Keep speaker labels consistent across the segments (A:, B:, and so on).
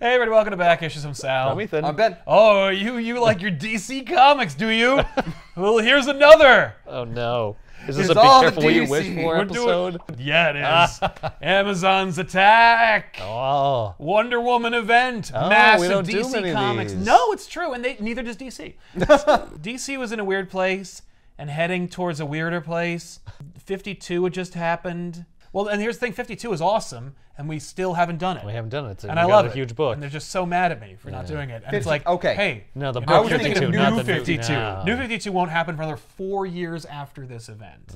A: Hey, everybody, welcome to Back Issues. I'm Sal.
B: I'm Ethan.
C: I'm Ben.
A: Oh, you you like your DC comics, do you? well, here's another.
B: Oh no. Is this
C: It's
B: a be
C: all the
B: careful what you
C: DC.
B: wish for
A: We're doing-
B: episode?
A: Yeah, it is.
B: Ah.
A: Amazon's attack.
B: Oh.
A: Wonder Woman event,
B: Oh, we
A: massive
B: don't do
A: DC
B: many of
A: Comics.
B: these.
A: No, it's true, and they neither does DC. DC was in a weird place and heading towards a weirder place. 52 had just happened. Well, and here's the thing: 52 is awesome, and we still haven't done it.
B: We haven't done it. It's a,
A: and I
B: we got
A: love
B: a
A: it.
B: huge book.
A: and they're just so mad at me for not doing it. And it's
C: 50
A: like,
C: okay.
A: hey,
B: No, the
A: you know,
B: book you're
A: we're thinking of
B: thinking of, not
A: New
B: the new-
A: 52.
B: no.
A: New 52 won't happen for another four years after this event.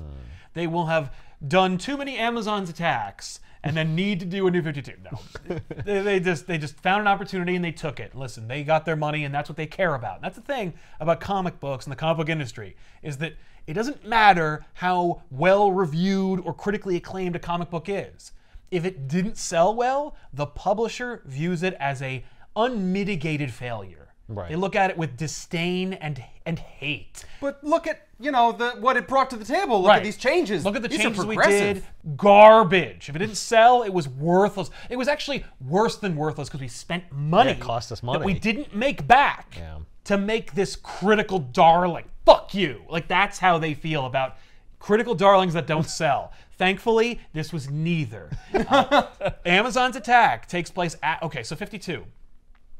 A: They will have done too many Amazon's attacks and then need to do a New 52. No, they, they just they just found an opportunity and they took it. Listen, they got their money and that's what they care about. And that's the thing about comic books and the comic book industry is that it doesn't matter how well reviewed or critically acclaimed a comic book is. If it didn't sell well, the publisher views it as a unmitigated failure.
B: Right.
A: They look at it with disdain and and hate.
C: But look at you know the what it brought to the table. Look
A: Right.
C: at these changes.
A: Look at the
C: these
A: changes
C: are
A: we
C: progressive.
A: did. Garbage. If it didn't sell, it was worthless. It was actually worse than worthless because we spent money.
B: it cost us
A: that we
B: money.
A: didn't make back
B: Yeah.
A: to make this critical darling. Fuck you. Like that's how they feel about critical darlings that don't sell. Thankfully, this was neither. Uh, Amazon's attack takes place at okay, so 52.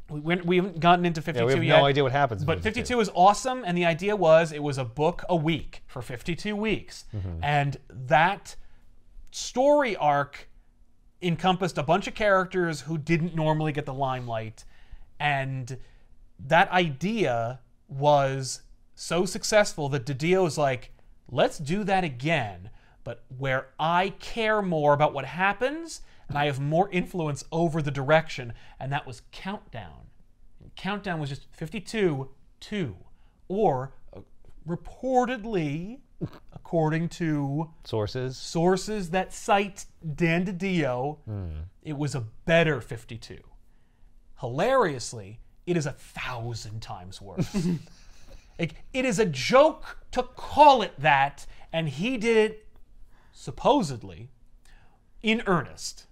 A: We, we- we haven't gotten into 52
B: yeah, we have
A: yet.
B: no idea what happens. in
A: But 52 is awesome, and the idea was it was a book a week for 52 weeks.
B: Mm-hmm.
A: And that story arc encompassed a bunch of characters who didn't normally get the limelight. And that idea was so successful that Didio was like, let's do that again, but where I care more about what happens and I have more influence over the direction. And that was Countdown. Countdown was just 52 2, or uh, reportedly, according to
B: sources.
A: sources that cite Dan DiDio, it was a better 52. Hilariously, it is a thousand times worse. like, it is a joke to call it that, and he did it supposedly in earnest.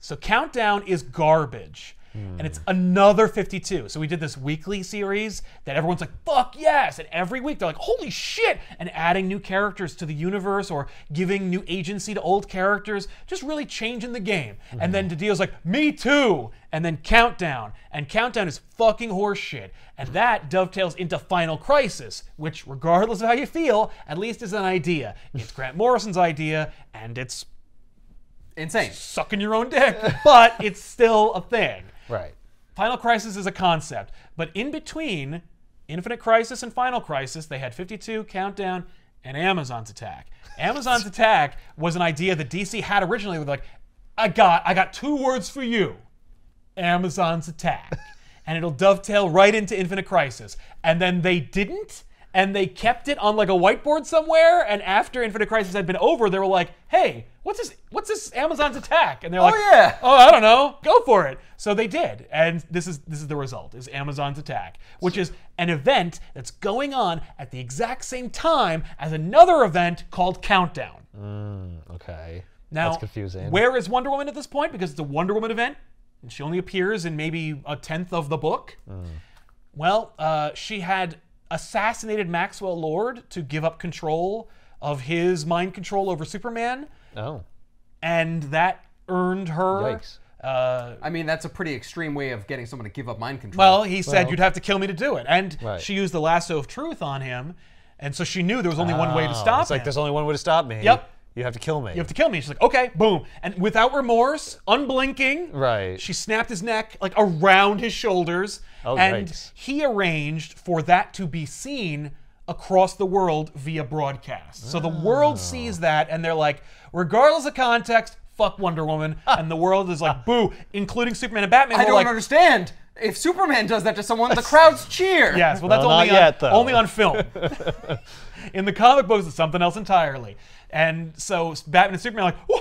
A: So Countdown is garbage. And it's another 52. So we did this weekly series that everyone's like, fuck yes. And every week they're like, holy shit. And adding new characters to the universe or giving new agency to old characters, just really changing the game. And then Didio's like, me too. And then Countdown. And Countdown is fucking horseshit. And that dovetails into Final Crisis, which, regardless of how you feel, at least is an idea. It's Grant Morrison's idea, and it's
C: Insane.
A: sucking your own dick, but it's still a thing.
B: Right.
A: Final Crisis is a concept, but in between Infinite Crisis and Final Crisis, they had 52, Countdown, and Amazon's Attack. Amazon's Attack was an idea that DC had originally with like, I got I got two words for you. Amazon's Attack. And it'll dovetail right into Infinite Crisis. And then they didn't, and they kept it on like a whiteboard somewhere. And after Infinite Crisis had been over, they were like, "Hey, what's this? What's this Amazon's Attack?" And they're like,
C: yeah.
A: oh, I don't know, go for it." So they did, and this is this is the result: is Amazon's Attack, which is an event that's going on at the exact same time as another event called Countdown.
B: Okay.
A: Now,
B: That's confusing.
A: Where is Wonder Woman at this point? Because it's a Wonder Woman event, and she only appears in maybe a tenth of the book.
B: Hmm.
A: Well, uh, she had assassinated Maxwell Lord to give up control of his mind control over Superman,
B: oh.
A: and that earned her.
B: Yikes.
A: Uh,
C: I mean, that's a pretty extreme way of getting someone to give up mind control.
A: well, he said you'd have to kill me to do it, and
B: Right.
A: she used the lasso of truth on him, and so she knew there was only one way to stop
B: Oh, It's like
A: him.
B: there's only one way to stop me.
A: Yep.
B: You have to kill me.
A: you have to kill me. She's like, okay, boom, and without remorse, unblinking,
B: right.
A: She snapped his neck like around his shoulders,
B: Oh,
A: and
B: yikes.
A: he arranged for that to be seen across the world via broadcast. So the
B: Oh.
A: world sees that, and they're like, regardless of context, fuck Wonder Woman, and the world is like, boo, including Superman and Batman.
C: I
A: were
C: don't
A: like,
C: understand. If Superman does that to someone, the crowds cheer.
A: Yes, well, that's
B: Well,
A: only
B: not
A: on,
B: yet, though.
A: only on film. In the comic books, it's something else entirely. And so Batman and Superman are like, "Wha-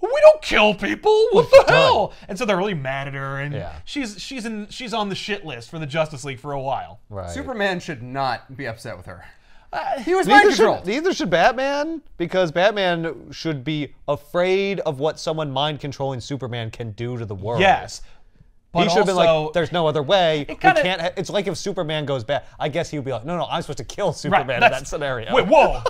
A: we don't kill people. What the hell? And so they're really mad at her, and
B: Yeah.
A: she's she's in she's on the shit list for the Justice League for a while.
B: right.
C: Superman should not be upset with her.
A: Uh,
C: he was mind
B: Neither
C: control.
B: should, neither should Batman, because Batman should be afraid of what someone mind controlling Superman can do to the world.
A: Yes, But
B: he should have been like,
A: also-
B: "There's no other way.
A: kinda-
B: we can't." Ha- it's like if Superman goes bad. I guess he would be like, "No, no, I'm supposed to kill Superman in
A: that's-
B: that scenario."
A: Wait, whoa!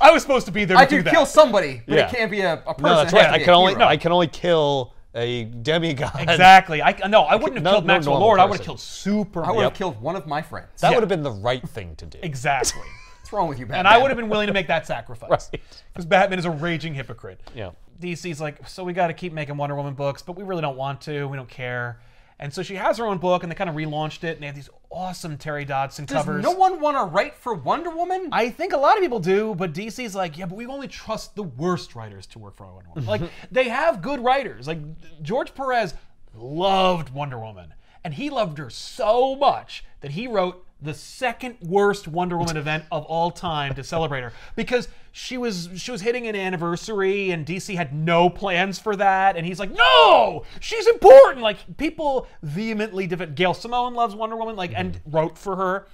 A: I was supposed to be there to
C: I
A: do
C: could
A: that.
C: kill somebody, but
B: Yeah.
C: it can't be a, a person.
B: no, that's
C: it has
B: right.
C: to
B: I
C: be a
B: can only
C: hero.
B: I can only kill a demigod.
A: exactly. I no, I wouldn't have
B: no-
A: killed
B: no
A: Maxwell
B: normal
A: Lord. I would have
B: person.
A: killed Superman.
C: I would have killed one of my friends.
B: That
A: Yeah.
B: would have been the right thing to do.
A: Exactly.
C: What's wrong with you, Batman?
A: And I would have been willing to make that sacrifice.
B: Right.
A: Because Batman is a raging hypocrite.
B: Yeah.
A: DC's like, so we got to keep making Wonder Woman books, but we really don't want to. We don't care. And so she has her own book, and they kind of relaunched it, and they have these awesome Terry Dodson
C: Does
A: covers.
C: no one want to write for Wonder Woman?
A: I think a lot of people do, but DC's like, yeah, but we only trust the worst writers to work for Wonder Woman. like, they have good writers. Like, George Perez loved Wonder Woman, and he loved her so much that he wrote the second worst Wonder Woman event of all time to celebrate her because she was she was hitting an anniversary and DC had no plans for that and he's like no she's important like people vehemently defend Gail Simone loves Wonder Woman like and wrote for her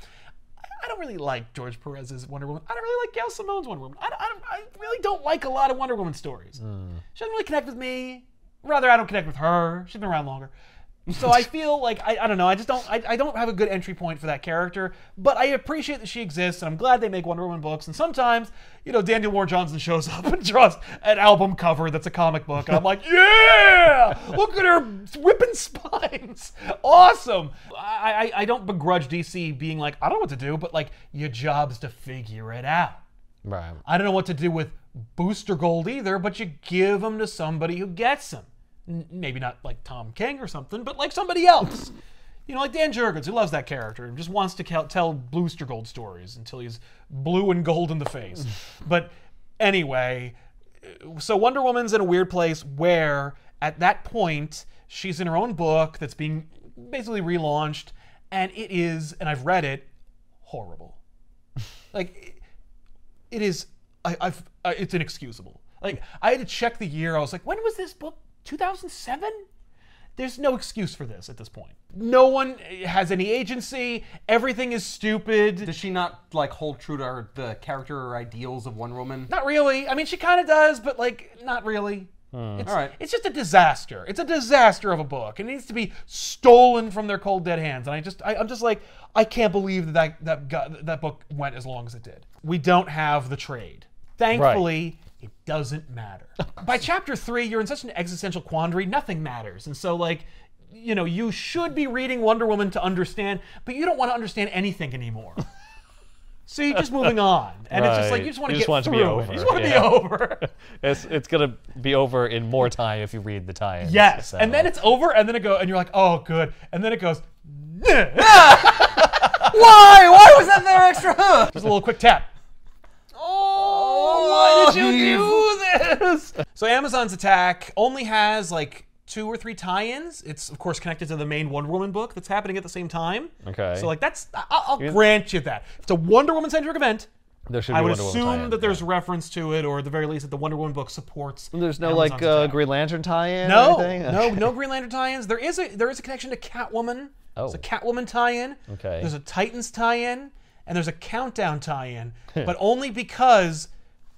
A: I don't really like George Perez's Wonder Woman. I don't really like Gail Simone's Wonder Woman. I, I, don't- I really don't like a lot of Wonder Woman stories. She doesn't really connect with me. Rather, I don't connect with her. She's been around longer. So I feel like I, I don't know. I just don't. I, I don't have a good entry point for that character. But I appreciate that she exists, and I'm glad they make Wonder Woman books. And sometimes, you know, Daniel Warren Johnson shows up and draws an album cover that's a comic book, and I'm like, yeah, look at her whipping spines, awesome. I, I I don't begrudge DC being like, I don't know what to do, but like your job's to figure it out.
B: Right.
A: I don't know what to do with booster gold either, but you give them to somebody who gets them. N- Maybe not like Tom King or something, but like somebody else. you know, like Dan Jurgens, who loves that character and just wants to cal- tell booster gold stories until he's blue and gold in the face. but anyway, so Wonder Woman's in a weird place where at that point she's in her own book that's being basically relaunched, and it is, and I've read it, horrible. like it is I, I've uh, it's inexcusable. Like I had to check the year. I was like, when was this book? 2007. There's no excuse for this at this point. No one has any agency. Everything is stupid.
C: Does she not like hold true to her, the character or ideals of Wonder Woman?
A: Not really. I mean, she kind of does, but like not really. It's,
C: All right.
A: it's just a disaster. It's a disaster of a book. It needs to be stolen from their cold dead hands. And I just, I, I'm just like, I can't believe that that that, got, that book went as long as it did. We don't have the trade. Thankfully, it doesn't matter. By chapter three, you're in such an existential quandary. Nothing matters, and so like. You know, you should be reading Wonder Woman to understand, but you don't want to understand anything anymore. so you're just moving on, and it's just like
B: Right.
A: you just want to
B: You
A: get
B: just want it to
A: through
B: be
A: it.
B: over,
A: You just want to
B: yeah.
A: be over.
B: It's it's gonna be over in more time if you read the tie.
A: Yes, and then it's over, and then it goes, and you're like, oh, good, and then it goes, "Nyeh."
C: Why? Why was that there extra? huh?
A: just a little quick tap.
C: oh,
A: Why did you do this? So Amazon's attack only has like two or three tie-ins. It's of course connected to the main Wonder Woman book that's happening at the same time.
B: Okay.
A: So like that's I- I'll, I'll grant you that. If it's a Wonder Woman centric event.
B: there should
A: I
B: be
A: would
B: Wonder Woman
A: assume
B: tie-in,
A: that there's reference to it, or at the very least that the Wonder Woman book supports.
B: yeah. there's no like
A: Amazon's
B: uh,
A: attack.
B: Green Lantern tie-in.
A: No,
B: or anything?
A: no, no Green Lantern tie-ins. There is a there is a connection to Catwoman.
B: Oh.
A: There's a Catwoman tie-in.
B: Okay.
A: There's a Titans tie-in, and there's a Countdown tie-in, but only because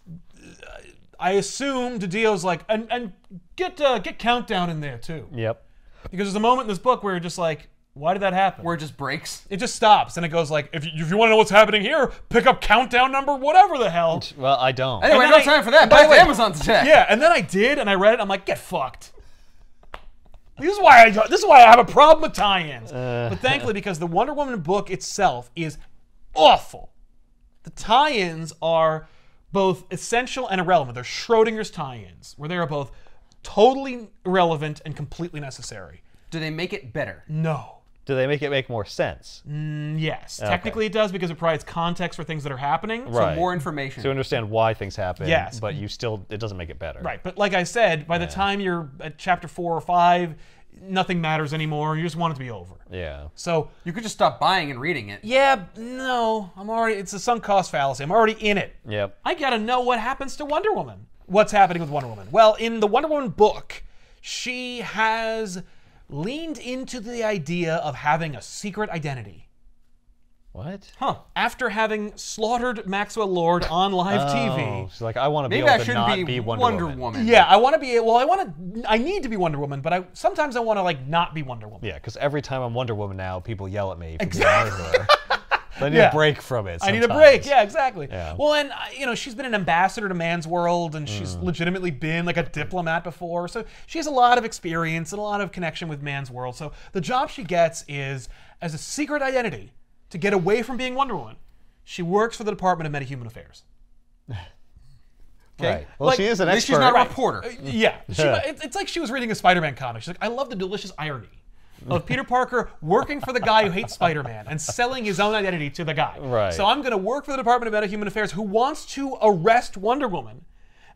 A: uh, I assume Didio's like, and and get uh, get Countdown in there too,
B: Yep.
A: because there's a moment in this book where you're just like, why did that happen?
C: Where it just breaks.
A: it just stops and it goes like, if you, if you want to know what's happening here, pick up Countdown number whatever the hell.
B: Well, I don't.
C: Anyway,
A: then
C: no
A: I-
C: time for that.
A: by
C: Back
A: the way-
C: to Amazon's attack.
A: Yeah, and then I did, and I read it. I'm like, get fucked. This is why I this is why I have a problem with tie-ins. But thankfully, because the Wonder Woman book itself is awful. The tie-ins are both essential and irrelevant. They're Schrodinger's tie-ins, where they are both totally irrelevant and completely necessary.
C: Do they make it better?
A: No.
B: Do they make it make more sense?
A: Mm. Yes. Technically, it does because it provides context for things that are happening.
B: Right.
C: More information.
B: To understand why things happen.
A: Yes.
B: But you still it doesn't make it better.
A: Right, but like I said, by the time you're at chapter four or five, nothing matters anymore. You just want it to be over.
B: Yeah.
A: So
C: you could just stop buying and reading it.
A: yeah, no, I'm already. It's a sunk cost fallacy. I'm already in it.
B: Yep.
A: I gotta know what happens to Wonder Woman. What's happening with Wonder Woman? Well, in the Wonder Woman book, she has leaned into the idea of having a secret identity.
B: What?
C: Huh.
A: After having slaughtered Maxwell Lord on live
B: Oh,
A: TV.
B: she's like, I want to be
C: Maybe
B: able
C: I
B: to
C: shouldn't
B: not
C: be,
B: be Wonder, Woman.
A: Yeah, I want to be. Well, I want to. I need to be Wonder Woman, but I sometimes I want to like not be Wonder Woman.
B: Yeah, because every time I'm Wonder Woman now, people yell at me for
A: Exactly.
B: being Wonder Woman. So I need
A: Yeah.
B: a break from it.
A: I need a
B: sometimes.
A: break. Yeah, exactly.
B: Yeah.
A: Well, and uh, you know, she's been an ambassador to man's world, and she's
B: Mm.
A: legitimately been like a diplomat before, so she has a lot of experience and a lot of connection with man's world. So the job she gets is as a secret identity to get away from being Wonder Woman. She works for the Department of Meta-Human Affairs.
B: Right. Well,
A: Like,
B: she is an expert.
C: At least she's not a reporter.
A: Uh, yeah, she, it- it's like she was reading a Spider-Man comic. She's like, I love the delicious irony of Peter Parker working for the guy who hates Spider-Man and selling his own identity to the guy.
B: Right.
A: So I'm going to work for the Department of Meta Human Affairs who wants to arrest Wonder Woman,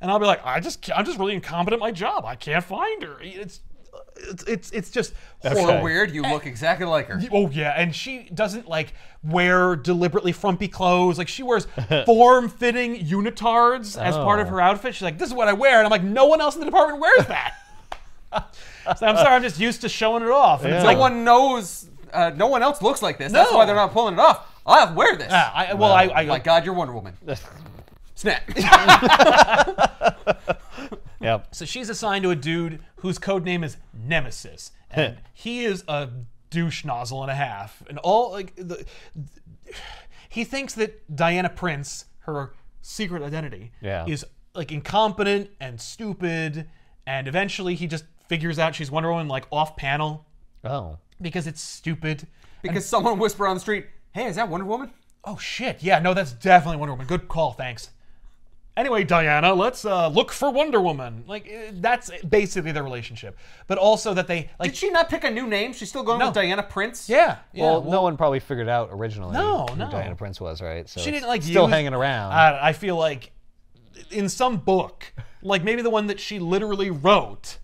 A: and I'll be like, I just, ca- I'm just really incompetent at my job. I can't find her. It's, it's, it's, it's just horrible.
C: So weird. You look exactly like her.
A: Oh yeah, and she doesn't like wear deliberately frumpy clothes. Like she wears form-fitting unitards as part of her outfit. She's like, "This is what I wear," and I'm like, "No one else in the department wears that." so I'm sorry, I'm just used to showing it off. And it's
B: Yeah.
A: like,
C: No one knows. Uh, no one else looks like this. That's
A: No. Ah.
C: why they're not pulling it off. I'll wear this.
A: yeah, I, well, I, I
C: My God, you're Wonder Woman. Snap.
B: Yep.
A: So she's assigned to a dude whose code name is Nemesis, and he is a douche nozzle and a half, and all like the, he thinks that Diana Prince, her secret identity,
B: Yeah.
A: is like incompetent and stupid, and eventually he just figures out she's Wonder Woman like off panel
B: Oh.
A: because it's stupid.
C: because someone whispered on the street, "Hey, is that Wonder Woman?"
A: Oh shit! Yeah, no, that's definitely Wonder Woman. Good call, thanks. Anyway, Diana, let's uh, look for Wonder Woman. Like eh, that's basically their relationship, but also that they like
C: Did she not pick a new name? She's still going with Diana Prince.
A: Yeah. yeah.
B: well, no one probably figured out originally
A: No,
B: who
A: no.
B: Diana Prince was, right? So
A: she
B: it's
A: didn't like
B: still
A: use- Uh,
B: hanging around.
A: I, I feel like in some book, like maybe the one that she literally wrote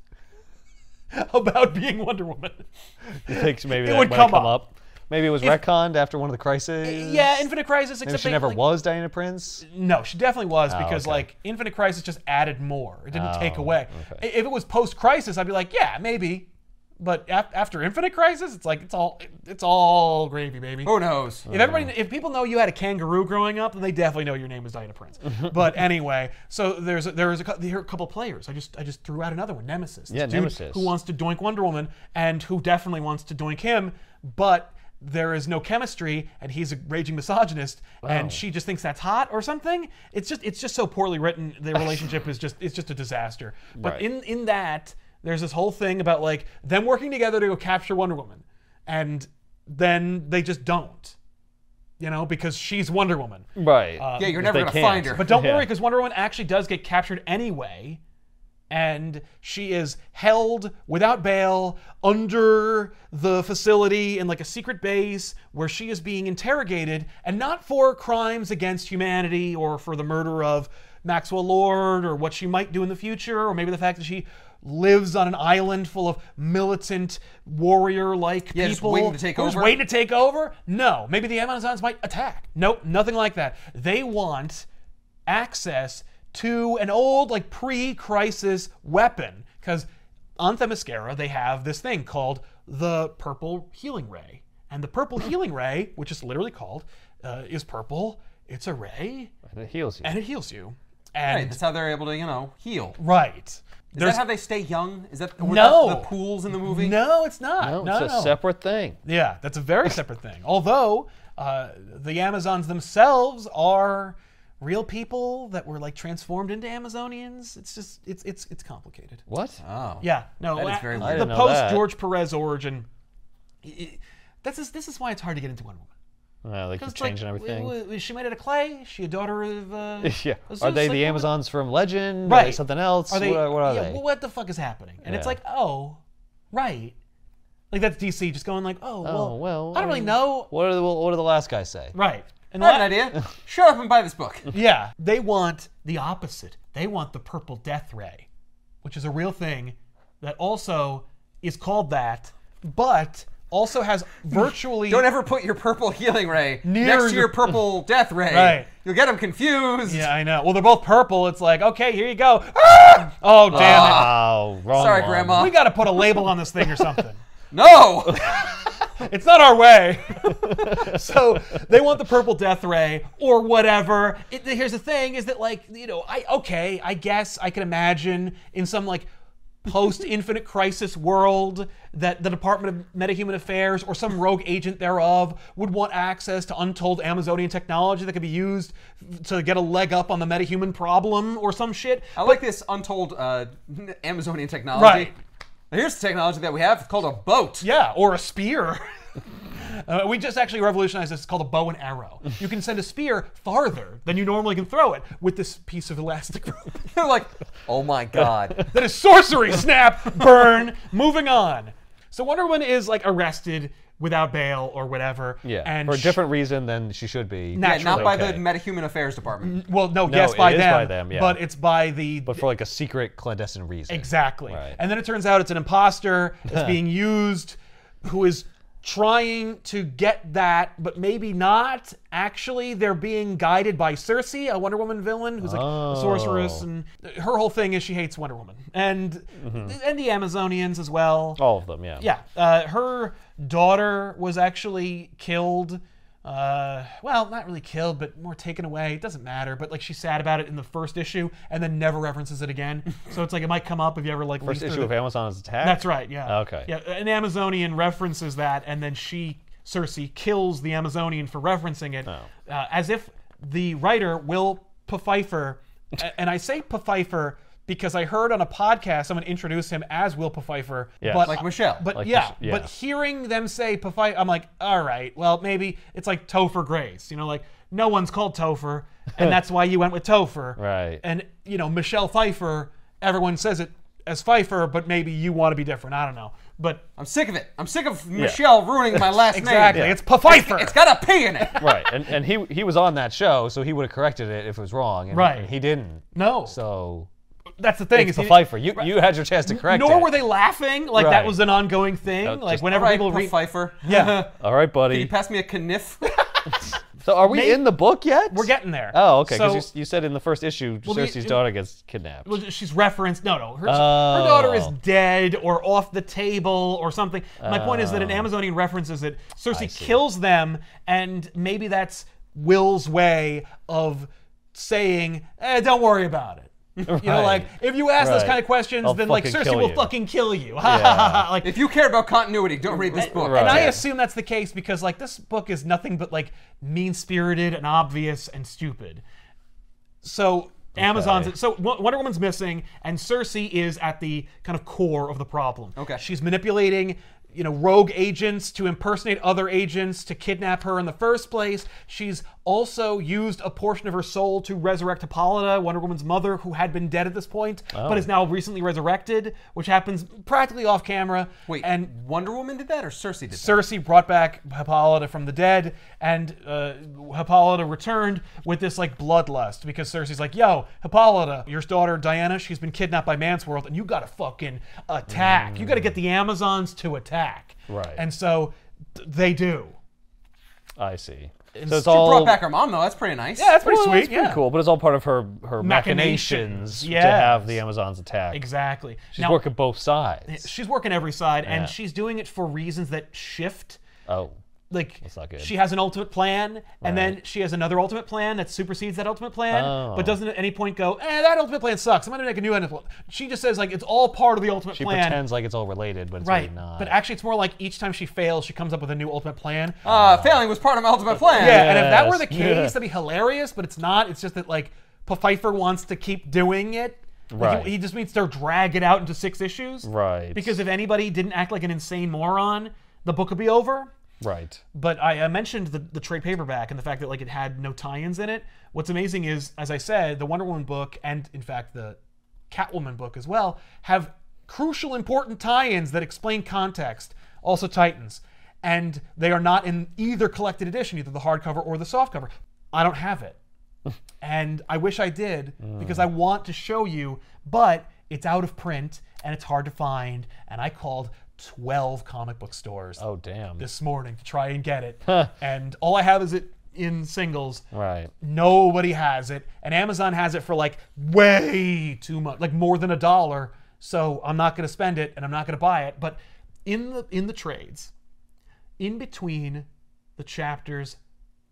A: about being Wonder Woman.
B: You think maybe
A: it
B: that
A: would
B: might
A: come
B: have
A: up.
B: come
A: Uh,
B: up. Maybe it was retconned after one of the crises.
A: Yeah, Infinite Crisis. Except
B: Maybe she
A: they,
B: never
A: like-
B: was Diana Prince.
A: No, she definitely was because
B: Oh, okay.
A: like Infinite Crisis just added more. It didn't take
B: Oh,
A: away. I- If it was post Crisis, I'd be like, yeah, maybe. But af- after Infinite Crisis, it's like it's all it's all gravy, baby.
B: Oh,
C: Who knows?
A: If everybody, if people know you had a kangaroo growing up, then they definitely know your name is Diana Prince. but anyway, so there's a, there's a, cou- there are a couple players. I just I just threw out another one, Nemesis. This
B: Yeah,
A: dude
B: Nemesis.
A: Who wants to doink Wonder Woman and who definitely wants to doink him, but there is no chemistry and he's a raging misogynist and she just thinks that's hot or something. It's just it's just so poorly written. The relationship is just it's just a disaster. But
B: Right.
A: in in that there's this whole thing about like them working together to go capture Wonder Woman, and then they just don't you know, because she's Wonder Woman.
B: Right.
C: Yeah, you're
B: If
C: never
B: they
C: gonna
B: can't.
C: find her.
A: But don't 'cause
B: Yeah.
A: worry, because Wonder Woman actually does get captured anyway, and she is held without bail under the facility in like a secret base where she is being interrogated, and not for crimes against humanity or for the murder of Maxwell Lord or what she might do in the future, or maybe the fact that she lives on an island full of militant warrior-like
C: Yeah, just
A: people
C: waiting to take
A: who's
C: over?
A: waiting to take over? No. Maybe the Amazons might attack. Nope, nothing like that. They want access to an old, like pre-crisis weapon because on Themyscira they have this thing called the Purple Healing Ray, and the Purple Healing Ray, which is literally called, uh, is purple. It's a ray,
B: It heals you.
A: and it heals you. And
C: Right, that's how they're able to, you know, heal. Is
A: right, there's
C: that how they stay young? Is that were
A: No.
C: that the pools in the movie?
A: no, it's not.
B: No,
A: no,
B: it's a separate thing.
A: Yeah, that's a very separate thing. Although uh, the Amazons themselves are real people that were like transformed into Amazonians. It's just it's it's it's complicated.
B: What?
C: Oh.
A: Mm-hmm. Yeah, no,
C: That
A: uh,
C: is very
A: the
C: weird. I
B: didn't know
A: post
B: that.
A: George Perez origin. This is this is why it's hard to get into Wonder Woman.
B: Uh, they keep
A: It's like,
B: changing everything.
A: w- w- she made it a clay. She a daughter of. Uh,
B: yeah.
A: Zeus,
B: Are they
A: like,
B: the
A: what-
B: Amazons from Legend? Are they
A: Right.
B: something else?
A: Are they?
B: what, what are
A: yeah,
B: they?
A: well, What the fuck is happening? And it's
B: Yeah.
A: like, oh, right. Like that's DC just going like, oh, well,
B: oh, well.
A: I don't really
B: mean,
A: know.
B: What did the, what did the last guy say?
A: Right. And
C: I have
A: la-
C: an idea. Shut up and buy this book.
A: Yeah, they want the opposite. They want the purple death ray, which is a real thing that also is called that, but also has virtually
C: Don't ever put your purple healing ray
A: Near
C: next to
A: your-
C: your purple death ray.
A: Right.
C: You'll get them confused.
A: Yeah, I know. Well, they're both purple. It's like, okay, here you go. Ah! Oh, damn
B: Oh, wrong
C: Sorry,
B: one.
A: it.
C: Grandma.
A: We got to put a label on this thing or something.
C: No.
A: It's not our way. so they want the purple death ray or whatever. It, here's the thing: is that like you know, I okay, I guess I can imagine in some like post Infinite Crisis world that the Department of Metahuman Affairs or some rogue agent thereof would want access to untold Amazonian technology that could be used to get a leg up on the metahuman problem or some shit.
C: I like this untold uh, Amazonian technology.
A: Right.
C: Here's the technology that we have it's called a boat.
A: Yeah, or a spear. Uh, we just actually revolutionized this. It's called a bow and arrow. You can send a spear farther than you normally can throw it with this piece of elastic rope.
C: They're like, oh my god.
A: that is sorcery. Snap, burn. Moving on. So Wonder Woman is like arrested without bail or whatever.
B: Yeah.
A: and
B: for a
A: sh-
B: different reason than she should be.
A: Nah,
C: Yeah, not by the
B: Okay.
C: Metahuman Affairs Department.
A: well, no, yes,
B: it
A: by
B: is
A: them,
B: by them, yeah.
A: but it's by the
B: But for like a secret clandestine reason.
A: Exactly.
B: Right.
A: And then it turns out it's an imposter. It's being used, who is trying to get that, but maybe not. Actually, they're being guided by Cersei, a Wonder Woman villain who's like a sorceress,
B: Oh.
A: and her whole thing is she hates Wonder Woman and
B: Mm-hmm.
A: and the Amazonians as well.
B: All of them, yeah.
A: Yeah, uh, her daughter was actually killed. Uh, well, not really killed, but more taken away. It doesn't matter. But like, she's sad about it in the first issue, and then never references it again. so it's like it might come up if you ever like
B: First issue of Amazon's attack.
A: That's right. Yeah.
B: Oh, Okay.
A: Yeah, an Amazonian references that, and then she Cersei kills the Amazonian for referencing
B: Oh.
A: it, uh, as if the writer Will Pfeiffer, a- and I say Pfeiffer because I heard on a podcast someone introduced him as Will Pfeiffer,
B: Yes.
A: but
C: Like Michelle.
A: but
B: Like
A: yeah,
B: the sh- yeah.
A: but hearing them say Pfeiffer, I'm like, all right, well maybe it's like Topher Grace, you know, like no one's called Topher, and that's why you went with Topher,
B: Right.
A: And you know Michelle Pfeiffer, everyone says it as Pfeiffer, but maybe you want to be different. I don't know, but
C: I'm sick of it. I'm sick of Michelle ruining my last
A: exactly,
C: name.
A: it's Pfeiffer.
C: It's got a P in it.
B: right. And, and he he was on that show, so he would have corrected it if it was wrong. And,
A: Right.
B: and he didn't.
A: no,
B: So
A: that's the thing.
B: it's
A: is
B: the
A: he-
B: Pfeiffer. You you had your chance to correct
A: Nor
B: it.
A: were they laughing. Like that
B: Right.
A: was an ongoing thing.
B: No,
A: like
B: just-
A: whenever
C: Right,
A: people read,
C: Pfeiffer.
A: yeah,
B: All right,
C: you
B: buddy.
C: pass me a kniff?
B: So are we in the book yet?
A: we're getting there.
B: Oh, okay.
A: So
B: Because you, you said in the first issue,
A: the-
B: Cersei's daughter gets kidnapped.
A: Well, she's referenced. No, no, her, her
B: Oh.
A: daughter is dead or off the table or something. My point is that
B: Oh.
A: an Amazonian references it. Cersei kills them, and maybe that's Will's way of saying, eh, "Don't worry about it." You know, like
B: Right.
A: if you ask those
B: Right.
A: kind of questions,
B: I'll
A: then like
B: fucking
A: Cersei
B: kill
A: will
B: you.
A: fucking kill you.
B: Yeah.
A: like,
C: if you care about continuity, don't read this book.
A: and I
B: Right.
A: assume that's the case because like this book is nothing but like mean spirited and obvious and stupid. So Amazon's so Wo- Wonder Woman's missing, and Cersei is at the kind of core of the problem.
C: Okay.
A: she's manipulating. You know, rogue agents to impersonate other agents to kidnap her in the first place. She's also used a portion of her soul to resurrect Hippolyta, Wonder Woman's mother, who had been dead at this point,
C: Oh.
A: but is now recently resurrected, which happens practically off camera.
C: Wait,
A: and
C: and Wonder Woman did that or Cersei did that?
A: Cersei brought back Hippolyta from the dead, and uh, Hippolyta returned with this like bloodlust because Cersei's like, "Yo, Hippolyta, your daughter Diana, she's been kidnapped by Mansworld, and you gotta fucking attack. You gotta get the Amazons to attack."
B: Right.
A: And so th- they do.
B: I see. So it's
A: she
B: all
C: She brought back her mom though. That's pretty nice.
A: Yeah, that's pretty
B: Well,
A: sweet.
B: that's pretty
A: yeah.
B: cool, but it's all part of her her
A: Machinations,
B: machinations,
A: yes.
B: to have the Amazons attack.
A: Exactly.
B: She's
A: now,
B: working both sides.
A: She's working every side, and she's doing it for reasons that shift.
B: oh,
A: like
B: not good.
A: she has an ultimate plan and then she has another ultimate plan that supersedes that ultimate plan
B: Oh.
A: but doesn't at any point go eh that ultimate plan sucks i'm gonna make a new ultimate she just says like it's all part of the ultimate
B: she
A: plan
B: pretends like it's all related, but it's
A: right
B: really not.
A: but actually it's more like each time she fails she comes up with a new ultimate plan
C: Uh, failing was part of my ultimate plan.
A: yeah and if that were the
B: Oh. yes.
A: case that'd be hilarious but it's not it's just that like pfeiffer wants to keep doing it Like,
B: Right.
A: he, he just means to drag it out into six issues
B: Right.
A: because if anybody didn't act like an insane moron the book would be over
B: right.
A: but I, I mentioned the, the trade paperback and the fact that like it had no tie-ins in it. What's amazing is, as I said, the Wonder Woman book and in fact the Catwoman book as well have crucial important tie-ins that explain context. Also Titans, and they are not in either collected edition, either the hardcover or the softcover. I don't have it, and I wish I did because I want to show you, but it's out of print and it's hard to find. And I called. 12 comic book stores
B: Oh damn.
A: this morning to try and get it. and all I have is it in singles.
B: right.
A: Nobody has it. And Amazon has it for like way too much, like more than a dollar. So I'm not going to spend it and I'm not going to buy it. But in the in the trades, in between the chapters,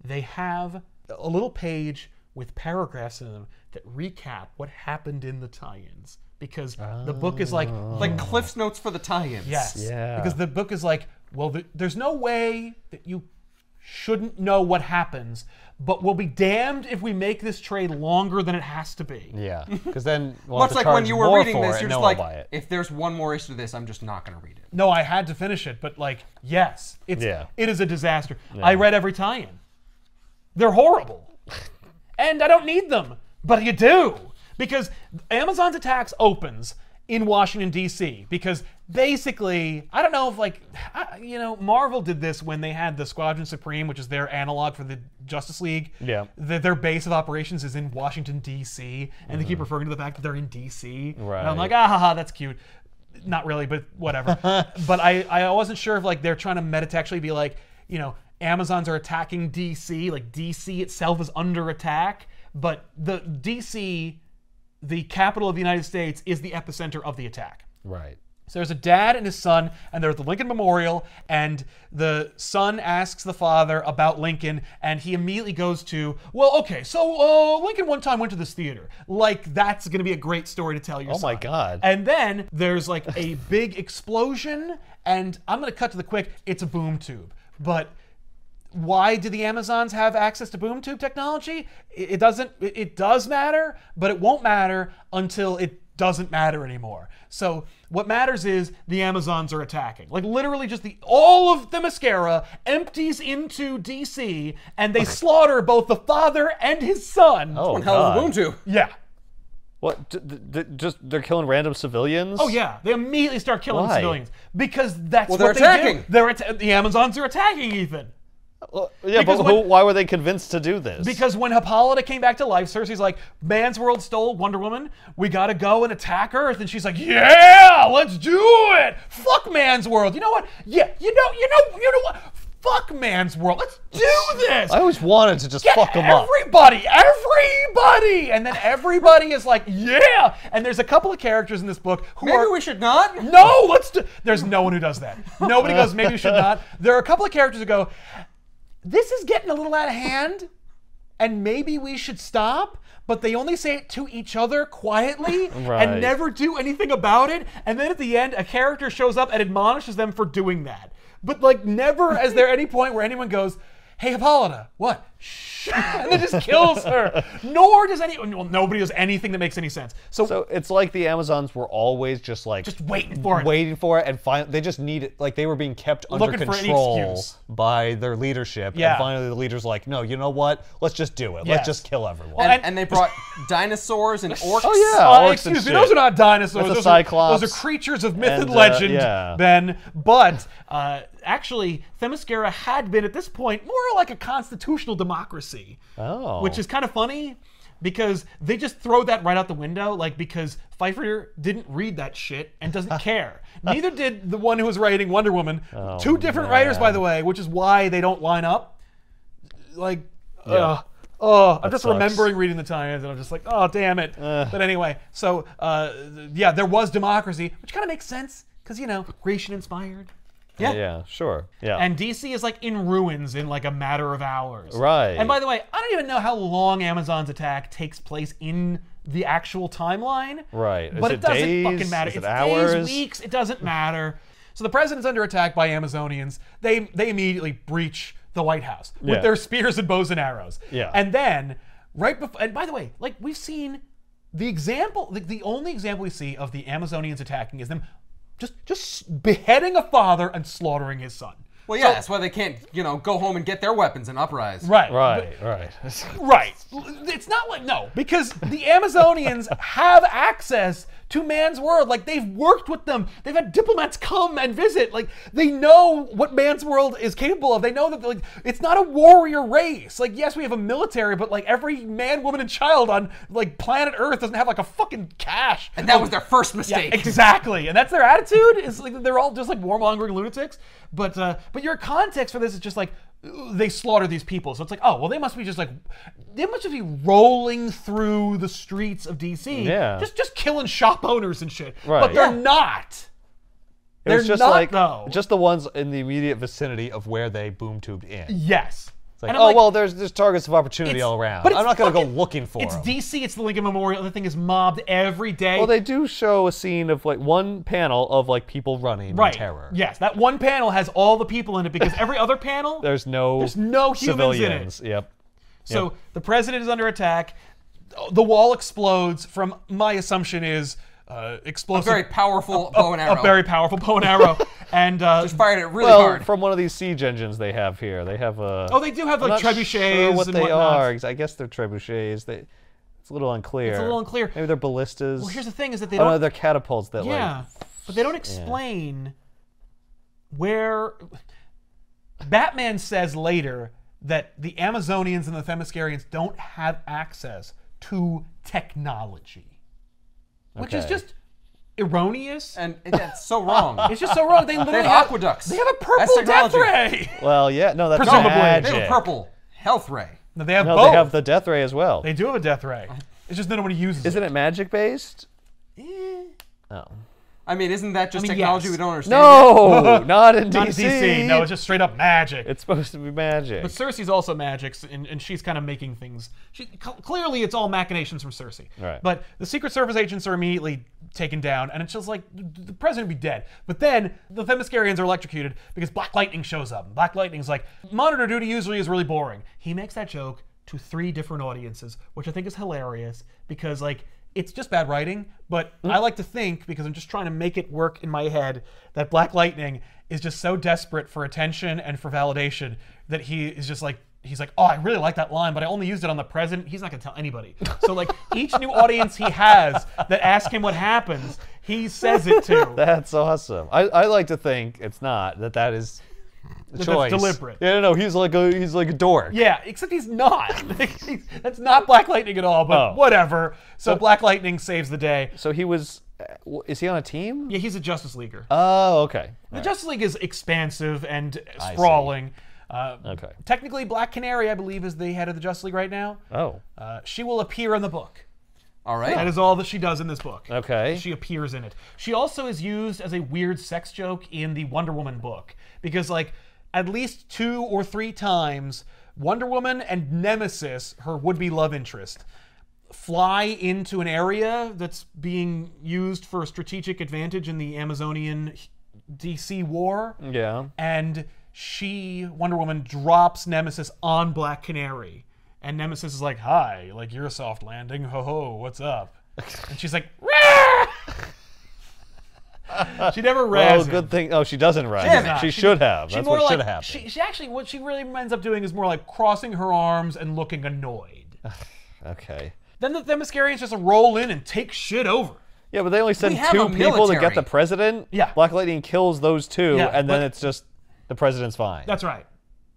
A: they have a little page with paragraphs in them that recap what happened in the tie-ins because the book is like
C: Like Cliff's Notes for the tie-ins.
A: Yes.
B: Yeah.
A: Because the book is like, well, th- there's no way that you shouldn't know what happens, but we'll be damned if we make this trade longer than it has to be.
B: Yeah, because then we'll
C: Well,
B: have
C: it's
B: to
C: like when
B: charge
C: you were
B: more
C: reading
B: for
C: this,
B: it,
C: you're
B: no
C: just
B: one will
C: like,
B: buy it.
C: if there's one more issue to this, I'm just not going to read it.
A: No, I had to finish it, but like, yes, it's
B: Yeah.
A: it is a disaster. I read every tie-in. They're horrible. and I don't need them, but you do. Because Amazon's attacks opens in Washington D.C. because basically, I don't know if like I, you know, Marvel did this when they had the Squadron Supreme, which is their analog for the Justice League.
B: Yeah.
A: The, their base of operations is in Washington D.C. and they keep
B: Mm-hmm.
A: referring to the fact that they're in D.C. And I'm
B: Right.
A: like, ah, ha, ha, that's cute. Not really, but whatever. but I, I wasn't sure if like they're trying to metatextually be like, you know, Amazons are attacking DC, like DC itself is under attack, but the DC, the capital of the United States, is the epicenter of the attack.
B: Right.
A: So there's a dad and his son, and they're at the Lincoln Memorial, and the son asks the father about Lincoln, and he immediately goes to, well, okay, so uh, Lincoln one time went to this theater. Like, that's going to be a great story to tell your
B: Oh my God.
A: And then there's like a big explosion, and I'm going to cut to the quick, it's a boom tube. But why do the Amazons have access to boom tube technology? It it doesn't. It it does matter, but it won't matter until it doesn't matter anymore. So what matters is the Amazons are attacking. Like literally, just the all of the mascara empties into DC, and they slaughter both the father and his son.
B: Oh
C: One hell of a
B: God.
C: boom tube.
A: yeah.
B: What? D- d- d- just they're killing random civilians?
A: Oh yeah, they immediately start killing
B: Why?
A: civilians because that's
C: Well,
A: what
C: they're
A: they do.
C: attacking.
A: They're atta- the Amazons are attacking Ethan.
B: Well, yeah,
A: Because
B: but who,
A: when-
B: why were they convinced to do this?
A: Because when Hippolyta came back to life, Cersei's like, "Man's world stole Wonder Woman. We gotta go and attack Earth." And she's like, "Yeah, let's do it. Fuck man's world. You know what? Yeah, you know, you know, you know what? Fuck man's world. Let's do this.
B: I always wanted to just
A: Get
B: fuck them up.
A: everybody, everybody, and then everybody is like, "Yeah." And there's a couple of characters in this book who
C: Maybe
A: are
C: we should not.
A: no, let's do. There's no one who does that. Nobody goes. Maybe we should not. There are a couple of characters who go. This is getting a little out of hand, and maybe we should stop. But they only say it to each other quietly
B: Right.
A: and never do anything about it. And then at the end, a character shows up and admonishes them for doing that. But like, never is there any point where anyone goes. Hey Hippolyta, what? Shh. And then just kills her. Nor does any. Well, nobody does anything that makes any sense. So,
B: So it's like the Amazons were always just like
A: just waiting for it.
B: waiting for it, and finally they just need it. Like they were being kept under
A: Looking for any
B: control
A: excuse.
B: by their leadership.
A: Yeah.
B: And finally, the leader's like, "No, you know what? Let's just do it.
A: Yes.
B: Let's just kill everyone."
A: Well,
C: And, and they brought dinosaurs and orcs.
B: Oh, yeah.
A: Uh,
B: orcs and
A: excuse me,
B: shit.
A: those are not dinosaurs.
B: That's a
A: those, are,
B: cyclops.
A: those are creatures of myth and,
B: And, uh,
A: legend,
B: yeah.
A: Ben. But uh, actually, Themyscira had been at this point more like a constitutional democracy,
B: Oh.
A: which is kind of funny because they just throw that right out the window. Like because Pfeiffer didn't read that shit and doesn't care. Neither did the one who was writing Wonder Woman.
B: Oh,
A: Two different writers, by the way, which is why they don't line up. Like, ugh. Oh, I'm just
B: sucks.
A: remembering reading the tie-ins, and I'm just like, oh, damn it. But anyway, so uh, th- yeah, there was democracy, which kind of makes sense because you know Grecian inspired,
C: yeah.
B: yeah, sure. Yeah.
A: and DC is like in ruins in like a matter of hours.
B: Right.
A: And by the way, I don't even know how long Amazon's attack takes place in the actual timeline.
B: Right. Is
A: But
B: it
A: it, doesn't
B: days?
A: fucking matter.
B: Is it
A: it's
B: hours?
A: days, weeks. It doesn't matter. So the president's under attack by Amazonians. They they immediately breach the White House with
B: Yeah.
A: their spears and bows and arrows.
B: Yeah.
A: And then right before. And by the way, like we've seen the example. The, the only example we see of the Amazonians attacking is them just just beheading a father and slaughtering his son.
C: Well, yeah, that's why they can't, you know, go home and get their weapons and uprise.
A: Right.
B: right. right.
A: Right. It's not like no, because the Amazonians have access to man's world. Like they've worked with them. They've had diplomats come and visit. Like they know what man's world is capable of. They know that like it's not a warrior race. Like yes, we have a military, but like every man, woman, and child on like planet Earth doesn't have like a fucking cash.
C: And that was their first mistake.
A: Exactly, and that's their attitude. Is like they're all just like warmongering lunatics. But uh, but your context for this is just like ooh, they slaughter these people. So it's like oh well they must be just like they must just be rolling through the streets of DC.
B: Yeah.
A: Just just killing shop owners and shit. But
B: Right.
A: they're
B: Yeah.
A: not. They're
B: was just
A: not,
B: like
A: though.
B: just the ones in the immediate vicinity of where they boom tubed in. It's
A: Yes.
B: like,
A: And I'm
B: oh well, there's there's targets of opportunity
A: It's-
B: all around.
A: but it's
B: I'm not gonna
A: fucking-
B: go looking for
A: It's
B: 'em.
A: DC. It's the Lincoln Memorial. The thing is mobbed every day.
B: Well, they do show a scene of like one panel of like people running
A: right.
B: in terror.
A: Yes, that one panel has all the people in it because every other panel.
B: There's no
A: There's no humans in it.
B: civilians. Yep.
A: so the president is under attack. The wall explodes. From my assumption is uh, explosive.
C: Very powerful bow and arrow.
A: A very powerful bow and arrow. and uh,
C: Just fired it really
B: Well,
C: hard.
B: from one of these siege engines they have here. They have a
A: oh, they do have
B: I'm
A: like
B: not
A: trebuchets
B: Sure what
A: and
B: they
A: whatnot.
B: are? 'cause I guess they're trebuchets. They, it's a little unclear.
A: It's a little unclear.
B: Maybe they're ballistas.
A: Well, here's the thing: is that they
B: Oh
A: don't.
B: no, they're catapults that
A: yeah,
B: like.
A: but they don't explain where. Batman says later that the Amazonians and the Themiscarians don't have access to technology, which is
B: Okay.
A: just erroneous.
C: and it- that's so wrong.
A: It's just so wrong. They literally
C: have
A: have
C: aqueducts.
A: They have a
C: That's
A: purple death
C: technology.
A: ray.
B: Well, yeah, no, that's
A: Presumably.
B: magic.
C: they have a purple health ray.
A: No, they have
B: No,
A: both.
B: they have the death ray as well.
A: They do have a death ray. It's just that nobody uses
B: Isn't it magic based? Oh.
C: I mean, isn't that just
A: mean,
C: technology
A: yes.
C: we don't understand?
B: No, not in DC.
A: Not DC. No, it's just straight up magic.
B: It's supposed to be magic.
A: But Cersei's also magic, s- and, and she's kind of making things. She cl- clearly it's all machinations from Cersei.
B: Right.
A: But the Secret Service agents are immediately taken down, and it's just like th- th- the president would be dead. But then the Themyscarians are electrocuted because Black Lightning shows up. Black Lightning's like monitor duty usually is really boring. He makes that joke to three different audiences, which I think is hilarious because like. It's just bad writing, but I like to think because I'm just trying to make it work in my head that Black Lightning is just so desperate for attention and for validation that he is just like he's like, oh, I really like that line, but I only used it on the president. He's not gonna tell anybody. So like each new audience he has that ask him what happens, he says it to.
B: That's awesome. I, I like to think it's not that that is a
A: that's
B: choice.
A: deliberate.
B: Yeah, no, no, he's like a he's like a dork.
A: yeah, except he's not. That's not Black Lightning at all, but
B: Oh.
A: whatever. So Black Lightning saves the day.
B: So he was. uh, w- Is he on a team?
A: Yeah, he's a Justice Leaguer.
B: Oh, okay.
A: the Justice League is expansive and
B: see.
A: sprawling. Uh,
B: Okay.
A: Technically, Black Canary, I believe, is the head of the Justice League right now.
B: Oh,
A: Uh, she will appear in the book.
C: All right.
A: That is all that she does in this book.
B: Okay.
A: She appears in it. She also is used as a weird sex joke in the Wonder Woman book because, like, at least two or three times, Wonder Woman and Nemesis, her would be love interest, fly into an area that's being used for strategic advantage in the Amazonian DC war
B: yeah.
A: and she Wonder Woman drops Nemesis on Black Canary, and Nemesis is like, "Hi, like you're a soft landing, ho ho, what's up?" And she's like, "Rah!" she never
B: Oh,
A: razz him.
B: good thing. Oh, she doesn't rise.
A: She does not.
B: She, should have.
A: She
B: That's
A: more
B: what should
A: like-
B: have happened.
A: She, she actually, what she really ends up doing is more like crossing her arms and looking annoyed.
B: okay.
A: then the Themyscarians just roll in and take shit over.
B: Yeah, but they only send
C: have
B: two
C: a
B: people to get
C: military.
B: the president.
A: Yeah.
B: Black Lightning kills those two,
A: Yeah,
B: and then
A: but-
B: it's just the president's fine.
A: That's right.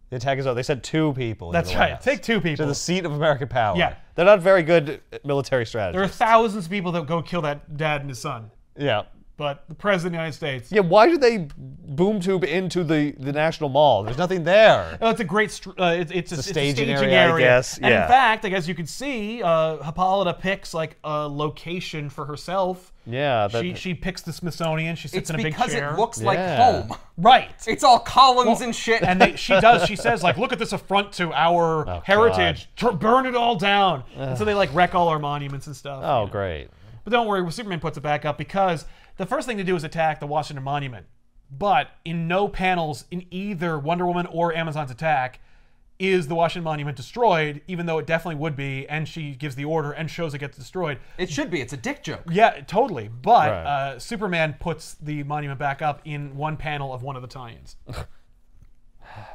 B: the attack is over. They sent two people. into
A: That's
B: the White
A: right.
B: House.
A: Take two people.
B: to the seat of American power.
A: Yeah.
B: They're not very good at military
A: there are
B: strategists.
A: thousands of people that go kill that dad and his son,
B: Yeah.
A: but the president of the United States
B: Yeah, why did they boom tube into the, the National Mall? There's nothing there.
A: Oh, it's a great. Str- uh, it's, it's, a, it's a
B: staging
A: staging
B: area,
A: area.
B: I guess,
A: And
B: yeah.
A: in fact, like as you can see, uh, Hippolyta picks like a location for herself.
B: Yeah, that,
A: she she picks the Smithsonian. She sits
C: it's
A: in a big
C: because
A: chair.
C: it looks like
B: Yeah.
C: home.
A: right.
C: It's all columns and shit.
A: And they, she does. She says, like, look at this affront to our
B: Oh,
A: heritage. Tur- burn it all down. And so they like wreck all our monuments and stuff.
B: oh, great.
A: But don't worry, Superman puts it back up because the first thing to do is attack the Washington Monument. But in no panels in either Wonder Woman or Amazon's attack is the Washington Monument destroyed, even though it definitely would be, and she gives the order and shows it gets destroyed.
C: it should be. It's a dick joke.
A: Yeah, totally. But
B: Right.
A: uh, Superman puts the monument back up in one panel of one of the tie ins.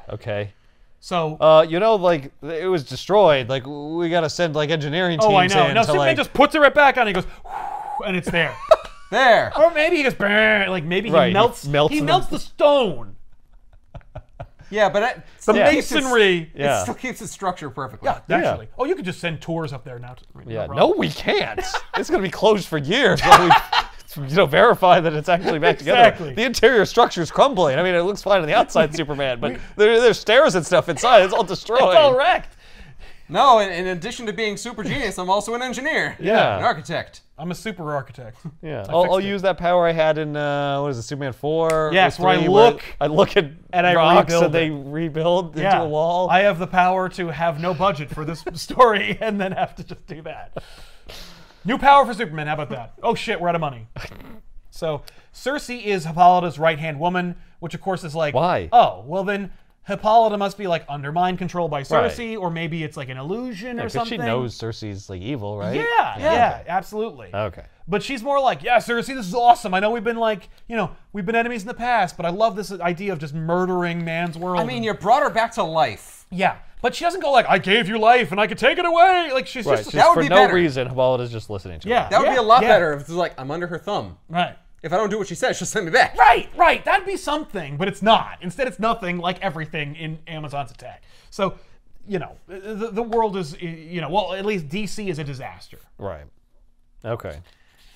B: Okay.
A: So.
B: Uh, you know, like it was destroyed. Like we gotta send like engineering teams
A: Oh, I know.
B: in
A: No,
B: to
A: Superman
B: like.
A: just puts it right back on. And he goes, and it's there.
C: There.
A: or maybe he goes, "Brr," like maybe
B: Right,
A: he
B: he
A: melts.
B: melts
A: he
B: the-
A: melts the stone.
C: Yeah, but it
A: The
C: still keeps its-
A: masonry.
C: It
B: yeah.
C: still keeps its structure perfectly.
A: Naturally. Oh, you could just send tours up there now. To,
B: yeah. No,
A: problem.
B: we can't. it's gonna be closed for years. while we, you know, verify that it's actually back together.
A: Exactly.
B: The interior structure's crumbling. I mean, it looks fine on the outside, Superman, but there, there's stairs and stuff inside. It's all destroyed.
A: It's all wrecked.
C: No, in, in addition to being super genius, I'm also an engineer.
B: Yeah.
C: An architect.
A: I'm a super architect.
B: Yeah, I'll,
A: fixed
B: I'll
A: it.
B: use that power I had in uh, what is it, Superman four?
A: Yes,
B: or
A: where I
B: 3,
A: look
B: I look at
A: and I
B: rocks
A: rebuild
B: and they
A: it.
B: rebuild into a wall.
A: I have the power to have no budget for this story and then have to just do that. New power for Superman. How about that? Oh shit, we're out of money. So Cersei is Hippolyta's right hand woman, which of course is like
B: Why?
A: Oh, well then Hippolyta must be like under mind control by Cersei, or maybe it's like an illusion or
B: 'Cause
A: something.
B: she knows Cersei's like evil, right?
A: Yeah, yeah, absolutely.
B: Okay.
A: But she's more like, yeah, Cersei, this is awesome. I know we've been like, you know, we've been enemies in the past, but I love this idea of just murdering man's world.
C: I mean, you brought her back to life.
A: Yeah, but she doesn't go like, "I gave you life and I could take it away." Like she's
B: Right.
A: just
B: Just
C: That would
B: for
C: be
B: no
C: better.
B: reason, Hippolyta's just listening to
A: yeah.
B: her.
C: That would
A: yeah,
C: be a lot
A: yeah.
C: better if it's like, I'm under her thumb.
A: Right,
C: If I don't do what she says, she'll send me back.
A: right, right. That'd be something, but it's not. Instead, it's nothing like everything in Amazon's attack. So, you know, the, the world is, you know, well, at least DC is a disaster.
B: Right. Okay.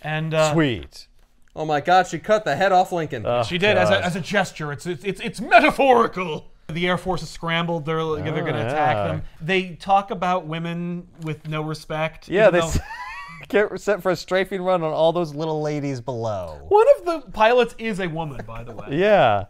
A: And uh,
B: Sweet.
C: Oh my god, she cut the head off Lincoln.
A: she did as a, as a gesture. It's it's it's, it's metaphorical. Oh, The Air Force is scrambled. They're they're going to attack
B: yeah.
A: them. They talk about women with no respect.
B: Yeah,
A: even
B: they
A: though-
B: s- get set for a strafing run on all those little ladies below.
A: One of the pilots is a woman, by the way.
B: Yeah.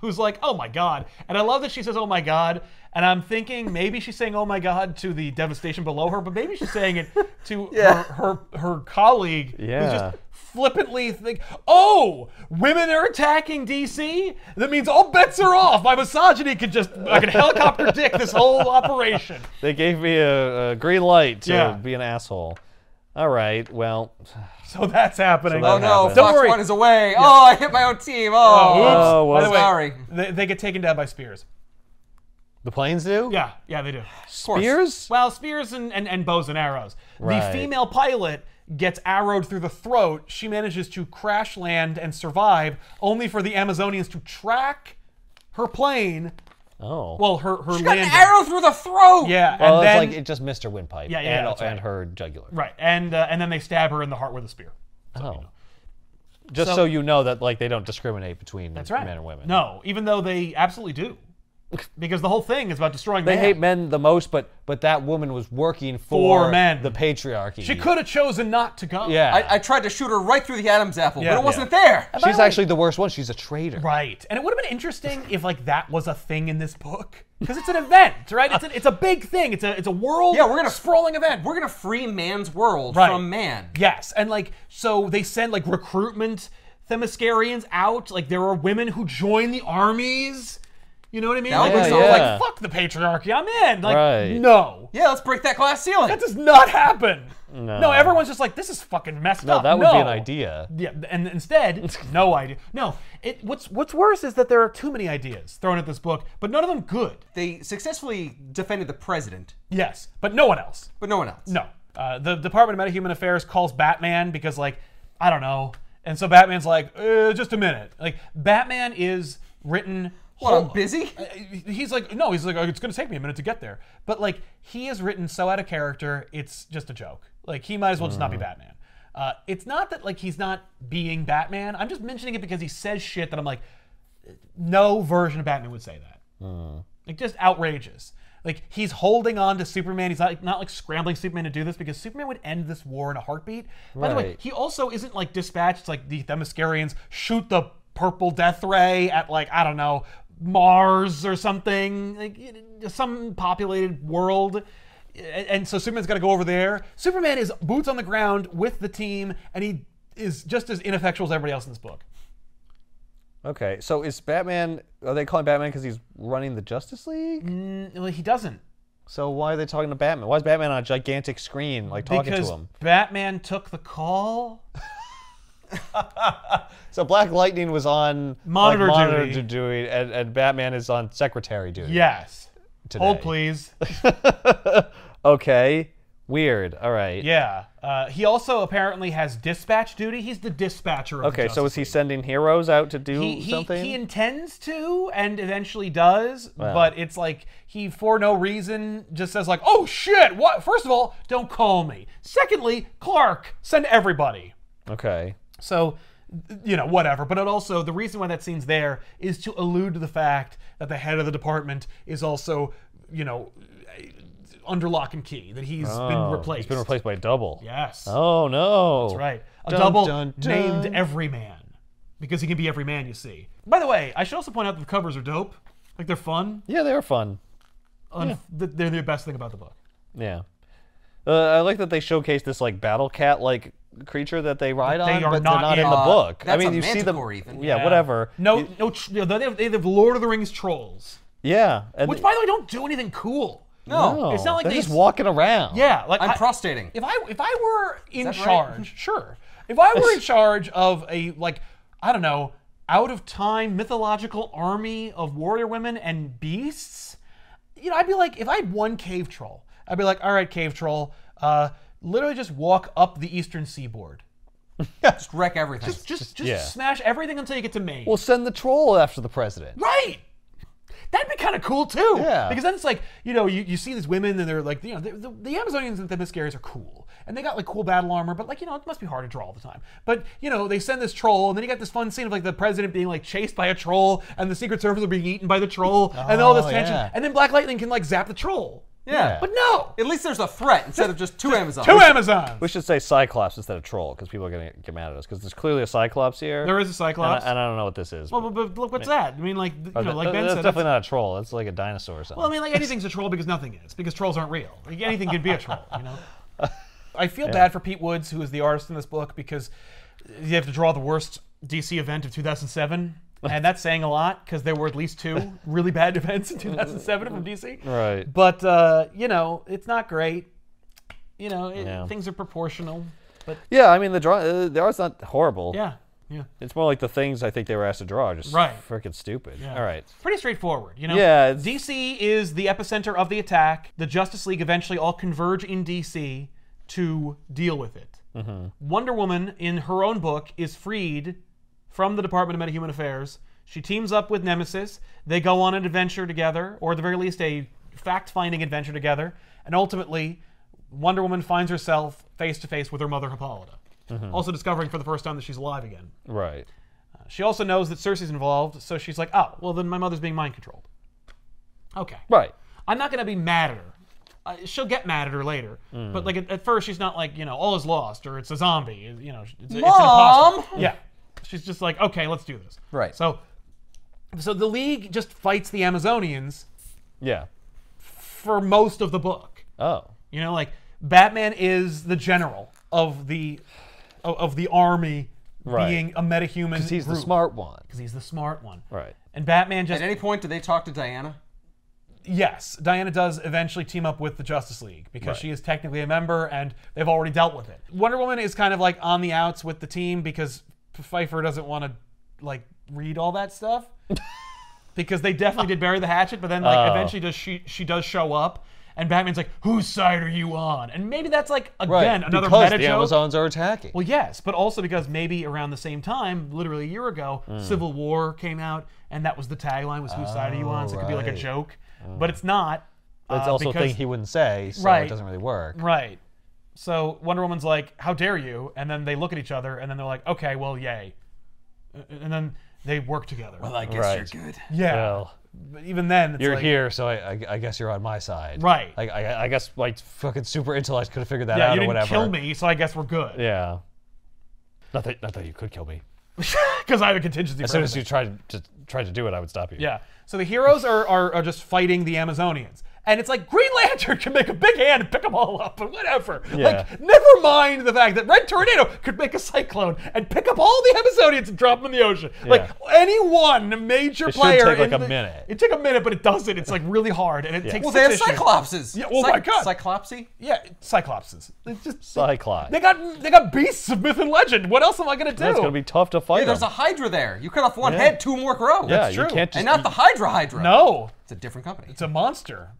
A: who's like, "Oh my god," and I love that she says, "Oh my god," and I'm thinking maybe she's saying "Oh my god" to the devastation below her, but maybe she's saying it to her, her her colleague who's
B: Yeah.
A: just flippantly think, "Oh, women are attacking DC. That means all bets are off. My misogyny could just I could helicopter dick this whole operation."
B: They gave me a, a green light to
A: Yeah.
B: be an asshole. All right. Well,
A: So that's happening.
B: So
C: oh no,
B: happened.
A: Don't
C: Fox
A: worry.
C: One is away. Oh, I hit my own team. Oh,
B: Oh, well.
A: By the way,
C: Sorry.
A: They, they get taken down by spears.
B: the planes do?
A: Yeah, yeah, they do.
C: of course.
B: Spears?
A: Well, spears and, and, and bows and arrows.
B: Right.
A: The female pilot gets arrowed through the throat. She manages to crash land and survive, only for the Amazonians to track her plane.
B: Oh.
A: Well, her her
C: Got an
A: landing.
C: arrow through the throat.
A: Yeah,
B: Well,
A: and
B: it's
A: then
B: like it just missed her windpipe
A: Yeah, yeah,
B: and,
A: that's right.
B: and her jugular.
A: right, and uh, and then they stab her in the heart with a spear.
B: Oh. Just so,
A: So-
B: you know that like they don't discriminate between
A: That's right.
B: men and women.
A: No, even though they absolutely do, because the whole thing is about destroying.
B: They
A: man.
B: hate men the most, but but that woman was working for,
A: For men.
B: the patriarchy.
A: She could have chosen not to go.
B: Yeah.
C: I, I tried to shoot her right through the Adam's apple,
A: Yeah.
C: but it wasn't there.
B: She's actually the worst one. She's a traitor.
A: Right. And it would have been interesting if like that was a thing in this book. Because it's an event, right? It's, an, it's a big thing. It's a it's a world.
C: Yeah, we're gonna sprawling event. We're gonna free man's world
A: Right.
C: from man.
A: Yes, and like so they send like recruitment Themiscarians out. Like there are women who join the armies. You know what I mean?
C: That
A: Like,
C: would
A: it's
C: be
A: all
B: yeah.
A: like fuck the patriarchy. I'm in. Like
B: Right.
A: no,
C: Yeah, let's break that glass ceiling.
A: that does not happen. No. everyone's just like this is fucking messed
B: No,
A: up.
B: Oh, that would be an
A: No.
B: idea.
A: Yeah, and instead, no idea. No, it, what's what's worse is that there are too many ideas thrown at this book, but none of them good.
C: they successfully defended the president,
A: Yes, but no one else.
C: but no one else.
A: No. Uh, the Department of Metahuman Affairs calls Batman because, like, I don't know. And so Batman's like, uh, just a minute. Like, Batman is written.
C: What, I'm
A: whole-
C: busy?
A: Uh, He's like, no, he's like, it's going to take me a minute to get there. But, like, he is written so out of character, it's just a joke. Like, he might as well just not
C: Mm.
A: be Batman. Uh, it's not that, like, he's not being Batman. I'm just mentioning it because he says shit that I'm like, no version of Batman would say that. Like just outrageous. Like he's holding on to Superman. He's not like, not like scrambling Superman to do this because Superman would end this war in a heartbeat. By the way,
B: Right.
A: he also isn't like dispatched like the Themyscarians shoot the purple death ray at like I don't know Mars or something like you know, some populated world. And and so Superman's got to go over there. Superman is boots on the ground with the team, and he is just as ineffectual as everybody else in this book.
B: Okay, so is Batman? Are they calling Batman because he's running the Justice League?
A: Mm, Well, he doesn't
B: So why are they talking to Batman? Why is Batman on a gigantic screen, like talking
A: because
B: to him?
A: Batman took the call.
B: So Black Lightning was on
A: Monitor
B: like, monitor
A: duty.
B: duty, and, and Batman is on secretary duty.
A: Yes. Hold
B: Today.
A: please.
B: Okay. Weird. All right.
A: Yeah. Uh, he also apparently has dispatch duty. He's the dispatcher. Of
B: Okay.
A: The
B: So is
A: Justice
B: he sending heroes out to do
A: League. he, he,
B: something?
A: he intends to and eventually does, but it's like he for no reason just says like, "Oh shit! What? First of all, don't call me. Secondly, Clark, send everybody."
B: okay.
A: So, you know, whatever. But it also, the reason why that scene's there is to allude to the fact that the head of the department is also, you know, under lock and key that he's been replaced.
B: It's Oh, been replaced by a double.
A: Yes.
B: Oh no.
A: That's right. A
B: Dun,
A: double
B: dun, dun.
A: named Everyman. Because he can be every man you see. By the way, I should also point out that the covers are dope. Like they're fun.
B: Yeah, they are fun.
A: Un- th- They're the best thing about the book.
B: Yeah. Uh, I like that they showcase this like battle cat like creature that they ride
A: they
B: on,
A: are
B: but
A: not
B: they're not in,
A: in-
B: the
A: Uh,
B: book. I
C: that's
B: mean,
C: a
B: you see the
C: Manticore, Ethan.
B: yeah, whatever.
A: No,
B: You-
A: no. Tr- they, have, they have Lord of the Rings trolls,
B: yeah, and
A: which by the way don't do anything cool.
C: No.
B: no,
A: it's not like
B: they're
A: they
B: just
A: s-
B: walking around.
A: Yeah, like
C: I'm
A: I-
C: prostating.
A: If I if I were in
C: that right?
A: charge, sure. If I were in charge of a like I don't know out of time mythological army of warrior women and beasts, you know I'd be like if I had one cave troll, I'd be like, all right, cave troll, uh, literally just walk up the eastern seaboard,
C: Just wreck everything.
A: just just,
B: yeah.
A: smash everything until you get to Maine.
B: We'll send the troll after the president.
A: Right. That'd be kind of cool too.
B: Yeah.
A: Because then it's like, you know, you, you see these women and they're like, you know, the, the, the Amazonians and Themysciras are cool. And they got like cool battle armor, but like, you know, it must be hard to draw all the time. But, you know, they send this troll and then you got this fun scene of like the president being like chased by a troll and the Secret Service are being eaten by the troll and all this
B: Oh,
A: tension.
B: yeah.
A: And then Black Lightning can like zap the troll.
C: yeah.
A: But no.
C: At least there's a threat instead of just two Amazons.
A: Two Amazons.
B: We should say Cyclops instead of troll because people are gonna get mad at us because there's clearly a Cyclops here.
A: there is a
B: and I,
A: Cyclops.
B: and I don't know what this is.
A: Well, but, but look, what's that? I mean, like, th- you know, like
B: That-
A: Ben
B: that's
A: said, that's-
B: definitely not a troll. That's like a dinosaur or something.
A: Well, I mean, like anything's a troll because nothing is, because trolls aren't real. Like, anything could be a troll, you know? I feel bad for Pete Woods, who is the artist in this book, because you have to draw the worst DC event of 2007. And that's saying a lot because there were at least two really bad events in 2007 from DC.
B: Right.
A: But, uh, you know, it's not great. You know, it,
B: Yeah.
A: things are proportional. But,
B: yeah, I mean the draw, uh, the art's not horrible.
A: yeah, yeah.
B: It's more like the things I think they were asked to draw are just
A: Right.
B: freaking stupid. All right.
A: pretty straightforward, you know.
B: Yeah, it's-
A: DC is the epicenter of the attack. The Justice League eventually all converge in DC to deal with it.
B: Mm-hmm.
A: Wonder Woman, in her own book, is freed from the Department of MetaHuman Affairs. She teams up with Nemesis. They go on an adventure together, or at the very least, a fact-finding adventure together. And ultimately, Wonder Woman finds herself face to face with her mother Hippolyta,
B: Mm-hmm.
A: also discovering for the first time that she's alive again.
B: Right.
A: She also knows that Cersei's involved, so she's like, oh, well, then my mother's being mind controlled. Okay.
B: Right.
A: I'm not going to be mad at her. Uh, she'll get mad at her later.
B: Hmm.
A: But, like, at, at first, she's not like, you know, all is lost or it's a zombie. You know, it's, it's an
C: Mom!
A: imposter. Yeah. She's just like, okay, let's do this.
C: Right.
A: So, so the League just fights the Amazonians
B: Yeah.
A: for most of the book.
B: Oh.
A: You know, like, Batman is the general of the of, of the army
B: Right.
A: being a metahuman.
B: Because he's the
A: group.
B: smart one.
A: 'Cause he's the smart one.
B: Right.
A: And Batman just
C: At any point, do they talk to Diana?
A: yes, Diana does eventually team up with the Justice League because she is technically a member and they've already dealt with it. Wonder Woman is kind of like on the outs with the team because Pfeiffer doesn't want to like read all that stuff. because they definitely did bury the hatchet, but then like
B: Oh.
A: eventually does she she does show up and Batman's like, "Whose side are you on?" And maybe that's like again another
B: because
A: meta
B: the
A: joke.
B: Amazons are attacking.
A: Well, yes, but also because maybe around the same time, literally a year ago,
B: Hmm.
A: Civil War came out, and that was the tagline was "Whose side are you on?" So it could be like a
B: Oh, right.
A: joke, but it's not.
B: That's
A: uh,
B: also a
A: because-
B: thing he wouldn't say, so it
A: Right.
B: doesn't really work.
A: Right. So Wonder Woman's like, "How dare you?" And then they look at each other, and then they're like, "Okay, well, yay," Uh, and then they work together.
C: I guess
B: Right.
C: you're good.
A: yeah.
B: Well,
A: but even then, it's
B: you're
A: like,
B: here, so I, I, I guess you're on my side.
A: Right.
B: I, I, I guess my fucking super intellect could have figured that
A: Yeah,
B: out
A: you
B: or
A: didn't
B: whatever.
A: kill me, so I guess we're good.
B: Yeah. Not that, not that you could kill me.
A: Because I have a contingency.
B: As soon as you tried to tried to do it, I would stop you.
A: Yeah. So the heroes are, are, are just fighting the Amazonians. And it's like Green Lantern can make a big hand and pick them all up and whatever.
B: Yeah.
A: Like, never mind the fact that Red Tornado could make a cyclone and pick up all the Amazonians and drop them in the ocean. Like, any one major
B: It should
A: player.
B: take, like,
A: in
B: a
A: the-
B: minute.
A: It took a minute, but it doesn't. It's like really hard. And it takes
C: Well, they have
A: six issues.
C: Cyclopses.
A: Yeah, oh my God.
C: Cyclopsy?
A: Yeah, Cyclopses. It's just.
B: Cyclops.
A: They got they got beasts of myth and legend. What else am I gonna do?
B: That's gonna be tough to fight.
C: Hey, there's a
B: them.
C: Hydra there. You cut off one head, two more grow.
B: yeah,
A: That's
B: you
A: true.
B: can't just
C: And not the Hydra Hydra.
A: no.
C: It's a different company.
A: It's a monster.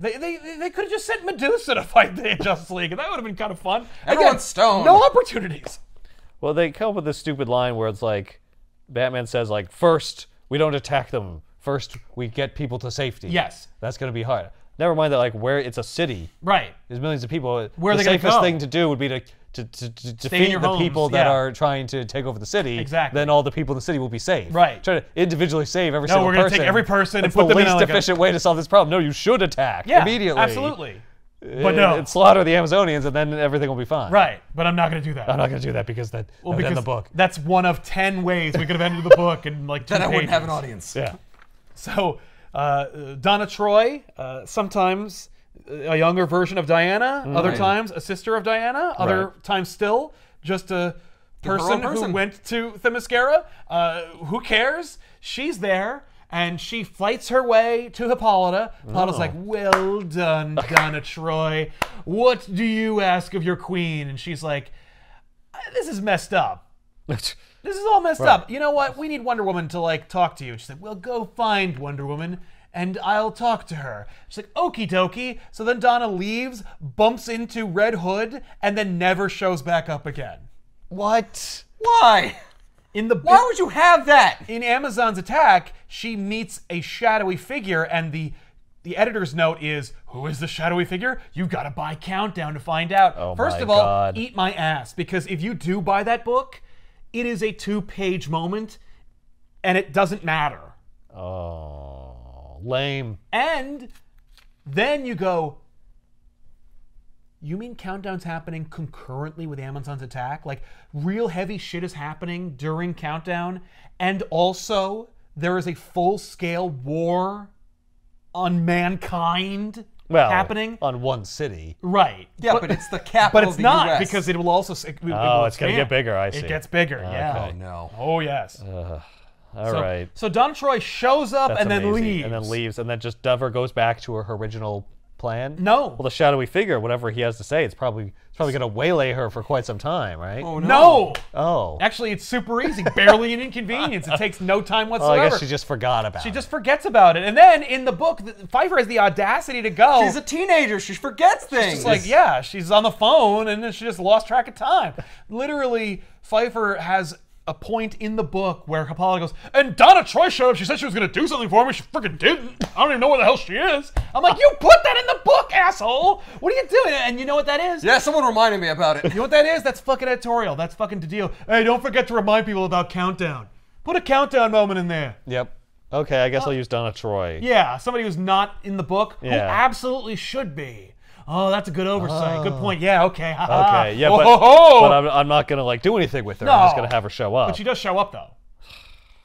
A: They, they, they could have just sent Medusa to fight the Justice League, and that would have been kind of fun.
C: Everyone's stoned.
A: No opportunities.
B: Well, they come up with this stupid line where it's like, Batman says like, first we don't attack them. First we get people to safety.
A: Yes.
B: That's gonna be hard. Never mind that like where it's a city.
A: Right.
B: There's millions of people.
A: Where are
B: the
A: they gonna
B: safest
A: go?
B: thing to do would be to to, to, to defeat
A: your
B: the
A: homes,
B: people that
A: yeah.
B: are trying to take over the city.
A: Exactly.
B: Then all the people in the city will be saved.
A: Right.
B: Try to individually save every
A: No,
B: single
A: we're
B: person.
A: gonna take every person and
B: That's
A: put
B: the
A: them in
B: least
A: like a-
B: efficient way to solve this problem. No, you should attack
A: Yeah,
B: immediately.
A: Absolutely. But no.
B: and slaughter the Amazonians, and then everything will be fine.
A: Right, but I'm not going to do that.
B: I'm not gonna do that because that well,
A: because
B: in the book.
A: That's one of ten ways we could have ended the book in like two
C: Then I wouldn't
A: pages.
C: have an audience.
B: Yeah.
A: So, uh, uh, Donna Troy, uh, sometimes a younger version of Diana, other times a sister of Diana, other
B: Right.
A: times still just a person, who
C: person.
A: went to Themyscira. Uh, who cares? She's there. And she flights her way to Hippolyta. Hippolyta's like, Well done, Donna Troy. What do you ask of your queen? And she's like, This is messed up. This is all messed up. You know what? We need Wonder Woman to like talk to you. And she said, Well, go find Wonder Woman and I'll talk to her. She's like, Okie dokie. So then Donna leaves, bumps into Red Hood, and then never shows back up again.
B: what?
C: Why?
A: In the
C: Why would you have that?
A: in Amazon's attack, she meets a shadowy figure, and the the editor's note is, "Who is the shadowy figure? You gotta buy Countdown to find out."
B: Oh
A: First
B: my
A: of all,
B: God.
A: eat my ass because if you do buy that book, it is a two-page moment, and it doesn't matter.
B: Oh, lame.
A: And then you go, you mean countdown's happening concurrently with Amazon's attack? Like real heavy shit is happening during countdown, and also there is a full-scale war on mankind
B: Well,
A: happening.
B: on one city.
A: right.
C: Yeah, but, it's the capital
A: But
C: of
A: it's
C: the
A: not
C: US.
A: because it will also. s- It, it
B: Oh,
A: will
B: it's gonna
A: expand.
B: get bigger, I see.
A: It gets bigger. Yeah.
C: Oh, no.
A: Oh yes.
B: All right.
A: so, so Don Troy shows up
B: That's
A: and then
B: amazing.
A: leaves.
B: And then leaves. And then just Dover goes back to her original plan.
A: No.
B: Well, the shadowy figure, whatever he has to say, it's probably it's probably gonna waylay her for quite some time, right?
C: Oh,
A: no.
B: Oh.
A: Actually, it's super easy. Barely an inconvenience. It takes no time
B: Well,
A: whatsoever.
B: Oh, I guess she just forgot about.
A: She
B: it.
A: just forgets about it. And then in the book, th- Pfeiffer has the audacity to go.
C: She's a teenager. She forgets things.
A: It's like, yeah, she's on the phone and then she just lost track of time. Literally, Pfeiffer has a point in the book where Hippolyta goes, and Donna Troy showed up. She said she was going to do something for me. She freaking didn't. I don't even know where the hell she is. I'm like, you put that in the book, asshole. What are you doing? And you know what that is?
C: Yeah, someone reminded me about it.
A: You know what that is? That's fucking editorial. That's fucking to deal. Hey, don't forget to remind people about countdown. Put a countdown moment in there.
B: Yep. Okay, I guess I'll use Donna Troy.
A: Oh. Yeah, somebody who's not in the book who
B: Yeah.
A: absolutely should be. Oh, that's a good oversight. Good point. Yeah, okay. ha, ha.
B: Oh. Okay, yeah,
A: Whoa,
B: but,
A: ho, ho.
B: but I'm, I'm not gonna like do anything with her. I'm just
A: No.
B: gonna have her show up.
A: But she does show up, though.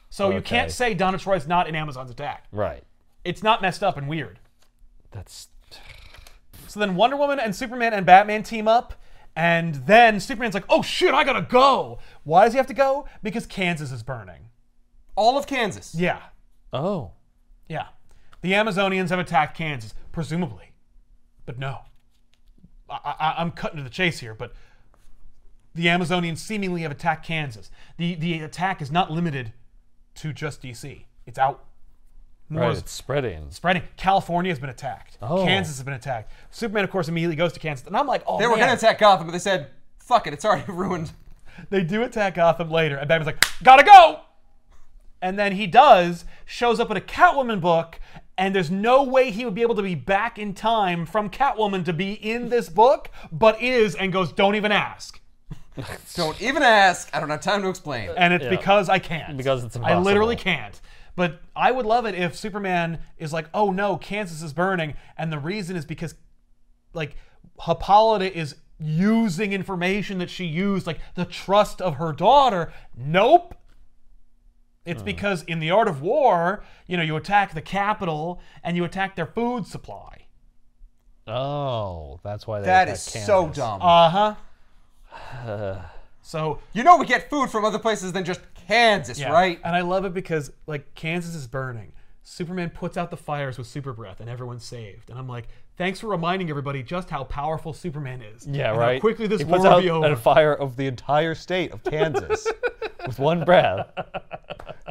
A: So you
B: Okay.
A: can't say Donna Troy's not in Amazon's attack.
B: right.
A: It's not messed up and weird.
B: That's
A: So then Wonder Woman and Superman and Batman team up. And then Superman's like, oh shit, I gotta go. Why does he have to go? Because Kansas is burning.
C: All of Kansas.
A: Yeah.
B: oh.
A: Yeah. The Amazonians have attacked Kansas, presumably. But no. I, I, I'm cutting to the chase here, but the Amazonians seemingly have attacked Kansas. The, the attack is not limited to just D.C., it's out. More
B: Right,
A: is
B: it's spreading.
A: spreading. California has been attacked.
B: Oh.
A: Kansas has been attacked. Superman, of course, immediately goes to Kansas. And I'm like, oh,
C: They were
A: man.
C: going to attack Gotham, but they said, fuck it, it's already ruined.
A: They do attack Gotham later, and Batman's like, gotta go! And then he does, shows up at a Catwoman book, and there's no way he would be able to be back in time from Catwoman to be in this book, but is, and goes, don't even ask.
C: Don't even ask. I don't have time to explain.
A: And it's because I can't.
B: Because it's
A: I literally
B: impossible.
A: can't. But I would love it if Superman is like, oh no, Kansas is burning, and the reason is because like Hippolyta is using information that she used, like the trust of her daughter. Nope.
B: Hmm.
A: It's because in the art of war, you know, you attack the capital and you attack their food supply.
B: Oh, that's why they
C: That
B: attack
C: is
B: Kansas.
C: so
B: Hmm.
C: dumb.
A: Uh huh. So
C: you know we get food from other places than just Kansas,
A: yeah.
C: right?
A: and I love it because like Kansas is burning. Superman puts out the fires with super breath, and everyone's saved. And I'm like, thanks for reminding everybody just how powerful Superman is.
B: Yeah,
A: and
B: right.
A: How quickly this
B: he
A: war
B: puts
A: will
B: out
A: be over.
B: a fire of the entire state of Kansas with one breath. It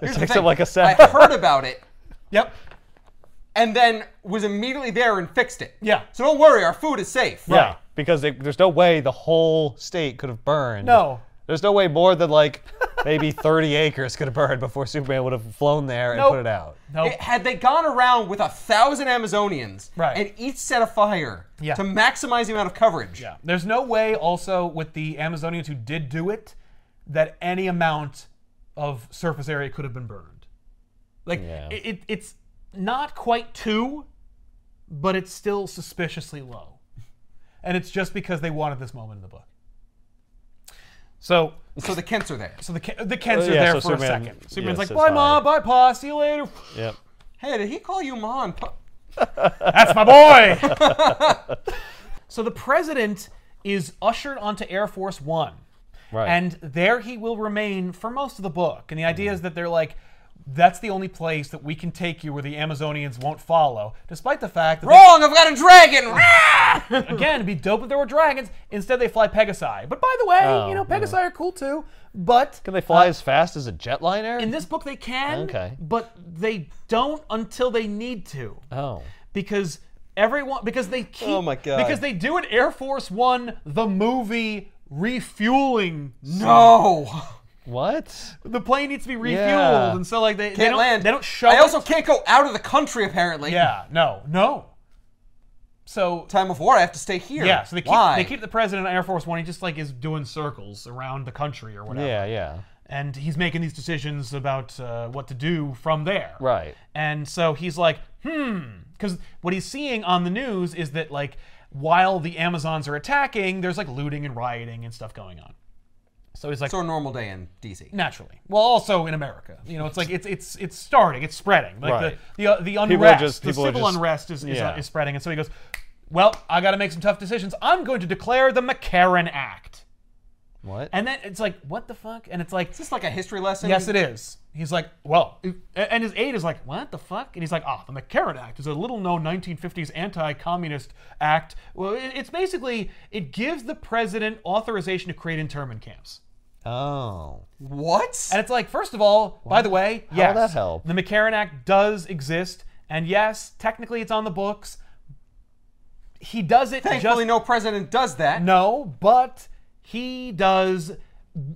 C: Here's the
B: takes him
C: thing.
B: like a
C: I
B: second.
C: heard about it
A: yep.
C: and then was immediately there and fixed it.
A: Yeah.
C: So don't worry, our food is safe.
B: Yeah, because it, there's no way the whole state could have burned.
A: No.
B: There's no way more than like maybe 30 acres could have burned before Superman would have flown there and
A: Nope.
B: put it out.
A: Nope.
C: It- had they gone around with a thousand Amazonians
A: Right.
C: and each set a fire
A: Yeah.
C: to maximize the amount of coverage,
A: Yeah. There's no way, also, with the Amazonians who did do it, that any amount of surface area could have been burned. Like,
B: Yeah.
A: it, it, it's not quite two, but it's still suspiciously low. and it's just because they wanted this moment in the book. So,
C: So the Kents are there.
A: so the Ken- the Kents
B: Uh,
A: are
B: yeah,
A: there
B: so
A: for
B: Superman-
A: a second. Superman's
B: yeah,
A: like,
B: says
A: "Bye,
B: hi."
A: ma. Bye, pa. See you later."
B: Yep.
C: Hey, did he call you Ma and Pa?
A: That's my boy. so the president is ushered onto Air Force One.
B: Right.
A: And there he will remain for most of the book. And the idea
B: Mm-hmm.
A: is that they're like, that's the only place that we can take you where the Amazonians won't follow, despite the fact that,
C: Wrong! I've got a dragon!
A: they, again, it'd be dope if there were dragons. Instead, they fly Pegasi. But by the way,
B: Oh,
A: you know, Pegasi are cool too. But
B: Can they fly as fast as a jetliner?
A: uh, in this book, they can.
B: Okay.
A: But they don't until they need to.
B: oh.
A: because everyone because they keep
C: Oh my God.
A: because they do an Air Force One the movie refueling.
C: no!
B: What?
A: The plane needs to be refueled,
B: Yeah.
A: and so like they, they
C: Can't
A: don't
C: land.
A: they don't show.
C: I
A: it.
C: also can't go out of the country, apparently.
A: yeah no no. So
C: Time of war, I have to stay here.
A: yeah so they keep
C: Why?
A: they keep the president on Air Force One. He just like is doing circles around the country or whatever,
B: Yeah, yeah.
A: and he's making these decisions about uh, what to do from there.
B: Right.
A: And so he's like, hmm, because what he's seeing on the news is that like while the Amazons are attacking, there's like looting and rioting and stuff going on. So he's like,
C: So a normal day in DC.
A: naturally. Well, also in America, you know, it's like it's it's it's starting, it's spreading. Like
B: Right.
A: the the, uh, the
B: are
A: unrest,
B: just-
A: the
B: people are
A: civil
B: just-
A: unrest is is, uh,
B: yeah.
A: is spreading, and so he goes, well, I got to make some tough decisions. I'm going to declare the McCarran Act,
B: What?
A: and then it's like, what the fuck? And it's like,
C: Is this like a history lesson?
A: Yes, it is. He's like, well, a- and his aide is like, what the fuck? And he's like, ah, the McCarran Act is a little-known 1950s anti-communist act. Well, it- it's basically it gives the president authorization to create internment camps.
B: oh.
C: What?
A: And it's like, first of all, by the way, yes,
B: that help?
A: the McCarran Act does exist, and yes, technically it's on the books. He does it
C: Thankfully,
A: just
C: no president does that.
A: no, but he does.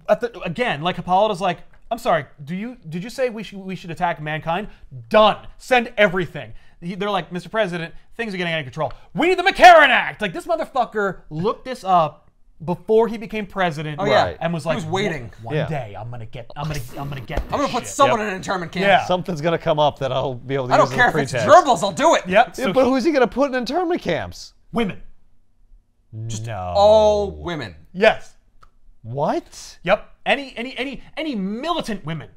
A: At the, again, like Hippolyta's like, I'm sorry. Do you did you say we should we should attack mankind? Done. Send everything. He- They're like, Mr. President, things are getting out of control. We need the McCarran Act. Like this motherfucker looked this up before he became president. Oh
C: yeah.
A: and was
C: He
A: like,
C: was waiting.
A: One, one
B: Yeah.
A: day I'm gonna get. I'm gonna. I'm gonna get. This
C: I'm gonna put
A: shit."
C: someone in an internment camp.
A: Yeah.
B: Something's gonna come up that I'll be able to
C: I
B: use
C: don't
B: as
C: care
B: a
C: if it's
B: pretext.
C: gerbils, I'll do it.
A: Yep.
B: Yeah,
A: So
B: but who's he gonna put in internment camps?
A: women.
B: no.
C: All women.
A: Yes.
B: What?
A: Yep. Any any any any militant women.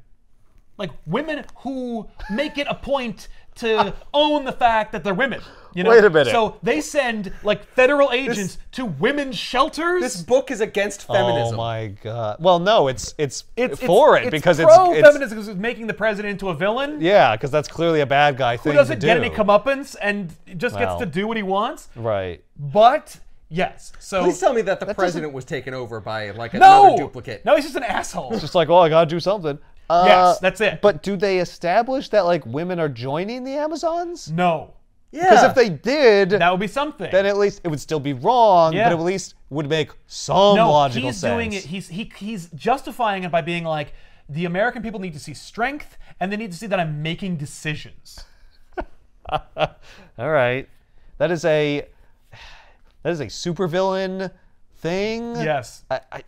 A: Like women who make it a point to own the fact that they're women. You know?
B: Wait a minute.
A: So they send like federal agents to women's shelters.
C: This book is against feminism.
B: Oh my god. Well, no, it's it's,
A: It's- it's-
B: for it because it's,
A: pro
B: it's
A: feminism is making the president into a villain.
B: yeah, because that's clearly a bad guy thing
A: Who doesn't
B: to
A: get
B: do.
A: any comeuppance and just
B: Wow.
A: gets to do what he wants.
B: right.
A: But yes, so
C: Please tell me that the president was taken over by like
A: no
C: another duplicate.
A: No, he's just an asshole.
B: Just like, oh, I gotta do something. Uh,
A: Yes, that's it.
B: But do they establish that like women are joining the Amazons?
A: no,
B: Because
C: Yeah.
B: if they did,
A: that would be something.
B: then at least it would still be wrong,
A: Yeah.
B: but at least would make some
A: no,
B: logical
A: he's
B: sense.
A: doing it. He's he, he's justifying it by being like, the American people need to see strength, and they need to see that I'm making decisions.
B: All right. That is a that is a supervillain thing.
A: Yes,
B: I, I,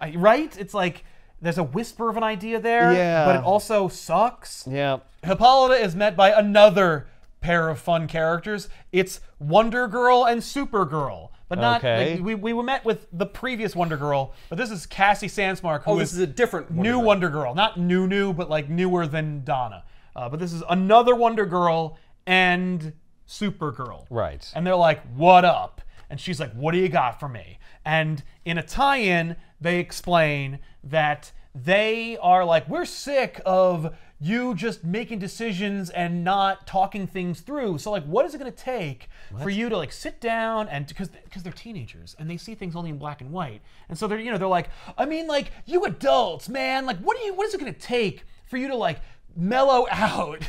A: I- right? It's like there's a whisper of an idea there,
B: Yeah.
A: but it also sucks.
B: yeah.
A: Hippolyta is met by another pair of fun characters. It's Wonder Girl and Supergirl, but not
B: Okay.
A: like, we we were met with the previous Wonder Girl, but this is Cassie Sandsmark. who
C: Oh, this is a different Wonder
A: new
C: Girl.
A: Wonder Girl, not new new, but like newer than Donna. Uh, but this is another Wonder Girl and Supergirl.
B: Right.
A: And they're like, "What up?" And she's like, "What do you got for me?" And in a tie-in, they explain that they are like, "We're sick of you just making decisions and not talking things through." So like, what is it going to take for you to like sit down and because because they're teenagers and they see things only in black and white. And so they're, you know, they're like, "I mean, like you adults, man, like what do you what is it going to take for you to like mellow out?"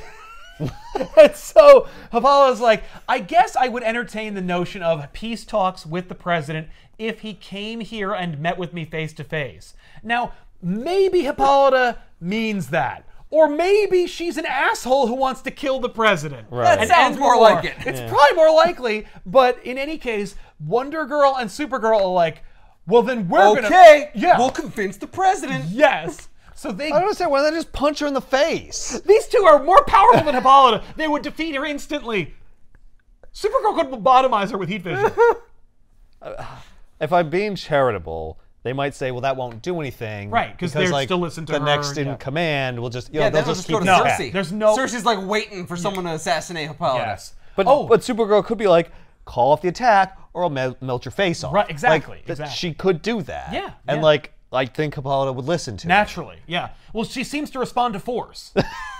A: and so Havala's like, I guess I would entertain the notion of peace talks with the president if he came here and met with me face to face. Now, maybe Hippolyta means that. Or maybe she's an asshole who wants to kill the president.
B: Right.
A: And
C: That sounds
A: end
C: more
A: the
C: like it.
A: It's probably more likely, but in any case, Wonder Girl and Supergirl are like, well, then we're gonna.
C: Okay.
A: Yeah.
C: We'll convince the president.
A: yes. So they
B: I don't understand why don't they just punch her in the face.
A: These two are more powerful than Hippolyta. They would defeat her instantly. Supergirl could lobotomize her with heat vision.
B: if I'm being charitable, they might say, well, that won't do anything.
A: Right, 'cause
B: because,
A: they'll
B: like,
A: still listen to
B: The
A: her,
B: next in
A: yeah.
B: command will just, you know,
C: Yeah,
B: they'll
C: they'll
B: just
C: go
B: keep
C: to
A: No,
B: no.
C: Cersei.
A: there's no-
C: Cersei's like waiting for someone to assassinate Hippolyta.
A: Yes.
B: But,
A: oh,
B: but Supergirl could be like, call off the attack or I'll mel- melt your face off.
A: Right,
B: Like,
A: exactly,
B: th-
A: exactly.
B: She could do that.
A: Yeah,
B: And,
A: yeah.
B: like, I think Hippolyta would listen to it.
A: Naturally, yeah. Well, she seems to respond to force.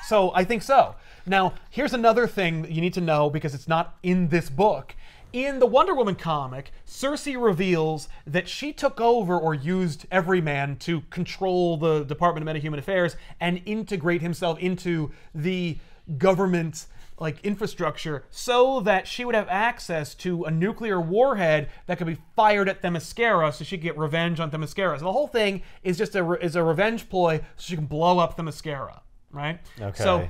A: so I think so. Now, here's another thing that you need to know because it's not in this book. In the Wonder Woman comic, Cersei reveals that she took over or used Everyman to control the Department of Metahuman Affairs and integrate himself into the government like infrastructure so that she would have access to a nuclear warhead that could be fired at Themyscira so she could get revenge on Themyscira. So the whole thing is just a re- is a revenge ploy so she can blow up Themyscira, right?
B: Okay.
A: So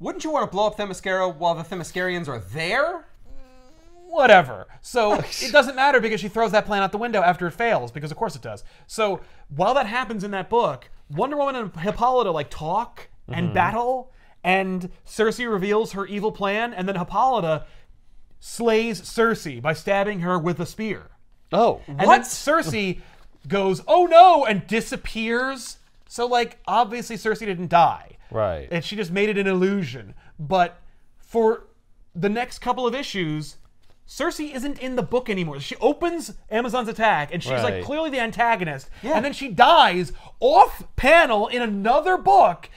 C: Wouldn't you want to blow up Themyscira while the Themyscarians are there?
A: whatever. So it doesn't matter because she throws that plan out the window after it fails because of course it does. So while that happens in that book, Wonder Woman and Hippolyta like talk and battle and Cersei reveals her evil plan and then Hippolyta slays Cersei by stabbing her with a spear.
B: Oh.
A: And then Cersei goes, "Oh no!" and disappears. So like obviously Cersei didn't die.
B: Right.
A: And she just made it an illusion. But for the next couple of issues, Cersei isn't in the book anymore. She opens Amazon's attack and she's
B: Right.
A: like clearly the antagonist. And then she dies off panel in another book.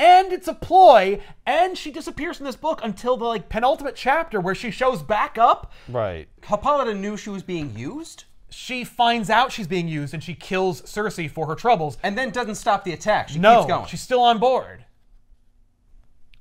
A: And it's a ploy, and she disappears from this book until the like penultimate chapter where she shows back up
B: Right.
C: Hippolyta knew she was being used
A: she finds out she's being used and she kills Cersei for her troubles.
C: and then doesn't stop the attack. She keeps
A: No,
C: going.
A: she's still on board.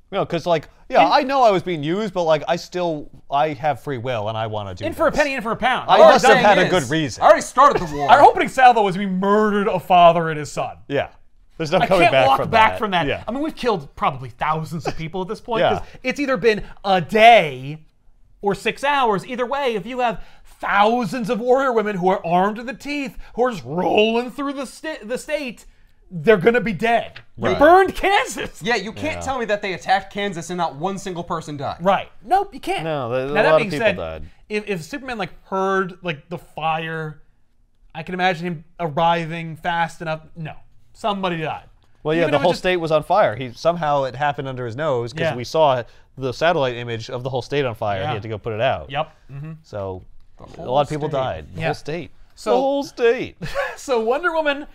B: No, because like, yeah, I know I was being used, but like, I still, I have free will, and I want to do.
A: In for a
B: this.
A: penny, in for a pound.
B: I
A: Our,
B: must have
C: Thing
B: had a
C: is,
B: good reason.
C: I already started the war.
A: our opening salvo was we murdered a father and his son.
B: Yeah, there's no
A: I
B: coming
A: can't
B: back
A: walk
B: from
A: back
B: that.
A: from that.
B: Yeah.
A: I mean, we've killed probably thousands of people at this point.
B: Yeah.
A: 'cause It's either been a day or six hours. Either way, if you have thousands of warrior women who are armed to the teeth, who are just rolling through the, sta- the state, they're going to be dead. We
B: Right.
A: burned Kansas.
C: yeah, you can't tell me that they attacked Kansas and not one single person died.
A: Right. Nope, you can't.
B: No, there-
A: Now,
B: a
A: that
B: lot of
A: being
B: people
A: said,
B: died.
A: If, if Superman like heard like the fire, I can imagine him arriving fast enough. No, somebody died.
B: Well, yeah,
A: Even
B: the
A: if it
B: whole
A: just-
B: state was on fire. He somehow it happened under his nose because
A: Yeah.
B: we saw the satellite image of the whole state on fire.
A: Yeah.
B: He had to go put it out.
A: Yep. Mm-hmm.
B: So a lot of people
C: state.
B: died. The
A: Yeah.
B: whole state.
A: So-
B: the whole state.
A: So Wonder Woman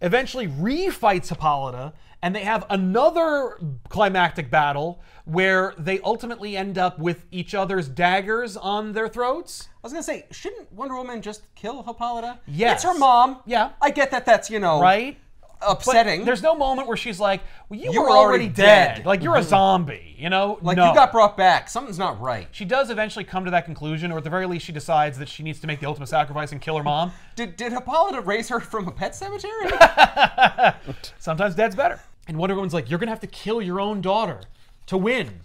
A: eventually refights Hippolyta, and they have another climactic battle where they ultimately end up with each other's daggers on their throats.
C: I was gonna say, shouldn't Wonder Woman just kill Hippolyta?
A: Yes.
C: It's her mom.
A: Yeah.
C: I get that that's, you know,
A: Right. But
C: upsetting.
A: There's no moment where she's like, well, you,
C: You
A: were
C: were
A: already,
C: already
A: dead.
C: dead.
A: Like you're a zombie, you know?
C: like
A: No.
C: you got brought back. Something's not right.
A: she does eventually come to that conclusion, or at the very least, she decides that she needs to make the ultimate sacrifice and kill her mom.
C: Did did Hippolyta raise her from a pet cemetery?
A: Sometimes dad's better. And Wonder Woman's like, you're gonna have to kill your own daughter to win,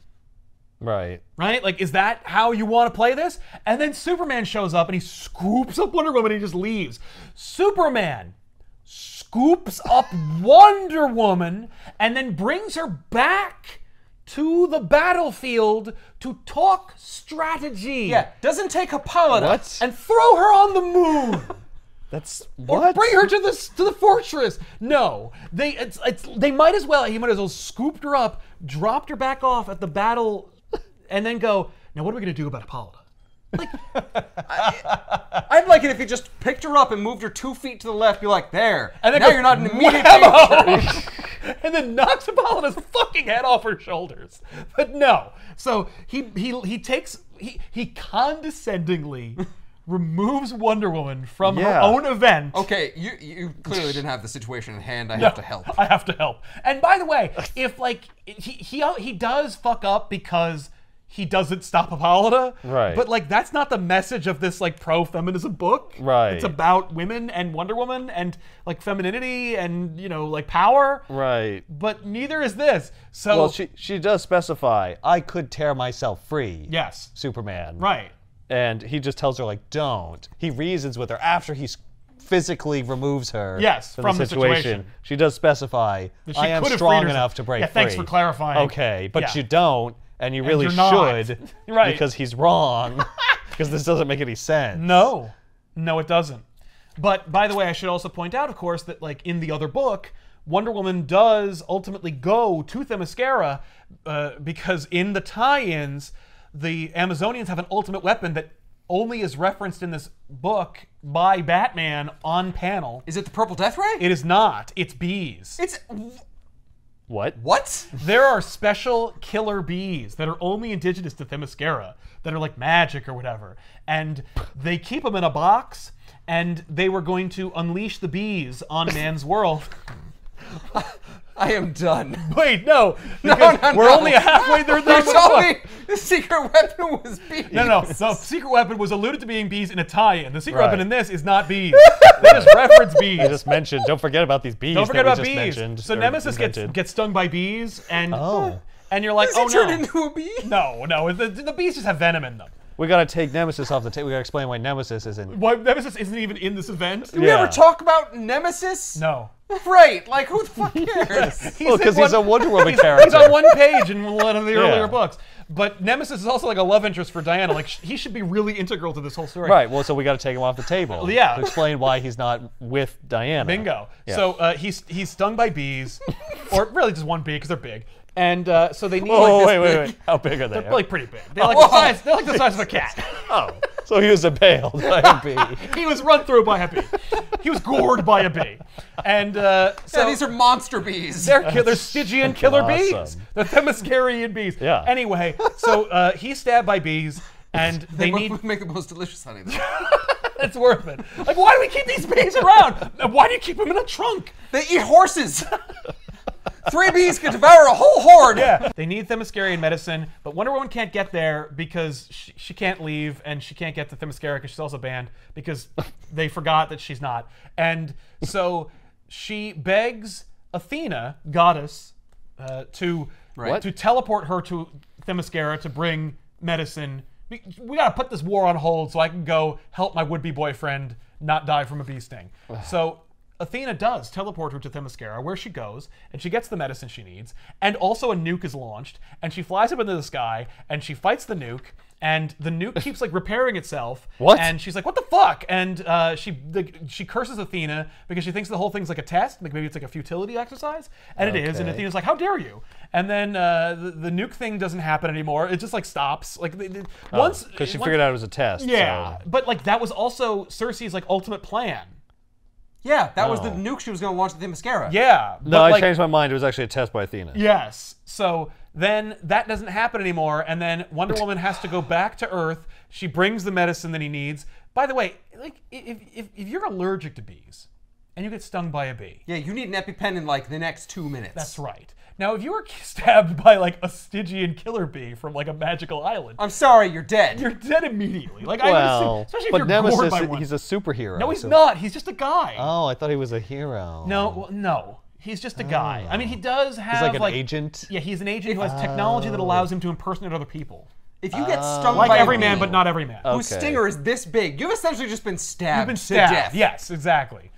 B: right.
A: right? Like, is that how you want to play this? And then Superman shows up and he scoops up Wonder Woman and he just leaves. Superman scoops up Wonder Woman and then brings her back to the battlefield to talk strategy
C: yeah. Doesn't take Hippolyta.
B: What?
A: and throw her on the moon.
B: That's
A: Or
B: what?
A: bring her to the to the fortress. No, they it's, it's they might as well. He might as well scooped her up, dropped her back off at the battle, and then go. Now what are we gonna do about Hippolyta?
C: I'd like it if you just picked her up and moved her two feet to the left, be like, there. And
A: then
C: now
A: go,
C: you're not an immediate danger.
A: Whammo! and then knocks Hippolyta's fucking head off her shoulders. But no, so he he he takes he he condescendingly removes Wonder Woman from her
B: Yeah.
A: own event.
C: Okay, you you clearly didn't have the situation in hand. I have to help.
A: I have to help. And by the way, if like he he he does fuck up because he doesn't stop Hippolyta,
B: Right.
A: But like that's not the message of this like pro feminism book,
B: Right.
A: It's about women and Wonder Woman and like femininity and you know like power,
B: Right.
A: But neither is this. So
B: Well, she she does specify. I could tear myself free.
A: yes,
B: Superman.
A: right.
B: and he just tells her like don't he reasons with her after he s- physically removes her
A: Yes, from the situation.
B: she does specify
A: That she
B: i am
A: could have
B: strong
A: freed
B: enough
A: herself."
B: to break
A: Yeah, thanks
B: free."
A: for clarifying.
B: okay but
A: Yeah.
B: you don't and you really
A: you're not.
B: should
A: Right.
B: because he's wrong because this doesn't make any sense
A: No, No, it doesn't. But by the way, I should also point out, of course, that like in the other book, Wonder Woman does ultimately go to Themyscira uh, because in the tie-ins, the Amazonians have an ultimate weapon that only is referenced in this book by Batman on panel.
C: Is it the Purple Death Ray?
A: It is not. It's bees.
C: it's
B: What?
C: what?
A: There are special killer bees that are only indigenous to Themyscira that are like magic or whatever. And they keep them in a box and they were going to unleash the bees on man's world.
C: I am done.
A: Wait, no. because
C: no,
A: we're
C: no.
A: only halfway there.
C: You
A: That's
C: told me the secret weapon was bees.
A: No, no. The secret weapon was alluded to being bees in a tie-in. The secret
B: Right.
A: weapon in this is not bees. they just reference bees.
B: I just mentioned. Don't forget about these bees.
A: Don't forget
B: that
A: about
B: we just
A: bees.
B: Mentioned,
A: So
B: or
A: Nemesis gets
B: invented.
A: gets stung by bees, and
B: Oh.
A: and you're like,
C: Does
A: oh
C: he turn
A: no,
C: into a bee?
A: no, no. The, the bees just have venom in them.
B: We gotta take Nemesis off the table. We gotta explain why Nemesis isn't.
A: Why Nemesis isn't even in this event?
C: Do we
B: Yeah.
C: ever talk about Nemesis?
A: No.
C: Right, like who the fuck cares?
A: He's
B: Well,
A: in
B: because he's a
A: one-
B: Wonder Woman
A: he's-
B: character.
A: He's on one page in one of the
B: Yeah.
A: earlier books. But Nemesis is also like a love interest for Diana. Like sh- he should be really integral to this whole story.
B: Right. Well, so we gotta take him off the table.
A: yeah.
B: To explain why he's not with Diana.
A: Bingo.
B: Yeah.
A: So uh, he's he's stung by bees, or really just one bee because they're big, and uh, so they need
B: Oh
A: like
B: wait,
A: this
B: wait,
A: big-
B: wait. How big are they?
A: They're like pretty big. They're like the size. They're like the size of a cat.
B: oh, so he was impaled by a bee.
A: He was run through by a bee. He was gored by a bee, and uh, so
C: Yeah, these are monster bees.
A: They're, ki- they're Stygian killer bees.
B: awesome.
A: They're Themyscirian bees.
B: Yeah.
A: Anyway, so uh, he's stabbed by bees, and they
C: Would
A: need.
C: make the most delicious honey. though.
A: It's worth it. Like, why do we keep these bees around? And Why do you keep them in a trunk?
C: they eat horses. Three bees could devour a whole horde.
A: Yeah. They need Themyscirian medicine, but Wonder Woman can't get there because she, she can't leave, and she can't get to Themyscira because she's also banned because they forgot that she's not. And so she begs Athena, goddess, uh, to
C: Right.
A: to teleport her to Themyscira to bring medicine. We, we gotta put this war on hold so I can go help my would-be boyfriend not die from a bee sting. so Athena does teleport her to Themyscira, where she goes, and she gets the medicine she needs, and also a nuke is launched, and she flies up into the sky, and she fights the nuke, and the nuke keeps like repairing itself.
B: What?
A: And she's like, "What the fuck?" And uh, she the, she curses Athena because she thinks the whole thing's like a test, like maybe it's like a futility exercise, and it is. And
B: Okay.
A: Athena's like, "How dare you?" And then uh, the, the nuke thing doesn't happen anymore. It just like stops. Like they- they- once
B: Because Oh, she
A: once-
B: figured out it was a test.
A: Yeah,
B: so-
A: but like that was also Cersei's like ultimate plan.
C: Yeah, that was the
B: Oh.
C: nuke she was going to launch at the mascara.
A: Yeah.
B: No,
A: but,
B: I
A: like,
B: changed my mind. It was actually a test by Athena.
A: Yes. So then that doesn't happen anymore, and then Wonder Woman has to go back to Earth. She brings the medicine that he needs. By the way, like if if, if you're allergic to bees and you get stung by a bee,
C: Yeah, you need an EpiPen in like the next two minutes.
A: that's right. Now, if you were stabbed by like a Stygian killer bee from like a magical island,
C: I'm sorry, you're dead.
A: you're dead immediately. Like I would assume,
B: Well,
A: especially if
B: but
A: you're gored
B: Nemesis,
A: by one.
B: he's a superhero.
A: no, he's
B: so-
A: not. He's just a guy.
B: Oh, I thought he was a hero.
A: no, well, no, he's just a guy. I mean, he does have
B: Oh. he's like an agent. Oh.
A: Yeah, he's an agent who has technology that allows him to impersonate other people.
C: if you get stung
A: Like
C: by a
A: every
C: bee
A: man, but not every man.
B: Oh,
C: whose
B: Okay.
C: stinger is this big, you've essentially just been stabbed,
A: You've been
C: to
A: stabbed.
C: death.
A: Yes, exactly.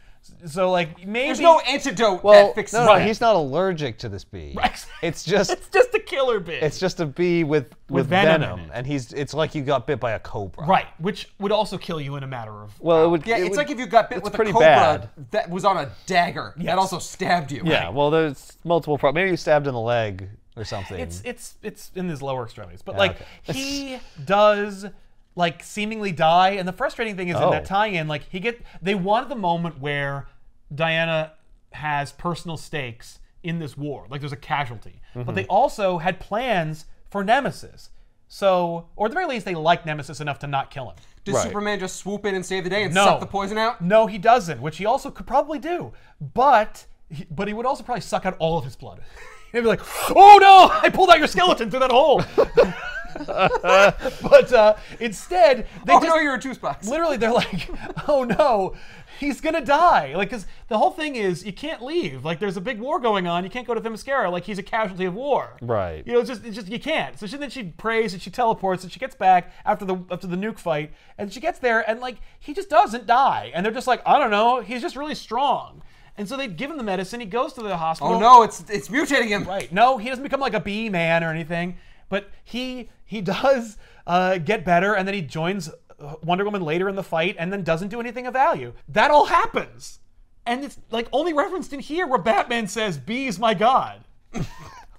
A: So like maybe
C: There's no antidote
B: Well,
C: that fixes
B: no,
C: it.
B: no, he's not allergic to this bee. It's just
A: it's just a killer bee.
B: it's just a bee with with,
A: venom in
B: venom,
A: it.
B: and he's it's like you got bit by a cobra.
A: right, which would also kill you in a matter of
B: Well, it would.
C: Yeah,
B: it
C: it's
B: would-
C: like if you got bit
B: it's
C: with a
B: pretty
C: cobra
B: bad.
C: that was on a dagger that also stabbed you.
B: Yeah. Well, there's multiple problems. Maybe you stabbed in the leg or something.
A: it's it's it's in his lower extremities. But like
B: okay.
A: he does like seemingly die and the frustrating thing is in that
B: Oh.
A: tie-in like he get they wanted the moment where Diana has personal stakes in this war. Like there's a casualty.
B: Mm-hmm.
A: But they also had plans for Nemesis. So, or at the very least, they like Nemesis enough to not kill him.
C: Does
B: Right.
C: Superman just swoop in and save the day and
A: No.
C: suck the poison out?
A: No, he doesn't, which he also could probably do. But he, but he would also probably suck out all of his blood. He'd be like, "Oh no, I pulled out your skeleton through that hole." but uh, instead, they
C: Oh
A: just
C: no, you're a juice box.
A: literally they're like, "Oh no, he's gonna die!" Like, because the whole thing is you can't leave. Like, there's a big war going on. You can't go to Themyscira. Like, he's a casualty of war.
B: Right.
A: You know, it's just it's just you can't. So she, then she prays and she teleports and she gets back after the after the nuke fight and she gets there and like he just doesn't die and they're just like I don't know he's just really strong and so they give him the medicine he goes to the hospital
C: Oh no, it's it's mutating him.
A: right no he doesn't become like a bee man or anything but he he does uh, get better and then he joins uh, Wonder Woman later in the fight and then doesn't do anything of value. That all happens. And it's like only referenced in here where Batman says, B is my god.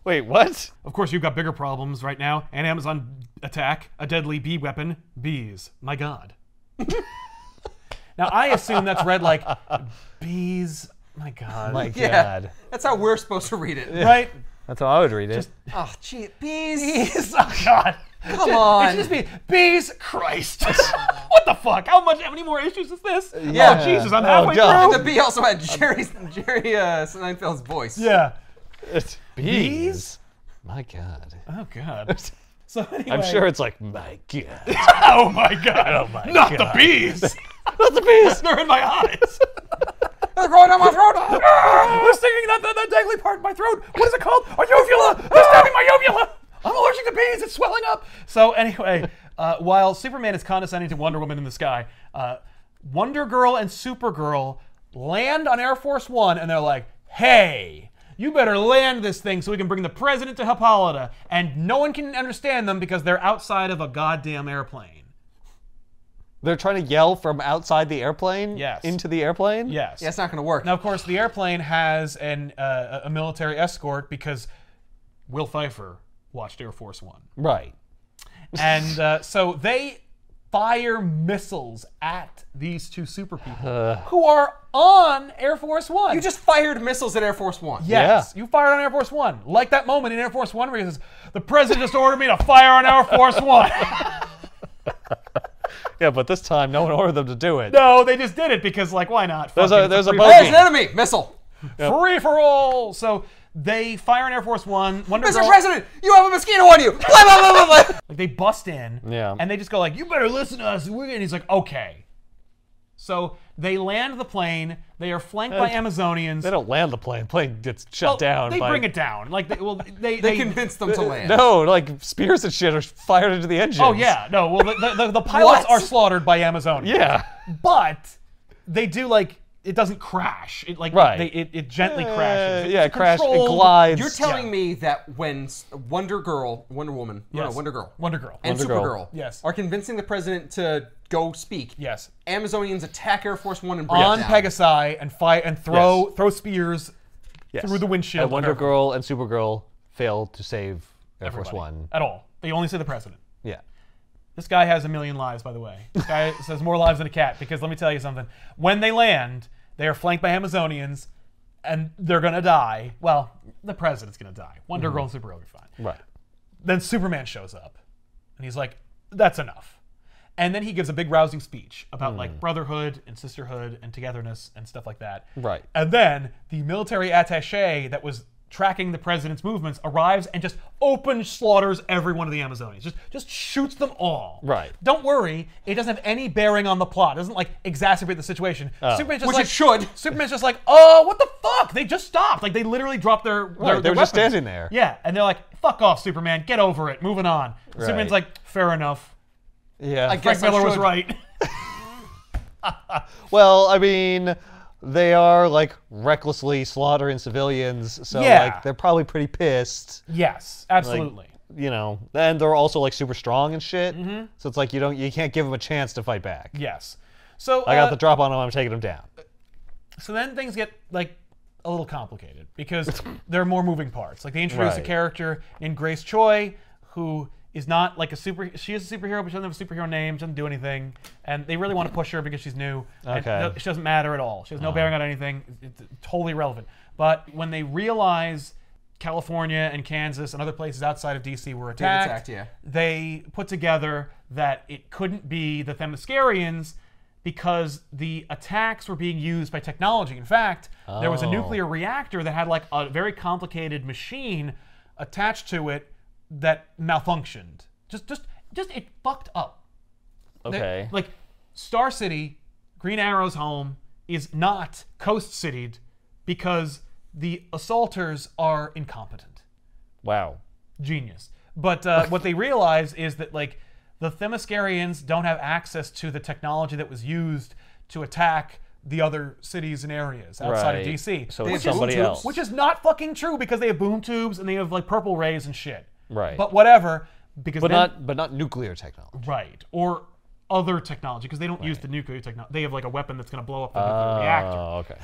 B: Wait, what?
A: Of course, you've got bigger problems right now. An Amazon attack, a deadly bee weapon, bees. My God. now, I assume that's read like bees. My God.
B: My
C: Yeah.
B: God.
C: That's how we're supposed to read it.
A: right?
B: That's how I would read it.
C: Oh, gee, bees.
A: Bees. Oh, God.
C: Come on.
A: It should just be bees. Christ. what the fuck? How much? How many more issues is this?
C: Yeah.
A: Oh, Jesus. I'm
B: Uh, Oh,
A: halfway
B: God.
A: through.
C: The bee also had Jerry's, Jerry uh, Seinfeld's voice.
A: Yeah.
B: It's bees. My God.
A: Oh, God. So anyway.
B: I'm sure it's like my God.
A: Oh my God.
B: my
A: Not the
B: God.
A: bees.
B: Not the bees.
A: They're in my eyes.
C: They're growing on my throat.
A: They're stinging that, that, that dangly part in my throat. What is it called? A uvula. They're stabbing my uvula. I'm allergic to bees. It's swelling up. So anyway, uh, while Superman is condescending to Wonder Woman in the sky, uh, Wonder Girl and Supergirl land on Air Force One, and they're like, "Hey." You better land this thing so we can bring the president to Hippolyta, and no one can understand them because they're outside of a goddamn airplane.
B: They're trying to yell from outside the airplane
A: Yes.
B: into the airplane?
A: Yes.
C: Yeah, it's not going to work.
A: Now, of course, the airplane has an uh, a military escort because Will Pfeiffer watched Air Force One,
B: Right.
A: and uh, so they fire missiles at these two super people who are on Air Force One.
C: You just fired missiles at Air Force One.
A: Yes, you fired on Air Force One, like that moment in Air Force One where he says, "The president just ordered me to fire on Air Force One."
B: Yeah, but this time no one ordered them to do it.
A: no, they just did it because, like, why not?
B: There's
A: Fuck it,
B: a
A: it's
B: there's a
A: free-
B: bogey.
C: There's an enemy missile.
A: free for all. So they fire on Air Force One. Wonder
C: Mr.
A: Girl-
C: President, you have a mosquito on you. Blah, blah, blah, blah, blah.
A: Like they bust in,
B: Yeah.
A: and they just go like, "You better listen to us." We're gonna-" and he's like, "Okay." So they land the plane. They are flanked by Amazonians.
B: They don't land the plane. Plane gets shut down.
A: They
B: by,
A: bring it down. Like, they, well, they
C: They convinced them to land.
B: No, like spears and shit are fired into the engine.
A: Oh yeah, no. Well, the, the, the, the pilots
C: What?
A: are slaughtered by Amazonians.
B: Yeah.
A: but they do like it doesn't crash. It like
B: Right.
A: they, it, it gently
B: Uh,
A: crashes. It's
B: yeah, it crash. It
A: controlled-
B: glides.
C: You're telling me that when s- Wonder Girl, Wonder Woman, no,
A: Yes.
C: no, Wonder Girl,
A: Wonder Girl.
C: and
B: Wonder Girl.
C: Supergirl
A: Yes.
C: are convincing the president to go speak.
A: yes.
C: Amazonians attack Air Force One and bring
A: On
C: it down.
A: Pegasi and fight and throw throw spears
B: Yes.
A: through the windshield.
B: And Wonder
A: Whatever.
B: Girl and Supergirl fail to save Air Force One.
A: at all. They only say the president.
B: Yeah.
A: This guy has a million lives, by the way. This guy says more lives than a cat because let me tell you something. When they land, they are flanked by Amazonians and they're going to die. Well, the president's going to die. Wonder Girl and Supergirl will be fine.
B: Right.
A: Then Superman shows up and he's like, that's enough. And then he gives a big rousing speech about
B: Hmm.
A: like brotherhood and sisterhood and togetherness and stuff like that.
B: Right.
A: And then the military attache that was tracking the president's movements arrives and just open slaughters every one of the Amazonians. Just just shoots them all.
B: Right.
A: Don't worry, it doesn't have any bearing on the plot. It doesn't like exacerbate the situation.
B: Oh.
A: Superman's just
C: Which it
A: like
C: should.
A: Superman's just like, oh, what the fuck? They just stopped. Like they literally dropped their. their-
B: Right, they
A: their
B: were just
A: weapons.
B: standing there.
A: Yeah, and they're like, fuck off, Superman. Get over it. Moving on. Superman's
B: Right.
A: like, fair enough.
B: Yeah.
C: I
A: Frank
C: guess
A: Miller
C: I
A: was
C: should.
A: right.
B: Well, I mean, they are like recklessly slaughtering civilians, so
A: Yeah.
B: like they're probably pretty pissed,
A: yes, absolutely. Mm-hmm.
B: you know. And they're also like super strong and shit. So it's like you don't you can't give them a chance to fight back.
A: yes. So
B: I got
A: uh,
B: the drop on them. I'm taking them down.
A: so then things get like a little complicated because there are more moving parts. Like they introduce a
B: Right.
A: character named Grace Choi who is not like a super. She is a superhero, but she doesn't have a superhero name. She doesn't do anything, and they really want to push her because she's new. and
B: Okay.
A: no- she doesn't matter at all. She has no bearing on anything. It's it's totally irrelevant. But when they realize California and Kansas and other places outside of DC were attacked,
C: attacked, yeah.
A: they put together that it couldn't be the Themyscirians because the attacks were being used by technology. In fact, there was a nuclear reactor that had like a very complicated machine attached to it that malfunctioned. Just, just, just it fucked up. They-
B: Okay.
A: like Star City, Green Arrow's home is not coast citied because the assaulters are incompetent
B: Wow.
A: genius. But uh, what they realize is that like the Themyscirians don't have access to the technology that was used to attack the other cities and areas outside of
B: Right.
A: DC.
B: So
A: which
B: it's
A: is-
B: somebody else.
A: which is not fucking true because they have boom tubes and they have like purple rays and shit.
B: Right.
A: But whatever, because
B: But
A: then-
B: not but not nuclear technology.
A: right or other technology because they don't use the nuclear technology. They have like a weapon that's going to blow up the nuclear reactor.
B: Oh, okay.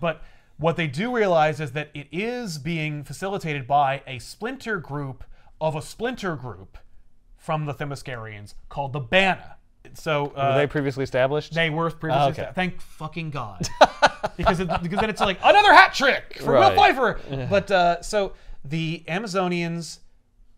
A: But what they do realize is that it is being facilitated by a splinter group of a splinter group from the Themyscarians called the Bana. So uh,
B: Were they previously established?
A: they were previously.
B: Oh, okay.
A: sta- Thank fucking God. because, it, because then it's like another hat trick for Will
B: Right.
A: Pfeiffer. But uh, so the Amazonians,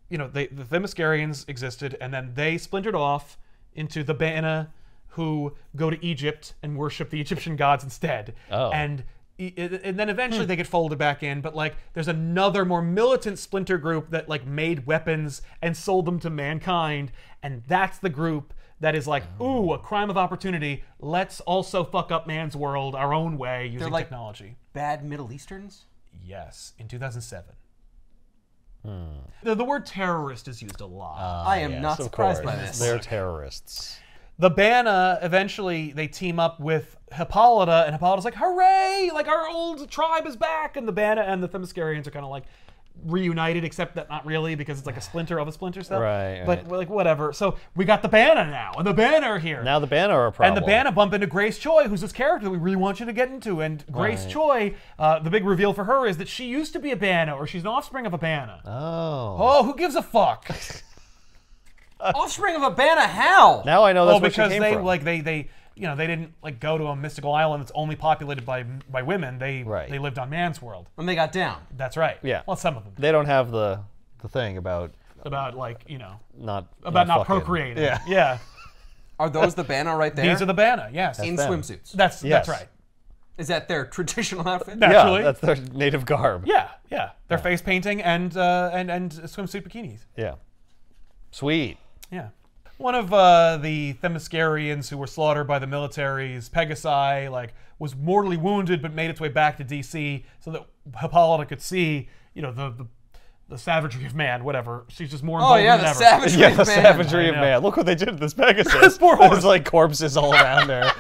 A: you know, they, the Themyscarians existed, and then they splintered off into the Bana, who go to Egypt and worship the Egyptian gods instead.
B: Oh.
A: And e- and then eventually they get folded back in, but like there's another more militant splinter group that like made weapons and sold them to mankind, and that's the group that is like, ooh, a crime of opportunity. Let's also fuck up man's world our own way using
C: like-
A: technology.
C: Bad Middle Easterns?
A: Yes, in 2007. The, the word terrorist is used a lot.
C: I am not
B: Of
C: surprised by
B: course.
C: this.
B: They're terrorists.
A: the Bana eventually they team up with Hippolyta, and Hippolyta's like, "Hooray! Like our old tribe is back!" And the Bana and the Themyscarians are kind of like reunited, except that not really because it's like a splinter of a splinter cell.
B: Right,
A: But
B: right.
A: we're like whatever. So we got the Bana now, and the Bana are here.
B: Now the Banner are a
A: and
B: problem.
A: the Bana bump into Grace Choi, who's this character that we really want you to get into. And Grace Choi, uh, the big reveal for her is that she used to be a Bana, or she's an offspring of a Bana.
B: Oh.
A: oh, who gives a fuck?
C: Offspring of a Bana how?
B: Now I know that's
A: Oh,
B: where she
A: because
B: came
A: they
B: from.
A: like they they you know they didn't like go to a mystical island that's only populated by by women. They
B: Right.
A: they lived on man's world.
C: when they got down.
A: That's right.
B: Yeah.
A: Well, some of them
B: they don't have the the thing about
A: about like you know
B: not
A: about not,
B: fucking-
A: procreating.
B: Yeah.
A: Yeah.
C: Are those the Bana right there?
A: These are the Bana. Yes.
C: in
B: them.
C: swimsuits.
A: that's
B: Yes.
A: that's right.
C: Is that their traditional outfit?
A: That- Actually-
B: Yeah, that's their native garb.
A: Yeah. Yeah. They're face painting and uh, and and swimsuit bikinis.
B: Yeah. Sweet.
A: Yeah. One of uh, the Themyscarians who were slaughtered by the military's Pegasi, like, was mortally wounded but made its way back to D.C. so that Hippolyta could see, you know, the the, the savagery of man, whatever. She's just more
C: Oh
A: emboldened
C: yeah,
A: than
C: the
A: ever.
C: savagery
B: Yeah,
C: of
B: the
C: man.
B: savagery of
A: I know.
B: man. Look what they did to this Pegasus.
A: Poor
B: There's
A: horse.
B: like corpses all around there.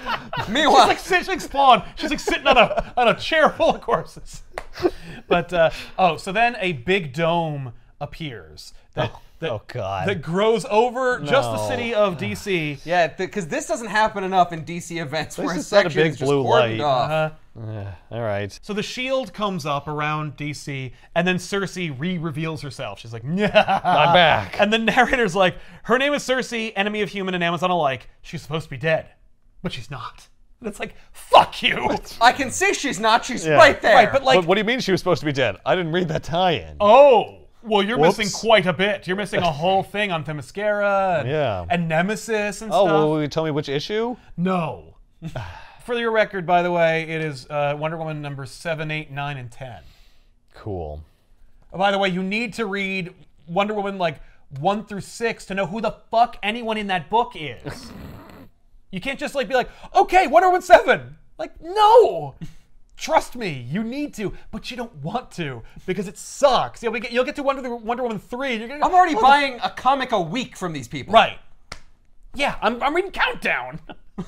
C: Meanwhile,
A: like sit- she's like spawn. She's like sitting on a on a chair full of corpses. But uh, oh, so then a big dome appears that that,
B: oh, God.
A: that grows over just the
B: No.
A: city of D.C.
C: yeah, because this doesn't happen enough in DC events where a
B: just not a
C: section
B: big
C: is just
B: blue
C: cordoned
B: light.
C: off.
B: Yeah, all right.
A: So the shield comes up around DC, and then Cersei re-reveals herself. She's like, "Nah."
B: I'm back.
A: And the narrator's like, "Her name is Cersei, enemy of human and Amazon alike. She's supposed to be dead, but she's not." And it's like, "Fuck you!"
C: I can see she's not. She's right there.
A: right, but like,
B: But what do you mean she was supposed to be dead? I didn't read that tie-in.
A: oh, well, you're
B: Whoops.
A: missing quite a bit. You're missing a whole thing on Themyscira and,
B: Yeah.
A: and Nemesis and
B: Oh,
A: stuff.
B: well, will you tell me which issue?
A: no. For your record, by the way, it is uh, Wonder Woman number seven, eight, nine, and ten.
B: Cool.
A: Oh, By the way, you need to read Wonder Woman like one through six to know who the fuck anyone in that book is. you can't just like be like, okay, Wonder Woman seven. Like, no. Trust me, you need to, but you don't want to because it sucks. You'll, be, you'll get to Wonder, Wonder Woman three. You're gonna,
C: I'm already
A: Well,
C: buying a comic a week from these people.
A: Right. Yeah, I'm, I'm reading Countdown.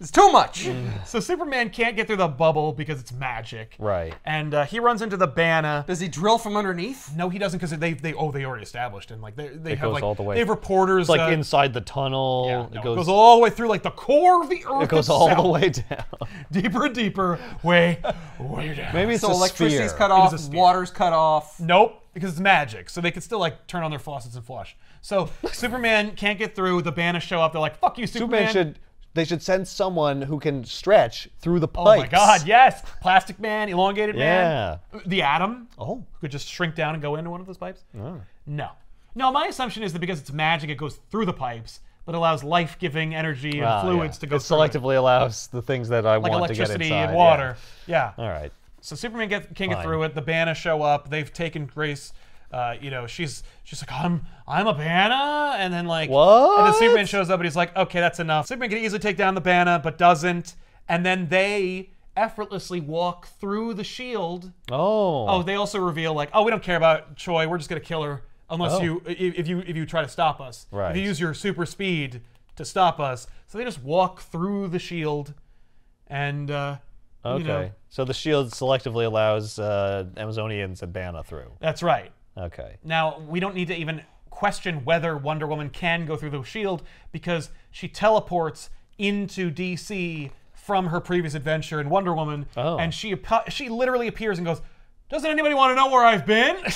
C: It's too much.
A: so Superman can't get through the bubble because it's magic.
B: Right.
A: And uh, he runs into the Banna.
C: Does he drill from underneath?
A: No, he doesn't because they they oh they already established and like they they have
B: goes
A: like
B: all the way.
A: they have reporters
B: Like
A: uh,
B: inside the tunnel.
A: yeah, no,
B: it goes,
A: all the way through like the core of the earth.
B: it goes all the
A: itself.
B: way down.
A: deeper and deeper, way way down.
B: Maybe it's
C: So
B: a
C: electricity's
B: sphere.
C: cut
A: It is a
C: off,
A: sphere.
C: water's cut off.
A: Nope, because it's magic, so they can still like turn on their faucets and flush. So Superman can't get through. The Bana show up. They're like, "Fuck you, Superman!"
B: Superman should they should send someone who can stretch through the
A: oh
B: pipes.
A: my God, yes, Plastic Man, Elongated
B: Yeah.
A: Man, the Atom.
B: Oh.
A: could just shrink down and go into one of those pipes? No. No, my assumption is that because it's magic, it goes through the pipes, but allows life giving energy and
B: Ah,
A: fluids
B: yeah.
A: to go
B: It
A: through it,
B: selectively allows the things that I
A: like
B: want to get
A: electricity
B: inside.
A: and water.
B: yeah.
A: Yeah.
B: All right.
A: So Superman get, can't get
B: Fine.
A: through it. The Bana show up. They've taken Grace. Uh, you know, she's she's like, I'm I'm a Bana, and then like, And then
B: What?
A: Superman shows up, and he's like, okay, that's enough. Superman can easily take down the Bana, but doesn't. And then they effortlessly walk through the shield
B: Oh.
A: Oh, they also reveal like, oh, we don't care about Choi. We're just gonna kill her unless
B: Oh.
A: you i- if you if you try to stop us.
B: Right.
A: If you use your super speed to stop us, so they just walk through the shield, and uh,
B: okay.
A: you know,
B: So the shield selectively allows uh, Amazonians and Bana through.
A: that's right.
B: Okay.
A: Now we don't need to even question whether Wonder Woman can go through the shield because she teleports into DC from her previous adventure in Wonder Woman,
B: Oh.
A: and she appo- she literally appears and goes, "Doesn't anybody want to know where I've been?"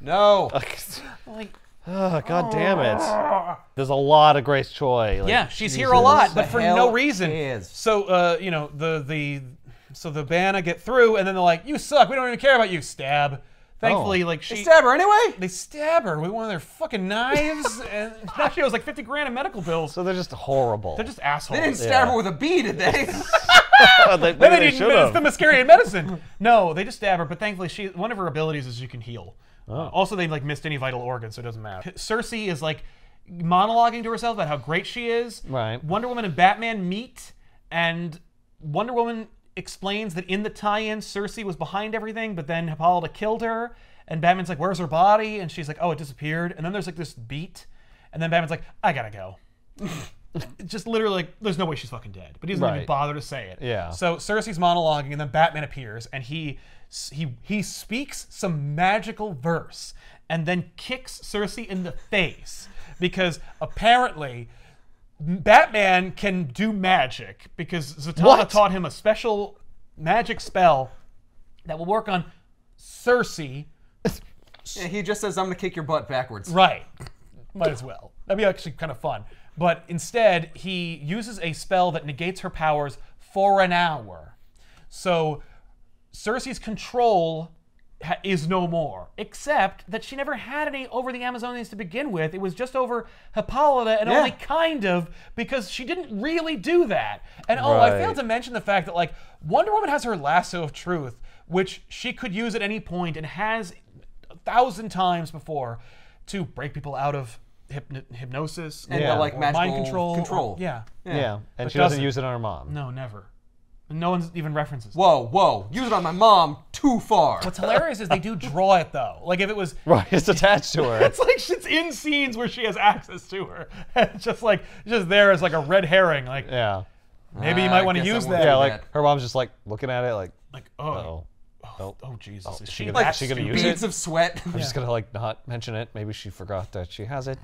C: No.
A: like,
B: Oh, God damn it. There's a lot of Grace Choi. like-
A: yeah, she's here a lot, but
C: The
A: for
C: hell
A: no reason.
C: is.
A: So uh, you know the the so the Banna get through, and then they're like, "You suck. We don't even care about you." Stab. Thankfully, like she.
C: Oh. Stab her anyway.
A: they stab her with one of their fucking knives, and now she owes like 50 grand in medical bills.
B: So they're just horrible.
A: They're just assholes.
C: They didn't
B: Yeah.
C: stab her with a bee, did they?
B: they,
A: Then
B: maybe they
A: they didn't.
B: should
A: It's
B: have.
A: the Muscarian medicine. No, they just stab her. But thankfully, she one of her abilities is you can heal.
B: Oh.
A: Uh, Also, they like missed any vital organ, so it doesn't matter. Cersei is like monologuing to herself about how great she is.
B: Right.
A: Wonder Woman and Batman meet, and Wonder Woman explains that in the tie-in, Cersei was behind everything, but then Hippolyta killed her, and Batman's like, "Where's her body?" And she's like, "Oh, it disappeared." And then there's like this beat, and then Batman's like, "I gotta go." Just literally, like, there's no way she's fucking dead, but he doesn't even
B: Right.
A: bother to say it.
B: Yeah.
A: So Cersei's monologuing, and then Batman appears, and he he he speaks some magical verse, and then kicks Cersei in the face because apparently Batman can do magic because Zatanna
B: What?
A: taught him a special magic spell that will work on Cersei.
C: Yeah, he just says, "I'm gonna kick your butt backwards."
A: Right. Might as well. That'd be actually kind of fun. But instead, he uses a spell that negates her powers for an hour. So Cersei's control ha- is no more, except that she never had any over the Amazonians to begin with. It was just over Hippolyta, and only kind of because she didn't really do that. And oh, I failed
B: Right.
A: to mention the fact that like Wonder Woman has her lasso of truth, which she could use at any point and has a thousand times before to break people out of hypno- hypnosis
C: And
A: or-
B: Yeah.
C: the, like
A: or
C: magical
A: mind control. or-
C: Control.
A: yeah.
B: yeah. and
A: But
B: she doesn't,
A: doesn't.
B: use it on her mom.
A: No, never. No one's even references. it.
C: Whoa, whoa! Use it on my mom. Too far.
A: What's hilarious is they do draw it though. Like if it was
B: Right, it's attached to her.
A: It's like she's in scenes where she has access to her. It's just like just there as like a red herring. Like
B: yeah.
A: maybe you
C: I
A: might want to
C: guess I
A: use
C: won't
A: that.
C: do
B: Yeah,
C: Yeah.
B: like her mom's just like looking at it like,
A: like oh,
B: oh.
A: oh, Jesus, is she,
B: gonna-
A: that
B: is she gonna use
A: stupid?
C: Beads of sweat.
B: I'm just gonna like not mention it. Maybe she forgot that she has it.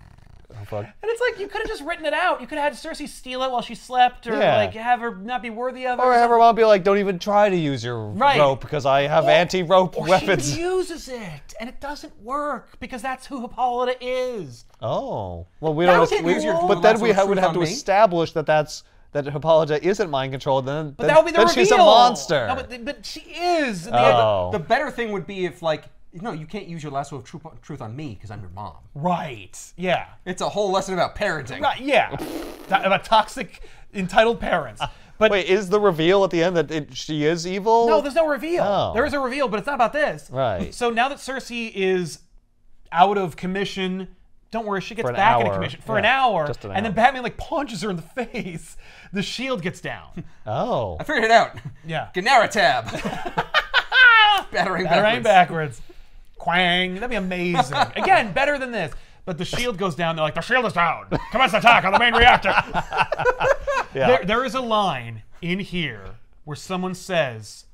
B: Oh, fuck.
A: And it's like you could have just written it out. You could have had Cersei steal it while she slept, or
B: Yeah.
A: like have her not be worthy of it.
B: Or have her mom be like, "Don't even try to use your
A: Right.
B: rope because I have anti-rope
A: or
B: weapons."
A: She uses it, and it doesn't work because that's who Hippolyta is.
B: Oh, well, we
A: That
B: don't.
A: was
B: have-
A: it,
B: we-
A: use your-
B: but then
C: that's
B: we
C: what
B: ha- would
C: truth
B: have
C: on
B: to
C: me.
B: establish that that's that Hippolyta isn't mind controlled. Then, then
A: That would be the
B: then
A: reveal.
B: she's a monster.
A: No, but, but she is. The-
B: oh,
C: The better thing would be if, like, no, you can't use your lasso of truth truth on me because I'm your mom.
A: right. Yeah.
C: It's a whole lesson about parenting.
A: Right. Yeah. Ta- about toxic, entitled parents. But
B: wait, is the reveal at the end that it, she is evil?
A: No, there's no reveal.
B: Oh.
A: There is a reveal, but it's not about this.
B: Right.
A: So now that Cersei is out of commission, don't worry, she gets
B: an
A: back into
B: hour.
A: commission for
B: Yeah,
A: an hour,
B: just an
A: and then
B: hour.
A: Batman like punches her in the face. The shield gets down.
B: Oh,
C: I figured it out.
A: Yeah.
C: Ganara tab. Battering
A: Batarang
C: backwards.
A: backwards. Quang. That'd be amazing. Again, better than this. But the shield goes down. They're like, the shield is down. Commence attack on the main reactor.
B: yeah.
A: There, there is a line in here where someone says,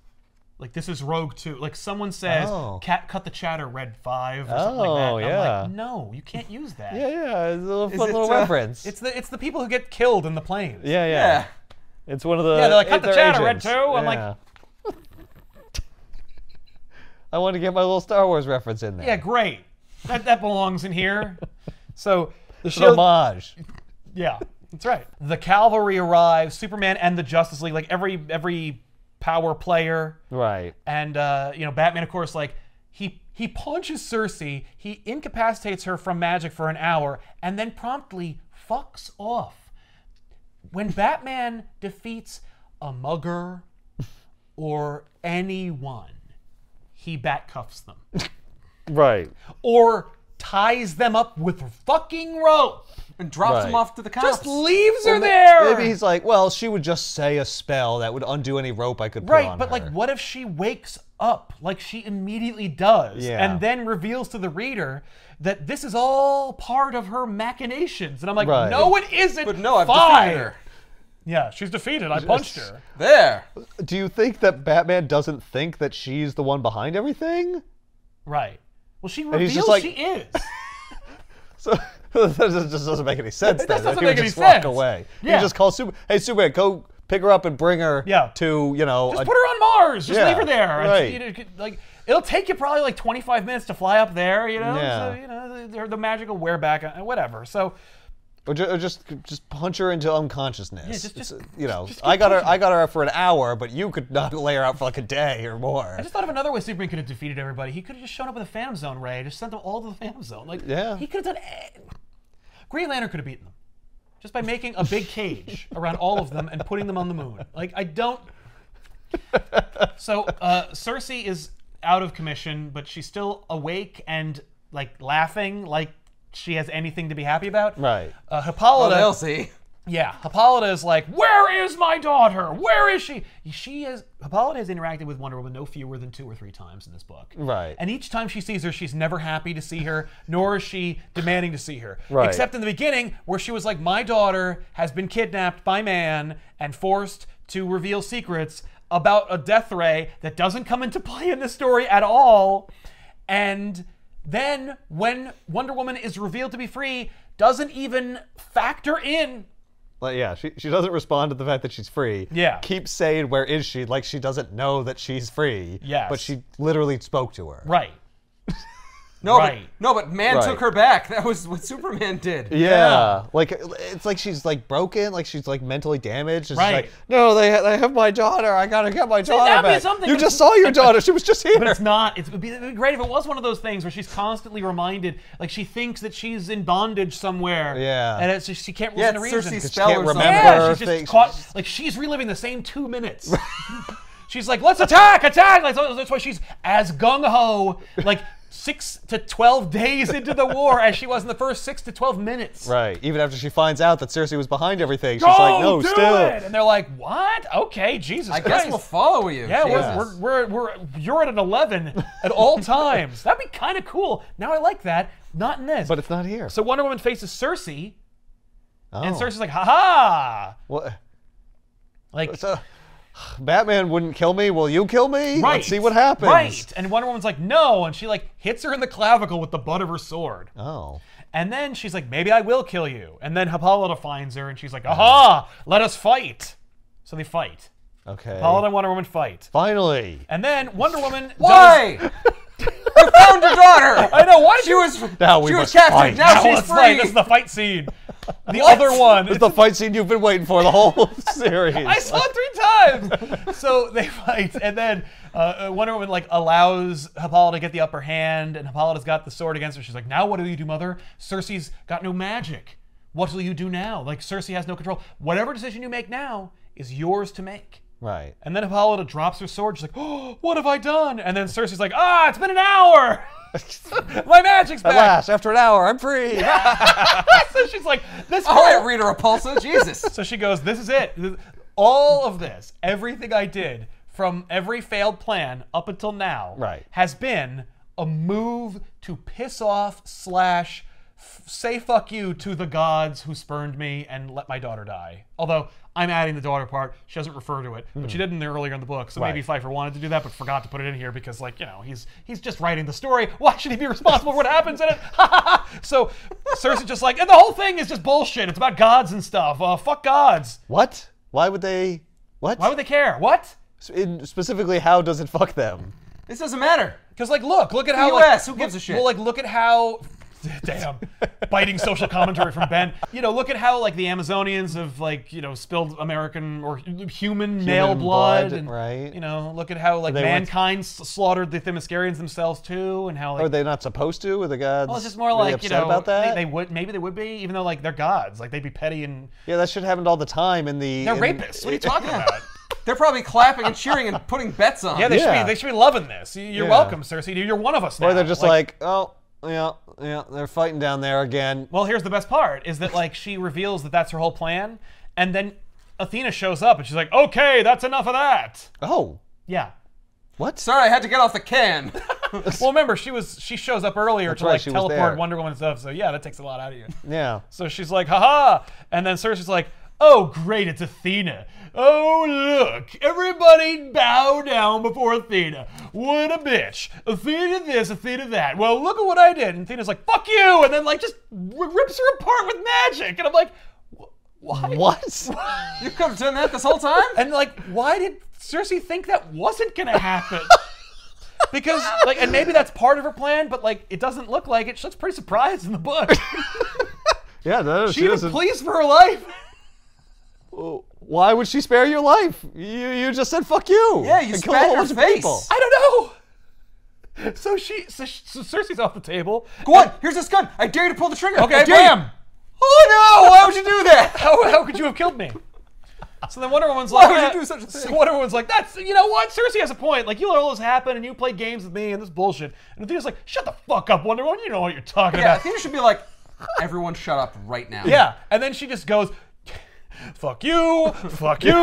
A: like, this is Rogue 2. Like, someone says,
B: Oh.
A: Cat cut the chatter, Red 5, or something like that.
B: Oh,
A: And I'm
B: yeah.
A: like, no, you can't use that.
B: yeah, yeah, it's a little, fun
C: it,
B: little
C: uh,
B: reference.
A: It's the it's the people who get killed in the planes.
B: yeah, yeah,
C: Yeah.
B: It's one of the
A: Yeah, they're like, "Cut the
B: they're
A: chatter, Red
B: agents."
A: Two. I'm like-
B: I want to get my little Star Wars reference in there.
A: Yeah, great. That, that belongs in here. So, the
B: It's an homage.
A: Yeah, that's right. The cavalry arrives, Superman and the Justice League, like every every power player,
B: Right.
A: and uh, you know Batman, of course, like he he punches Cersei, he incapacitates her from magic for an hour, and then promptly fucks off. When Batman defeats a mugger or anyone, he bat cuffs them
B: Right.
A: or ties them up with fucking rope.
C: And drops
B: Right.
C: him off to the cops.
A: Just leaves her
B: Well, ma-
A: there.
B: Maybe he's like, well, she would just say a spell that would undo any rope I could put
A: Right,
B: on
A: but
B: her.
A: like, what if she wakes up like she immediately does,
B: Yeah.
A: and then reveals to the reader that this is all part of her machinations? And I'm like,
B: Right.
A: no, it isn't.
C: But no, I've
A: Fine.
C: defeated her.
A: Yeah, she's defeated. I punched her.
C: There.
B: Do you think that Batman doesn't think that she's the one behind everything?
A: Right. Well, she
B: he's
A: reveals
B: just like-
A: she is.
B: So that just just doesn't make any sense.
A: It
B: then.
A: just
B: That
A: doesn't
B: he would
A: make any
B: just walk
A: sense.
B: away. You
A: Yeah.
B: just call Super. Hey, Superman, go pick her up and bring her
A: Yeah.
B: to you know.
A: Just
B: a-
A: put her on Mars. Just
B: Yeah,
A: leave her there. It's-
B: right.
A: you know, it could- like it'll take you probably like 25 minutes to fly up there. You know,
B: Yeah.
A: so you know the, the magic will wear back uh, whatever. So
B: or, ju- or just just punch her into unconsciousness.
A: Yeah, just-
B: It's,
A: just-
B: you know,
A: just
B: I
A: keep
B: got her.
A: punching
B: I got her out for an hour, but you could not lay her out for like a day or more.
A: I just thought of another way Superman could have defeated everybody. He could have just shown up with a Phantom Zone ray, just sent them all to the Phantom Zone. Like
B: Yeah.
A: he could have done. eh. Green Lantern could have beaten them, just by making a big cage around all of them and putting them on the moon. Like I don't. So uh, Cersei is out of commission, but she's still awake and like laughing, like she has anything to be happy about.
B: right.
A: Uh, Hippolyta.
C: Elsie.
A: Yeah, Hippolyta is like, where is my daughter? Where is she? She is Hippolyta has interacted with Wonder Woman no fewer than two or three times in this book.
B: Right.
A: And each time she sees her, she's never happy to see her, nor is she demanding to see her.
B: Right.
A: Except in the beginning, where she was like, my daughter has been kidnapped by man and forced to reveal secrets about a death ray that doesn't come into play in this story at all. And then when Wonder Woman is revealed to be free, doesn't even factor in
B: Like, yeah, she, she doesn't respond to the fact that she's free.
A: Yeah.
B: Keeps saying, where is she? Like she doesn't know that she's free.
A: Yes.
B: But she literally spoke to her.
A: Right.
C: No,
A: Right.
C: but, no, but man
B: Right.
C: took her back. That was what Superman did.
B: Yeah. Like, it's like she's like broken. Like she's like mentally damaged. And
A: Right.
B: She's like, no, they, ha- they have my daughter. I gotta get my daughter
A: that'd be
B: back.
A: something
B: You
A: if-
B: just saw your daughter. She was just here.
A: It's not. It's, it'd, be, it'd be great if it was one of those things where she's constantly reminded, like she thinks that she's in bondage somewhere.
B: Yeah.
A: And it's just, she can't
C: Yeah,
A: listen to
C: it's
A: reason.
C: Cersei's
A: 'Cause
C: spell
B: can't
C: or something.
B: remember.
A: yeah, she's just
B: thing.
A: caught. like she's reliving the same two minutes. she's like, let's attack, attack. Like, so- that's why she's as gung ho, like six to twelve days into the war, as she was in the first six to twelve minutes.
B: Right. Even after she finds out that Cersei was behind everything, she's
A: Go
B: like, no,
A: do
B: still.
A: it. And they're like, what? Okay, Jesus
C: I
A: Christ.
C: guess we'll follow you.
A: Yeah,
B: Jesus.
A: we're, we're, we're, we're, you're at an 11 at all times. That'd be kind of cool. Now I like that. Not in this.
B: But it's not here.
A: so Wonder Woman faces Cersei,
B: oh.
A: and Cersei's like, ha ha!
B: Well,
A: Like,
B: so, Batman wouldn't kill me. Will you kill me?
A: right.
B: Let's see what happens.
A: Right. And Wonder Woman's like, no. And she, like, hits her in the clavicle with the butt of her sword.
B: Oh.
A: And then she's like, maybe I will kill you. And then Hippolyta finds her, and she's like, aha! Let us fight. So they fight.
B: Okay.
A: Hippolyta and Wonder Woman fight.
B: Finally.
A: And then Wonder Woman. does-
C: Why? we found your daughter.
A: I know. Why did
C: She
A: you
C: was
B: Now we
C: she was
B: must
C: captured.
B: fight.
C: Now
A: Now
C: she's
A: it's like,
C: free.
A: this is the fight scene. The other one.
B: It's the fight scene you've been waiting for the whole series.
A: I saw it three times. so they fight, and then uh, uh, Wonder Woman like allows Hippolyta to get the upper hand, and Hippolyta's got the sword against her. She's like, "Now what do you do, Mother? Cersei's got no magic. What will you do now? Like Cersei has no control. Whatever decision you make now is yours to make."
B: Right.
A: And then Hippolyta drops her sword. She's like, oh, "What have I done?" And then Cersei's like, "Ah, it's been an hour. My magic's
B: At
A: back."
B: last, after an hour, I'm free.
A: so she's like, "This
C: All
A: whole
C: right, Rita Repulsa. Jesus.
A: So she goes, This is it. This- All of this, everything I did from every failed plan up until now,
B: Right.
A: has been a move to piss off slash f- say fuck you to the gods who spurned me and let my daughter die. Although I'm adding the daughter part, she doesn't refer to it, but she did in there earlier in the book. So maybe
B: Hmm. Right.
A: Pfeiffer wanted to do that, but forgot to put it in here because, like, you know, he's he's just writing the story. Why should he be responsible for what happens in it? so Cersei's just like, and the whole thing is just bullshit. It's about gods and stuff. Uh, fuck gods.
B: what? Why would they? What?
A: Why would they care? What?
B: In, specifically, how does it fuck them?
C: This doesn't matter.
A: Because like, look, look at how like,
C: US, who gives a
A: look-
C: shit?
A: Well, like, look at how. Damn, biting social commentary from Ben. You know, look at how like the Amazonians have like you know spilled American or human male blood,
B: blood,
A: and
B: right.
A: you know, look at how like
B: they went-
A: mankind s- slaughtered the Themiscarians themselves too, and how like
B: Are they not supposed to? Are the gods?
A: well, it's just more
B: really
A: like you
B: upset
A: know
B: about that.
A: They, they would maybe they would be even though like they're gods, like they'd be petty and
B: yeah, that shit happened all the time in the.
A: they're
B: in-
A: rapists. What are you talking about?
C: They're probably clapping and cheering and putting bets on.
A: Yeah, they
B: Yeah.
A: should be they should be loving this. You- You're
B: Yeah.
A: welcome, Cersei. You're one of us now.
B: Or they're just like, oh, yeah, yeah, they're fighting down there again.
A: Well, here's the best part is that like she reveals that that's her whole plan, and then Athena shows up and she's like, "Okay, that's enough of that."
B: Oh,
A: Yeah.
B: what?
C: Sorry, I had to get off the can.
A: Well, remember she was she shows up earlier to
B: right,
A: like
B: she was there.
A: teleport Wonder Woman and stuff. So yeah, that takes a lot out of you.
B: Yeah.
A: So she's like, "Haha," and then Cersei's like, Oh, great, it's Athena. Oh, look, everybody bow down before Athena. What a bitch. Athena this, Athena that. Well, look at what I did. And Athena's like, fuck you. And then, like, just r- rips her apart with magic. And I'm like, "Wh- why?
B: What?
C: You could have done that this whole time?
A: And, like, why did Cersei think that wasn't going to happen? because, like, and maybe that's part of her plan, but, like, it doesn't look like it. She looks pretty surprised in the book.
B: yeah, no,
A: she was pleased for her life.
B: Why would she spare your life? You you just said fuck you.
C: Yeah, you
B: and killed a
C: spat
B: whole
C: in her
B: bunch of
C: face.
B: people.
A: I don't know. So she, so, sh so Cersei's off the table.
C: Go on, here's this gun. I dare you to pull the trigger.
A: Okay,
C: I dare you.
A: bam.
C: Oh no, why would you do that?
A: How, how could you have killed me? So then Wonder Woman's
C: Why
A: like,
C: would you
A: "Eh."
C: do such a
A: So
C: thing?
A: Wonder Woman's like, that's you know what? Cersei has a point. Like you let all this happen, and you play games with me, and this bullshit. And Athena's like, shut the fuck up, Wonder Woman. You know what you're talking
C: Yeah,
A: about.
C: Athena should be like, everyone shut up right now.
A: Yeah, and then she just goes, "Fuck you, fuck you,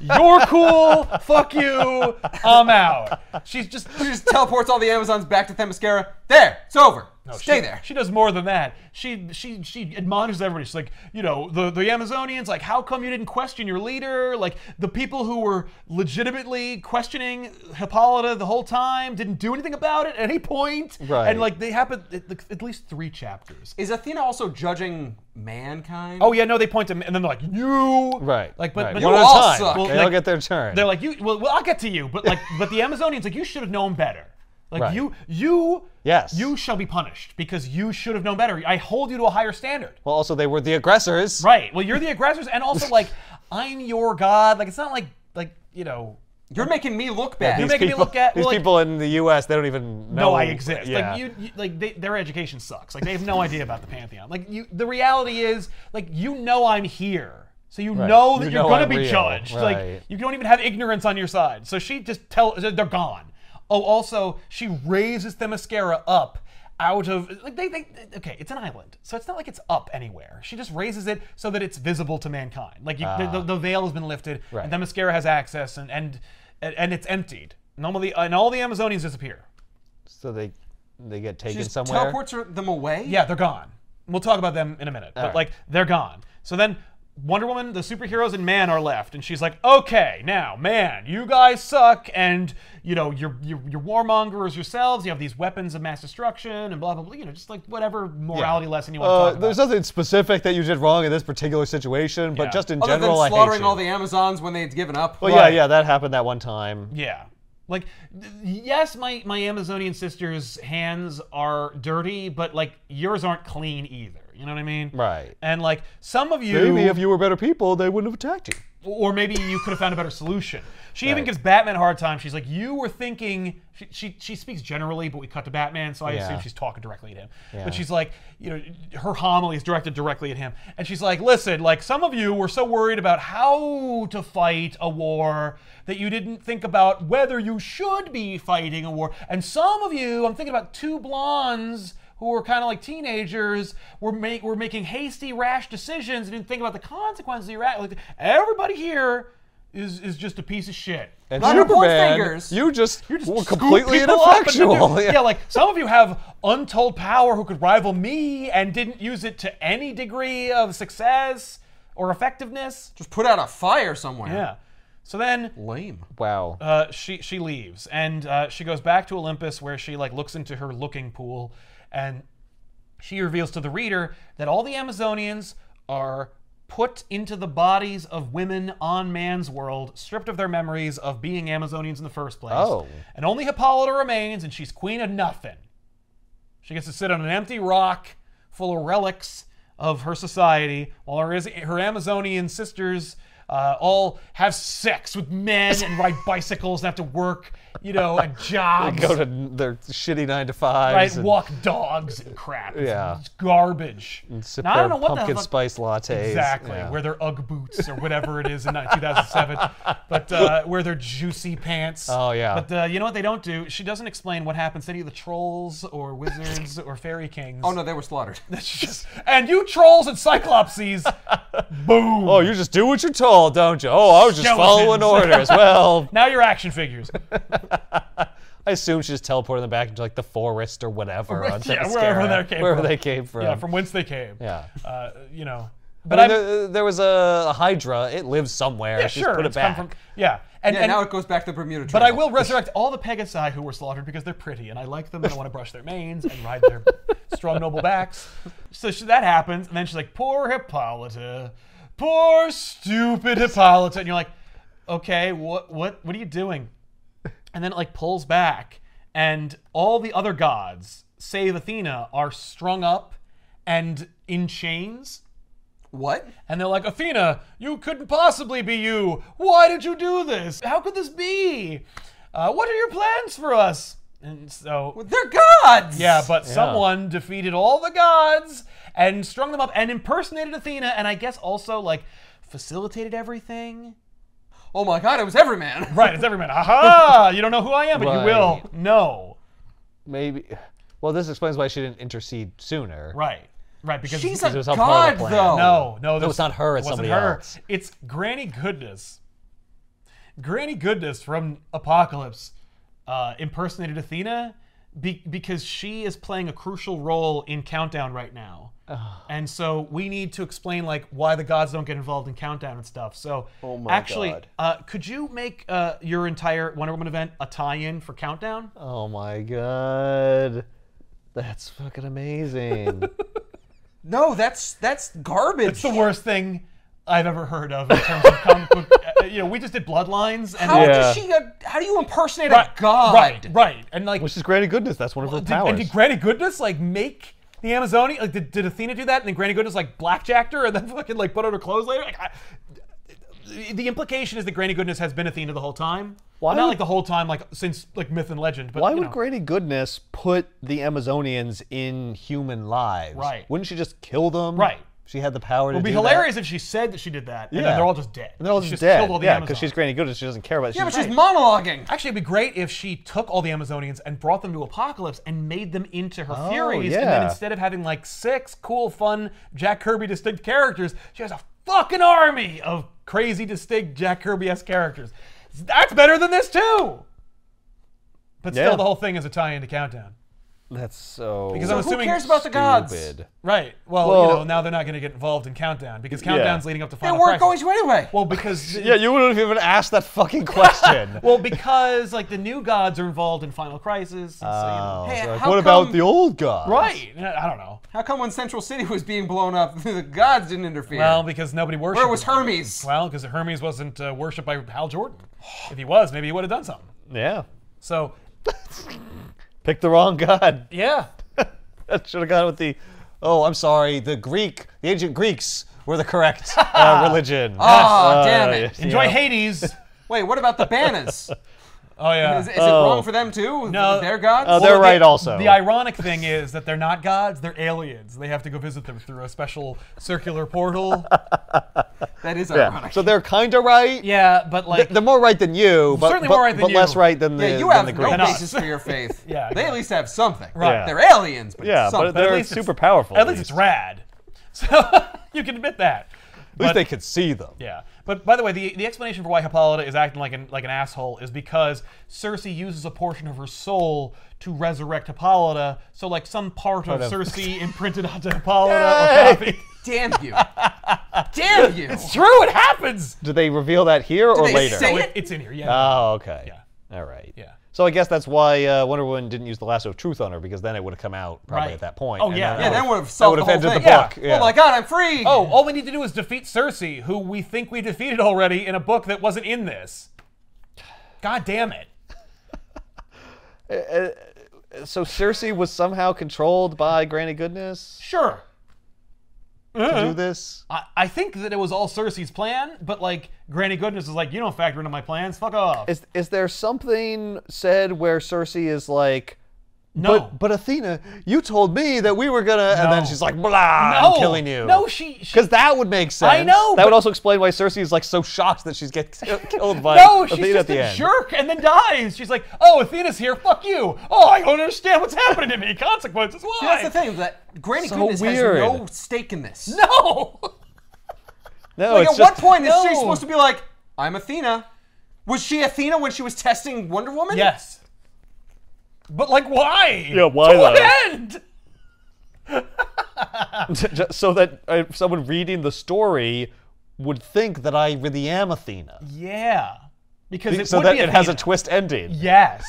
A: you're cool, fuck you, I'm out." She's just
C: She just teleports all the Amazons back to Themyscira. There, it's over. Stay
A: she,
C: there.
A: She does more than that. She she she admonishes everybody. She's like, you know, the, the Amazonians, like, how come you didn't question your leader? Like, the people who were legitimately questioning Hippolyta the whole time didn't do anything about it at any point.
B: Right.
A: And like, they happen at, like, at least three chapters.
C: Is Athena also judging mankind?
A: Oh yeah, no, they point to me, and then they're like, you.
B: Right.
A: Like, but,
B: right.
A: but
B: one at
C: all
B: a time.
C: suck.
B: They
A: Well,
B: all
A: like-
B: get their turn.
A: They're like, you. Well, well, I'll get to you, but like, but the Amazonians, like, you should have known better. Like
B: Right.
A: you, you,
B: Yes.
A: you shall be punished because you should have known better. I hold you to a higher standard.
B: well, also they were the aggressors.
A: Right. Well, you're the aggressors, and also like I'm your god. Like it's not like like you know.
C: You're making me look bad.
A: You're making me look at-
B: these
A: well, like-
B: people in the U.S. They don't even know.
A: No, I exist.
B: Yeah.
A: Like you, you like they, their education sucks. Like they have no idea about the pantheon. Like you, the reality is like you know I'm here, so you know that
B: You
A: you are
B: know
A: gonna
B: I'm
A: be
B: real.
A: judged.
B: Right.
A: Like you don't even have ignorance on your side. So she just tell they're gone. Oh, also she raises Themyscira up out of like they, they okay it's an island so it's not like it's up anywhere she just raises it so that it's visible to mankind like you, the, the, the veil has been lifted
B: Ah. Right.
A: and Themyscira has access and and and it's emptied normally and all the amazonians disappear
B: So they they get
C: She
B: taken
C: just
B: somewhere.
C: teleports her- them away?
A: Yeah, they're gone. We'll talk about them in a minute. but
B: right.
A: like they're gone. So then Wonder Woman, the superheroes, and Man are left, and she's like, "Okay, now, Man, you guys suck, and you know you're you're, you're warmongers yourselves. You have these weapons of mass destruction, and blah blah blah. You know, just like whatever morality lesson you want
B: Uh,
A: to talk
B: there's
A: about."
B: nothing specific that you did wrong in this particular situation, but
A: Yeah.
B: just in
C: Other
B: general,
C: than slaughtering
B: I hate you.
C: all the Amazons when they had given up.
B: Well,
A: Right.
B: yeah, yeah, that happened that one time.
A: yeah, like th- yes, my my Amazonian sister's hands are dirty, but like yours aren't clean either. You know what I mean?
B: Right.
A: And like some of you,
B: Maybe if you were better people, they wouldn't have attacked you.
A: or maybe you could have found a better solution. She even
B: Right.
A: gives Batman a hard time. She's like, "You were thinking." She she, she speaks generally, but we cut to Batman, so I
B: Yeah.
A: assume she's talking directly at him.
B: Yeah.
A: But she's like, you know, her homily is directed directly at him, and she's like, "Listen, like some of you were so worried about how to fight a war that you didn't think about whether you should be fighting a war, and some of you, I'm thinking about two blondes." who were kind of like teenagers were make were making hasty, rash decisions and didn't think about the consequences. Of your act. Like everybody here is is just a piece of shit.
B: And
C: Not her point
B: Superman,
C: fingers.
B: you just, were
A: Scoop
B: completely
A: people up and then do-
B: ineffectual.
A: yeah, like some of you have untold power who could rival me and didn't use it to any degree of success or effectiveness.
C: Just put out a fire somewhere.
A: Yeah. So then
C: Lame.
B: wow.
A: uh, she she leaves and uh, she goes back to Olympus where she like looks into her looking pool and she reveals to the reader that all the Amazonians are put into the bodies of women on man's world, stripped of their memories of being Amazonians in the first place.
B: Oh.
A: And only Hippolyta remains, and she's queen of nothing. She gets to sit on an empty rock full of relics of her society, while her, her Amazonian sisters uh, all have sex with men and ride bicycles and have to work, you know, at jobs
B: Go to n- their shitty nine to fives.
A: Uh, right?
B: and-
A: Walk dogs and crap. It's,
B: Yeah.
A: it's garbage.
B: sip
A: Now, I
B: their
A: don't know what
B: pumpkin
A: the fuck-
B: spice lattes.
A: Exactly,
B: Yeah.
A: where their UGG boots or whatever it is in 2007, but uh, where their juicy pants.
B: Oh, yeah.
A: But uh, you know what they don't do? She doesn't explain what happens to any of the trolls or wizards or fairy kings.
C: Oh no, they were slaughtered.
A: She just and you trolls and cyclopses, boom.
B: Oh, you just do what you're told, don't you? Oh, I was just following
A: Skeletons.
B: orders. Well,
A: now you're action figures.
B: I assume she just teleported them back into like the forest or whatever. on
A: Yeah,
B: Themyscira,
A: wherever they came
B: wherever
A: from.
B: they came from.
A: yeah, from whence they came.
B: Yeah.
A: Uh, you know.
B: But
A: I'm-
B: there, there was a Hydra. It lives somewhere.
A: yeah,
B: She's
A: sure.
B: Put it
A: it's come
B: back.
A: from- yeah, and,
C: Yeah,
A: and
C: now it goes back to the Bermuda Trail.
A: But I will resurrect all the Pegasi who were slaughtered because they're pretty and I like them and I want to brush their manes and ride their strong, noble backs. So she, that happens, and then she's like, Poor Hippolyta. Poor stupid Hippolyta. And you're like, Okay, what what what are you doing? And then it like pulls back, and all the other gods, save Athena, are strung up and in chains.
C: What?
A: And they're like, Athena, you couldn't possibly be you. Why did you do this? How could this be? Uh, what are your plans for us? And so,
C: They're gods!
A: yeah, but someone defeated all the gods and strung them up and impersonated Athena, and I guess also like facilitated everything.
C: Oh my god, it was every man.
A: Right, it's everyman. Aha! You don't know who I am, but you
B: Right.
A: will. No.
B: Maybe. Well, this explains why she didn't intercede sooner.
A: Right. Right, because
C: She's
B: it
C: a
B: was all part
C: god,
B: of the plan.
C: though.
A: No, no,
B: Oh, it's not her, it's
A: wasn't
B: somebody
A: her.
B: else.
A: It's Granny Goodness. Granny Goodness from Apocalypse uh, impersonated Athena be- because she is playing a crucial role in Countdown right now. And so we need to explain like why the gods don't get involved in Countdown and stuff. So
D: Oh my
A: actually,
D: God.
A: Uh, could you make uh, your entire Wonder Woman event a tie-in for Countdown?
B: Oh my god. That's fucking amazing.
C: No, that's that's garbage.
A: It's the worst thing I've ever heard of in terms of comic book. uh, You know, we just did Bloodlines and
C: How
A: like,
B: Yeah.
C: does she? uh, How do you impersonate a
A: Right,
C: god?
A: Right, right. And like,
B: Which is Granny Goodness. That's one of her
A: did,
B: powers.
A: and did Granny Goodness like make the Amazonian? Like, did, did Athena do that? And then Granny Goodness like blackjacked her and then fucking like put on her clothes later? Like, I, the implication is that Granny Goodness has been Athena the whole time.
B: Why
A: Not
B: would-
A: like the whole time, like since like myth and legend. But
B: why
A: you
B: would
A: know.
B: Granny Goodness put the Amazonians in human lives?
A: Right.
B: Wouldn't she just kill them?
A: Right.
B: She had the power to
A: It'd be
B: do that.
A: hilarious if she said that she did that, and
B: Yeah.
A: then they're all just dead.
B: And they're all
A: She
B: just,
A: killed
B: dead.
A: all the
B: yeah, because
A: Amazons.
B: she's Granny Goodness. She doesn't care about it.
C: Yeah, but
B: just-
C: she's monologuing.
A: Actually, it'd be great if she took all the Amazonians and brought them to Apocalypse and made them into her Furies. And then
B: Oh, yeah.
A: instead of having like six cool, fun Jack Kirby distinct characters, she has a fucking army of crazy, distinct Jack Kirby esque characters. That's better than this, too! But
B: Yeah.
A: still, the whole thing is a tie in to Countdown.
B: That's so.
A: Because I'm
B: stupid.
C: Who
A: assuming.
C: cares about the gods?
A: Right. Well,
B: Well-
A: you know, now they're not going to get involved in Countdown because Countdown's leading up to
C: They
A: Final
C: weren't
A: Crisis.
C: going to anyway.
A: Well, because.
B: Yeah, you wouldn't have even asked that fucking question.
A: Well, because like the new gods are involved in Final Crisis. And so, you know.
B: Oh,
C: Hey,
B: so, like,
C: how
B: what about
C: come-
B: the old gods?
A: Right. I don't know.
C: How come when Central City was being blown up, the gods didn't interfere?
A: Well, because nobody worshipped.
C: Where was
A: him.
C: Hermes?
A: Well, because Hermes wasn't uh, worshipped by Hal Jordan. If he was, maybe he would have done something.
B: Yeah.
A: So,
B: Pick the wrong god.
A: yeah.
B: That should have gone with the. Oh, I'm sorry. The Greek, the ancient Greeks were the correct uh, religion.
C: Ah, damn it.
B: yes,
A: Enjoy
B: yeah.
A: Hades.
C: Wait, what about the Bannas?
A: Oh, yeah.
C: Is, is it wrong for them too?
A: No.
C: They're gods?
B: Oh, they're
A: the-
B: right also.
A: The ironic thing is that they're not gods, they're aliens. They have to go visit them through a special circular portal.
C: that is
B: Yeah.
C: ironic.
B: So they're kind of right.
A: Yeah, but like.
B: They're more right than you, but,
A: Certainly
B: but,
A: more right than
B: but
A: you.
B: less right than the,
C: Yeah, you
B: than
C: have
B: the
C: no
B: Greeks.
A: Than us.
C: basis for your faith.
A: Yeah,
C: They at least have something.
A: Right.
C: They're aliens, but
B: yeah,
C: something.
B: but they're
A: least it's-
B: super powerful.
A: at least it's rad. So, you can admit that.
B: At least they could see them.
A: Yeah, but by the way, the, the explanation for why Hippolyta is acting like an like an asshole is because Cersei uses a portion of her soul to resurrect Hippolyta. So like some part of
B: of-
A: Cersei imprinted onto Hippolyta. Or copy.
C: Damn you! Damn you!
A: True, it happens.
B: Do they reveal that here or
C: they
B: later?
C: say-
A: Oh,
C: it?
A: it- it's in here. Yeah.
B: oh, okay.
A: Yeah.
B: All right.
A: Yeah.
B: So I guess that's why uh, Wonder Woman didn't use the lasso of truth on her because then it would have come out probably
A: Right.
B: at that point.
A: Oh,
B: and
A: yeah.
B: then
A: Yeah,
C: yeah,
B: that
C: that
B: would
C: would have solved
B: that
C: the whole
B: would've
C: thing.
B: ended the book, yeah.
C: Oh my God, I'm free!
A: oh, all we need to do is defeat Cersei, who we think we defeated already in a book that wasn't in this. God damn it.
B: have- so Cersei was somehow controlled by Granny Goodness
A: Sure.
B: to do this.
A: I, I think that it was all Cersei's plan, but like Granny Goodness is like, you don't factor into my plans. Fuck off.
B: Is is there something said where Cersei is like?
A: no.
B: But, but Athena, you told me that we were gonna, and then
A: No.
B: she's like, "Blah,
A: no,
B: I'm killing you."
A: No, she. she
B: Because that would make sense.
A: know,
B: That would
A: but-
B: also explain why Cersei is like so shocked that she's get ki- killed by
A: no, she's
B: Athena
A: just
B: at the
A: a
B: end.
A: jerk and then dies. She's like, oh, Athena's here. Fuck you. Oh, I don't understand what's happening to me. Consequences. Why?
C: That's the thing. That Granny
B: So
C: Goodness
B: weird.
C: has no stake in this.
A: No.
B: No,
C: like,
B: it's
C: at
B: just,
C: what point is she
A: no.
C: supposed to be like, "I'm Athena"? Was she Athena when she was testing Wonder Woman?
A: yes. But like, why?
B: Yeah, why
A: To what
B: though?
A: end?
B: Ju- so that uh, someone reading the story would think that I really am Athena.
A: Yeah. Because it
B: so
A: would
B: that
A: be
B: it has a
A: Athena.
B: twist ending.
A: Yes.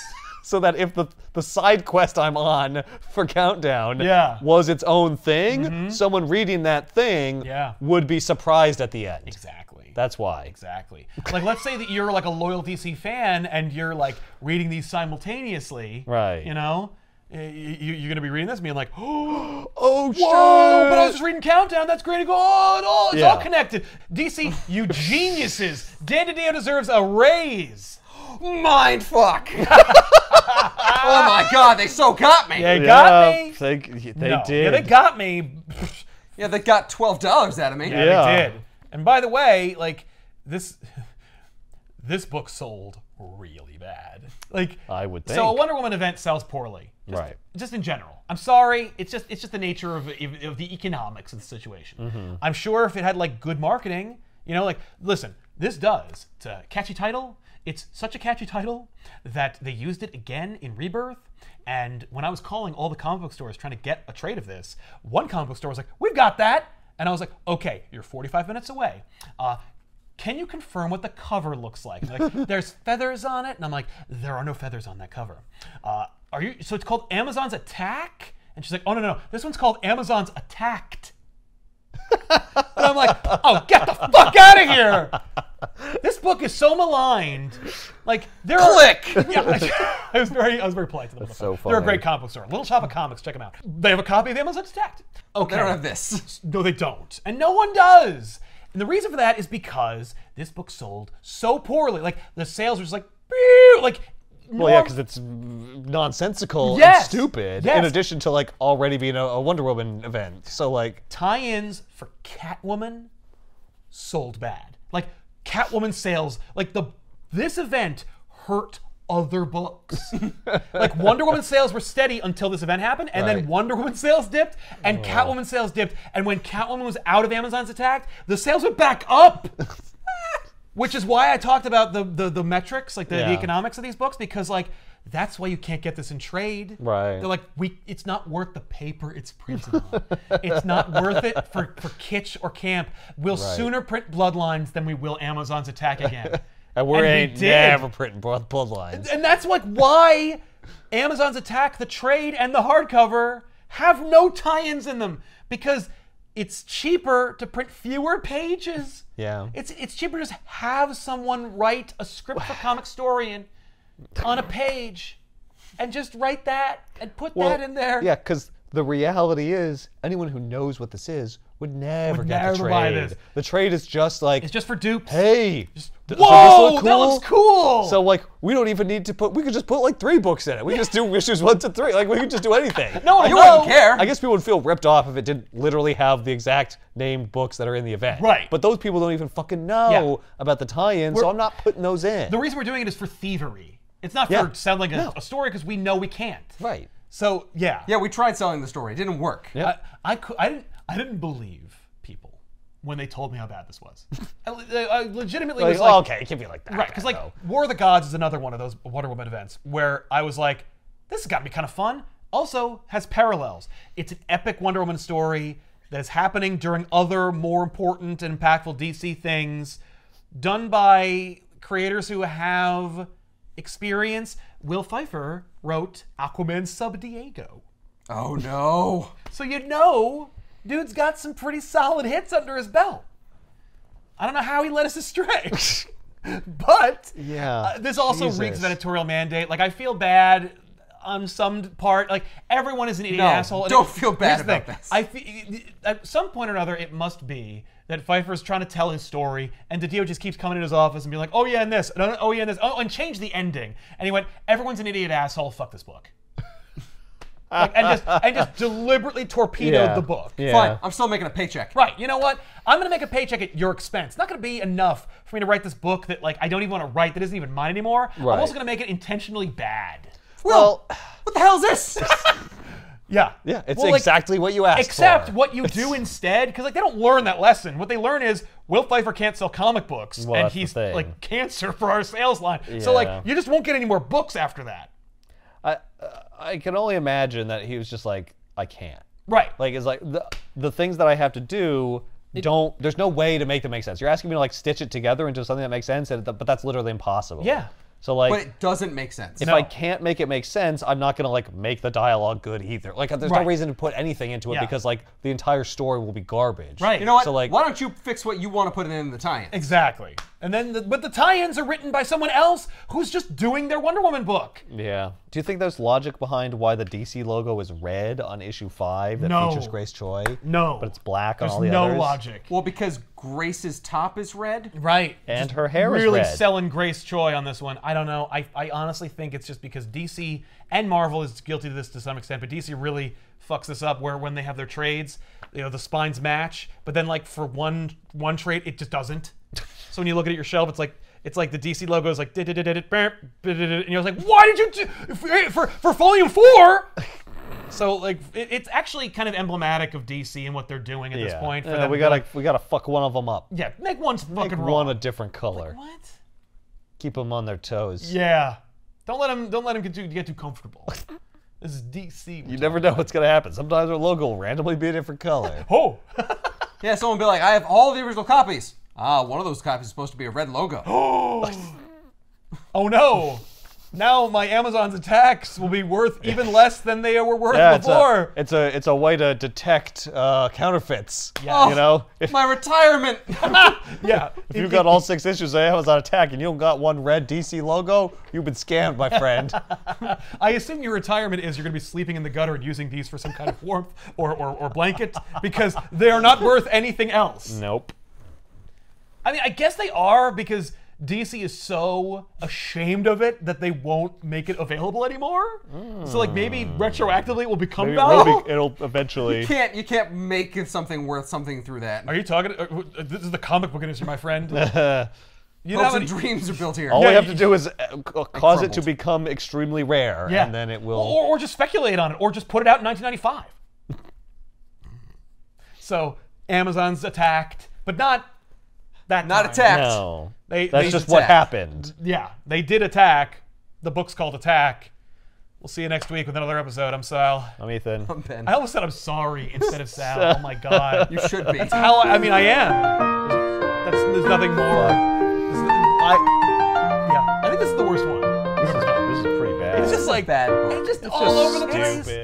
B: So that if the the side quest I'm on for Countdown
A: Yeah. Mm-hmm.
B: was its own thing, someone reading that thing
A: Yeah.
B: would be surprised at the end.
A: Exactly.
B: That's why.
A: exactly. Like, let's say that you're like a loyal DC fan and you're like reading these simultaneously.
B: Right.
A: You know, Y- y- you, are gonna be reading this and being like, oh,
B: Oh shit!
A: whoa! But I was just reading Countdown. That's great. Oh, it all, it's all
B: Yeah.
A: connected. DC, you geniuses. Dan DiDio deserves a raise.
C: Mind fuck. oh my god, they so got me.
A: They
C: Yeah,
A: got me.
B: They, they
A: No.
B: did.
A: Yeah, they got me.
C: they got twelve dollars out of me.
A: Yeah,
B: Yeah.
A: they did. And by the way, like this, this book sold really bad. Like
B: I would
A: So a
B: think.
A: Wonder Woman event sells poorly, just,
B: Right.
A: Just in general. I'm sorry. It's just it's just the nature of of the economics of the situation. I'm sure if it had like good marketing, you know, like listen, this does. It's a catchy title. It's such a catchy title that they used it again in Rebirth. And when I was calling all the comic book stores trying to get a trade of this, one comic book store was like, "We've got that," and I was like, "Okay, you're 45 minutes away." Uh, can you confirm what the cover looks like? They're Like, there's feathers on it, and I'm like, there are no feathers on that cover. Uh, are you? So it's called Amazon's Attack, and she's like, oh no no, no. this one's called Amazon's Attacked. and I'm like, oh, get the fuck out of here! This book is so maligned. Like there are
C: Click!
A: Yeah, like, I was very I was very polite to them.
B: so
A: They're a
B: funny.
A: great comic book store. Little Shop of Comics, check them out. They have a copy of Amazon's Attacked. Okay.
C: Oh, They don't have this.
A: No, they don't. And no one does. And the reason for that is because this book sold so poorly. Like the sales were just like, "Pew," like.
B: Well, yeah, because it's nonsensical
A: Yes!
B: and stupid.
A: Yes!
B: In addition to like already being a, a Wonder Woman event, so like
A: tie-ins for Catwoman sold bad. Like Catwoman sales, like the this event hurt other books. like Wonder Woman sales were steady until this event happened, and then
B: Right. Oh.
A: Wonder Woman sales dipped, and Catwoman sales dipped, and when Catwoman was out of Amazon's attack, the sales went back up. Which is why I talked about the the, the metrics, like the, the
B: Yeah.
A: economics of these books, because like that's why you can't get this in trade.
B: Right.
A: They're like, we it's not worth the paper it's printed on. it's not worth it for, for kitsch or camp. We'll sooner print bloodlines than we will Amazon's attack again.
B: and we
A: And they
B: ain't
A: did.
B: never printing blood bloodlines.
A: and that's like why Amazon's attack, the trade, and the hardcover have no tie-ins in them. Because it's cheaper to print fewer pages.
B: Yeah.
A: It's it's cheaper to just have someone write a script for comic storian on a page and just write that and put that in there.
B: Yeah, because the reality is, anyone who knows what this is would never
A: Would
B: get the
A: never
B: trade.
A: buy this.
B: The trade is just like,
A: It's just for dupes.
B: hey, does this
A: Whoa,
B: look
A: that looks cool.
B: So like, we don't even need to put. We could just put like three books in it. We just do issues one to three. Like we could just do anything.
A: no one
C: You
A: will
C: wouldn't care.
B: I guess people would feel ripped off if it didn't literally have the exact named books that are in the event.
A: Right.
B: But those people don't even fucking know about the tie-in, so
A: We're-
B: I'm not putting those in.
A: The reason we're doing it is for thievery. It's not
B: Yeah.
A: for selling a,
B: No.
A: a story because we know we can't.
B: right.
A: So yeah,
C: Yeah, we tried selling the story. It didn't work.
B: Yeah.
A: I, I, cou- I didn't I didn't believe people when they told me how bad this was. I, le- I legitimately
B: Like,
A: was like,
B: oh, okay, it can't be like that.
A: right, because like
B: though.
A: War of the Gods is another one of those Wonder Woman events where I was like, this has got to be kind of fun. Also has parallels. It's an epic Wonder Woman story that is happening during other more important and impactful DC things, done by creators who have experience. Will Pfeiffer wrote Aquaman Sub Diego.
C: Oh no.
A: So you know, dude's got some pretty solid hits under his belt. I don't know how he led us astray. but
B: Yeah,
A: uh, this also reeks
B: Jesus.
A: of editorial mandate. Like I feel bad on some part. Like everyone is an idiot
C: No,
A: asshole. and
C: don't feel bad
A: here's the
C: about
A: thing.
C: this.
A: I fe- at some point or another, it must be that Pfeiffer's trying to tell his story, and DiDio just keeps coming in his office and being like, "Oh yeah, and this, and oh yeah, and this, oh, and change the ending." And he went, "Everyone's an idiot asshole. Fuck this book." Like, and just and just deliberately torpedoed
B: Yeah.
A: the book.
B: Yeah.
C: Fine, I'm still making a paycheck.
A: Right. You know what? I'm gonna make a paycheck at your expense. It's not gonna be enough for me to write this book that like I don't even want to write that isn't even mine anymore.
B: Right.
A: I'm also gonna make it intentionally bad.
B: Well,
C: What the hell is this?
A: Yeah.
B: yeah, it's
A: Well, like,
B: exactly what you asked
A: Except
B: for.
A: what you do instead, because like they don't learn that lesson. What they learn is Will Pfeiffer can't sell comic books,
B: Well,
A: and
B: that's the
A: he's
B: thing.
A: like cancer for our sales line. So like
B: Yeah.
A: you just won't get any more books after that.
B: uh, I I can only imagine that he was just like, I can't.
A: Right.
B: Like it's like the the things that I have to do don't. There's no way to make them make sense. You're asking me to like stitch it together into something that makes sense, and but that's literally impossible.
A: Yeah.
B: So like.
C: But it doesn't make sense.
B: if
A: No.
B: I can't make it make sense, I'm not gonna like make the dialogue good either. Like, there's
A: Right.
B: no reason to put anything into it
A: Yeah.
B: because like the entire story will be garbage.
A: Right.
C: you know what?
B: So like,
C: Why don't you fix what you want to put in the tie-in?
A: Exactly. And then, the, but the tie-ins are written by someone else who's just doing their Wonder Woman book.
B: Yeah. Do you think there's logic behind why the DC logo is red on issue five that
A: No.
B: features Grace Choi?
A: No.
B: But it's black on
A: There's
B: all the
A: no
B: others.
A: logic.
C: Well, because Grace's top is red.
A: Right.
B: And
A: Just
B: her hair is
A: really
B: red.
A: selling Grace Choi on this one. I don't know. I, I honestly think it's just because DC and Marvel is guilty of this to some extent, but DC really fucks this up where when they have their trades, you know, the spines match, but then like for one one trade it just doesn't. so when you look at your shelf, it's like it's like the DC logo is like "Did-did-did-did, burp, did-did-did," and you're like, why did you do for for, for volume four? So like it, it's actually kind of emblematic of DC and what they're doing at this
B: Yeah.
A: point. For
B: Yeah,
A: them
B: we
A: to be
B: gotta
A: like,
B: we gotta fuck one of them up.
A: yeah, make one fucking
B: Make
A: roll.
B: one a different color.
A: What?
B: Keep them on their toes.
A: Yeah. Don't let him. Don't let him get too get too comfortable. this is DC.
B: You never know what's gonna happen. Sometimes our logo will randomly be a different color.
A: oh.
C: Yeah, someone be like, I have all the original copies. Ah, one of those copies is supposed to be a red logo.
A: oh no. Now my Amazon's attacks will be worth even less than they were worth
B: Yeah, it's a,
A: before.
B: it's a it's a way to detect uh, counterfeits.
A: Yeah.
B: You know, if,
C: My retirement.
A: yeah.
B: if you've got all six issues of Amazon Attack and you don't got one red DC logo, you've been scammed, my friend.
A: I assume your retirement is you're going to be sleeping in the gutter and using these for some kind of warmth or, or, or blanket because they are not worth anything else.
B: nope.
A: I mean, I guess they are because DC is so ashamed of it that they won't make it available anymore. So like maybe retroactively it will become
B: Mm. Maybe it
A: valuable.
B: will be- it'll eventually.
C: can't you can't make it something worth something through that.
A: are you talking? uh, wh- uh, this is the comic book industry, my friend. you know
C: Hopes
A: how many-
C: and dreams are built here.
B: All
A: Yeah,
B: we have to
A: you-
B: do is uh, c- cause it to
C: crumbled.
B: become extremely rare,
A: Yeah.
B: and then it
A: Or,
B: will.
A: or, or just speculate on it, or just put it out in 1995. so Amazon's attacked, but not that.
C: Not
A: time.
C: attacked.
B: no,
A: They-
B: that's
A: they
B: just
A: just
B: what
C: attack.
B: happened.
A: Yeah, they did attack. The book's called Attack. We'll see you next week with another episode. I'm Sal.
B: I'm Ethan.
C: Ben.
A: I almost said I'm sorry instead of Sal. Oh my god.
C: You should be.
A: How I mean I am. That's there's nothing more. There's nothing- I yeah. I think this is the worst one.
B: This is, this is pretty bad.
A: It's just like
C: Bad book.
A: It's just all over the place.
B: Stupid.